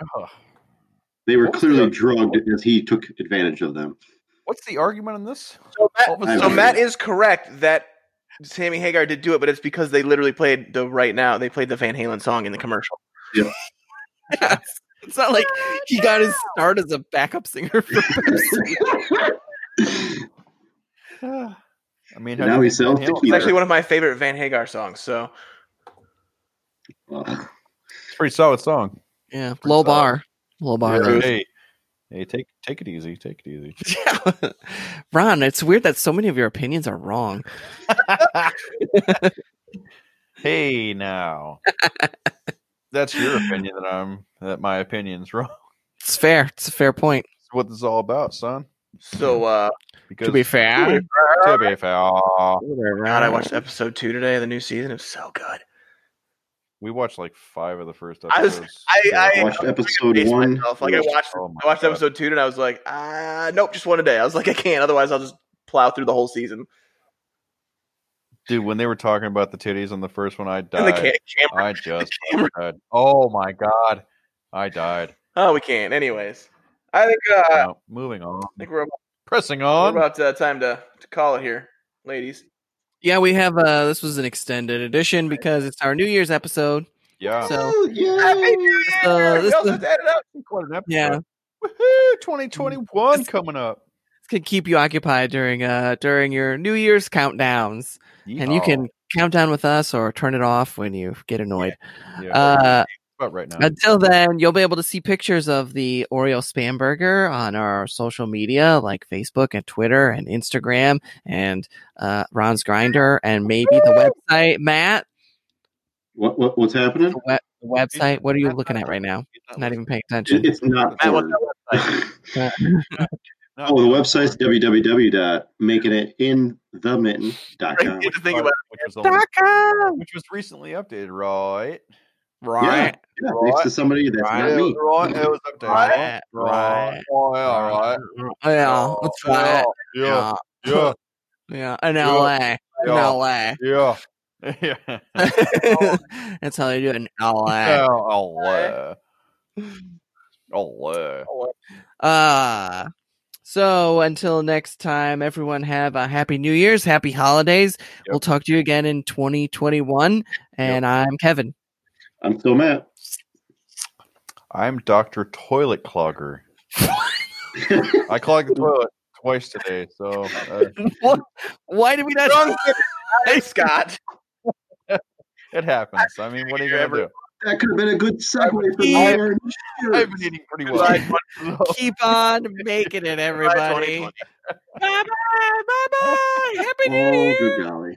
[SPEAKER 4] Ugh.
[SPEAKER 6] They were
[SPEAKER 4] What was
[SPEAKER 6] clearly
[SPEAKER 4] the-
[SPEAKER 6] drugged as he took advantage of them.
[SPEAKER 4] What's the argument on this?
[SPEAKER 3] So Matt,
[SPEAKER 4] What was
[SPEAKER 6] the
[SPEAKER 3] so
[SPEAKER 6] argument?
[SPEAKER 3] Matt is correct that Sammy Hagar did do it, but it's because they literally played the right now. They played the Van Halen song in the commercial.
[SPEAKER 5] it's not like he got his start as a backup singer for Pepsi.
[SPEAKER 4] I mean,
[SPEAKER 6] Now he sells
[SPEAKER 3] It's
[SPEAKER 6] Yeah.
[SPEAKER 3] actually one of my favorite Van Hagar songs. So
[SPEAKER 6] Ugh.
[SPEAKER 4] It's a pretty solid song.
[SPEAKER 5] yeah, low bar, low bar.
[SPEAKER 3] Yeah.
[SPEAKER 5] though.
[SPEAKER 4] Hey, hey, take take it easy. Take it easy.
[SPEAKER 5] Yeah. Ron, it's weird that so many of your opinions are wrong.
[SPEAKER 4] hey, now that's your opinion that I'm that my opinion's wrong.
[SPEAKER 5] It's fair. It's a fair point.
[SPEAKER 4] That's what this is all about, son.
[SPEAKER 3] so uh
[SPEAKER 4] Because
[SPEAKER 5] To be fair.
[SPEAKER 4] to be fair,
[SPEAKER 3] God, I watched episode two today of the new season. It was so good.
[SPEAKER 4] we watched like five of the first
[SPEAKER 3] I was-
[SPEAKER 4] episodes.
[SPEAKER 3] I-
[SPEAKER 6] I
[SPEAKER 3] I-
[SPEAKER 6] watched episode
[SPEAKER 3] Based
[SPEAKER 6] one.
[SPEAKER 3] myself. Like I watched
[SPEAKER 4] Oh my
[SPEAKER 3] I watched
[SPEAKER 4] God.
[SPEAKER 3] episode two and I was like, ah nope, just one a day. I was like, I can't, otherwise I'll just plow through the whole season.
[SPEAKER 4] Dude, when they were talking about the titties on the first one, I
[SPEAKER 3] And the
[SPEAKER 4] died.
[SPEAKER 3] ca- camera.
[SPEAKER 4] I just
[SPEAKER 3] camera.
[SPEAKER 4] died. Oh my god, I died.
[SPEAKER 3] Oh, we can't. Anyways. I think uh I
[SPEAKER 4] Now, moving on,
[SPEAKER 3] think we're about,
[SPEAKER 4] pressing
[SPEAKER 3] we're
[SPEAKER 4] on.
[SPEAKER 3] about uh, time to, to call it here, ladies.
[SPEAKER 5] Yeah, we have uh this was an extended edition because it's our New Year's episode.
[SPEAKER 4] Yeah,
[SPEAKER 5] So-
[SPEAKER 6] Oh,
[SPEAKER 3] Happy
[SPEAKER 6] yeah.
[SPEAKER 3] New
[SPEAKER 5] So,
[SPEAKER 3] Year! we
[SPEAKER 5] this
[SPEAKER 3] also
[SPEAKER 5] is-
[SPEAKER 3] had it up.
[SPEAKER 4] quite an episode.
[SPEAKER 5] Yeah. Mm,
[SPEAKER 4] Woohoo! 2021
[SPEAKER 5] This-
[SPEAKER 4] coming up.
[SPEAKER 5] It's gonna keep you occupied during uh during your New Year's countdowns. And you
[SPEAKER 4] Yeehaw.
[SPEAKER 5] can count down with us or turn it off when you get annoyed.
[SPEAKER 4] Yeah,
[SPEAKER 5] Uh
[SPEAKER 4] about right now.
[SPEAKER 5] until then, you'll be able to see pictures of the Oreo spam burger on our social media like Facebook and Twitter and Instagram and uh Ron's Grinder and maybe the website. Matt,
[SPEAKER 6] What, what what's happening?
[SPEAKER 5] the, we- the website, what are you looking at right now? Not even paying
[SPEAKER 6] It-
[SPEAKER 5] attention.
[SPEAKER 6] it's not
[SPEAKER 3] Matt, what's
[SPEAKER 6] porn.
[SPEAKER 3] that website?
[SPEAKER 4] No,
[SPEAKER 6] oh, the
[SPEAKER 4] no,
[SPEAKER 6] website's
[SPEAKER 4] no,
[SPEAKER 6] www.makingitinthemitten.com.
[SPEAKER 3] Get
[SPEAKER 4] which
[SPEAKER 3] the thing
[SPEAKER 4] was-
[SPEAKER 3] about
[SPEAKER 4] which was, only-
[SPEAKER 5] Daka!
[SPEAKER 4] which was recently updated, right?
[SPEAKER 5] Right.
[SPEAKER 6] Yeah, thanks to somebody that's
[SPEAKER 5] Right.
[SPEAKER 6] not me.
[SPEAKER 4] Right, it was updated.
[SPEAKER 5] Right, right,
[SPEAKER 4] Oh, yeah, right.
[SPEAKER 5] Yeah, that's right.
[SPEAKER 4] Yeah, yeah,
[SPEAKER 5] Yeah, in
[SPEAKER 4] Yeah.
[SPEAKER 5] LA. In
[SPEAKER 4] Yeah.
[SPEAKER 5] LA.
[SPEAKER 4] yeah. Yeah.
[SPEAKER 5] That's how they do it in LA.
[SPEAKER 4] Oh, uh, oh, uh.
[SPEAKER 5] Uh, so until next time, everyone have a happy New Year's, happy holidays. We'll talk to you again in 2021. And I'm Kevin.
[SPEAKER 6] I'm still Matt.
[SPEAKER 4] I'm Doctor Toilet Clogger. I clogged the toilet twice today, so uh,
[SPEAKER 5] What? Why did we not?
[SPEAKER 3] Hey, Scott.
[SPEAKER 4] it happens. I mean, what are you gonna do?
[SPEAKER 6] That could have been a good segue for
[SPEAKER 5] I've-
[SPEAKER 6] modern
[SPEAKER 4] I've
[SPEAKER 6] years.
[SPEAKER 4] been eating pretty well.
[SPEAKER 3] July 20,
[SPEAKER 5] Keep on making it, everybody.
[SPEAKER 3] July
[SPEAKER 5] bye bye. Bye bye. Happy New
[SPEAKER 6] Oh,
[SPEAKER 5] Year.
[SPEAKER 6] good golly.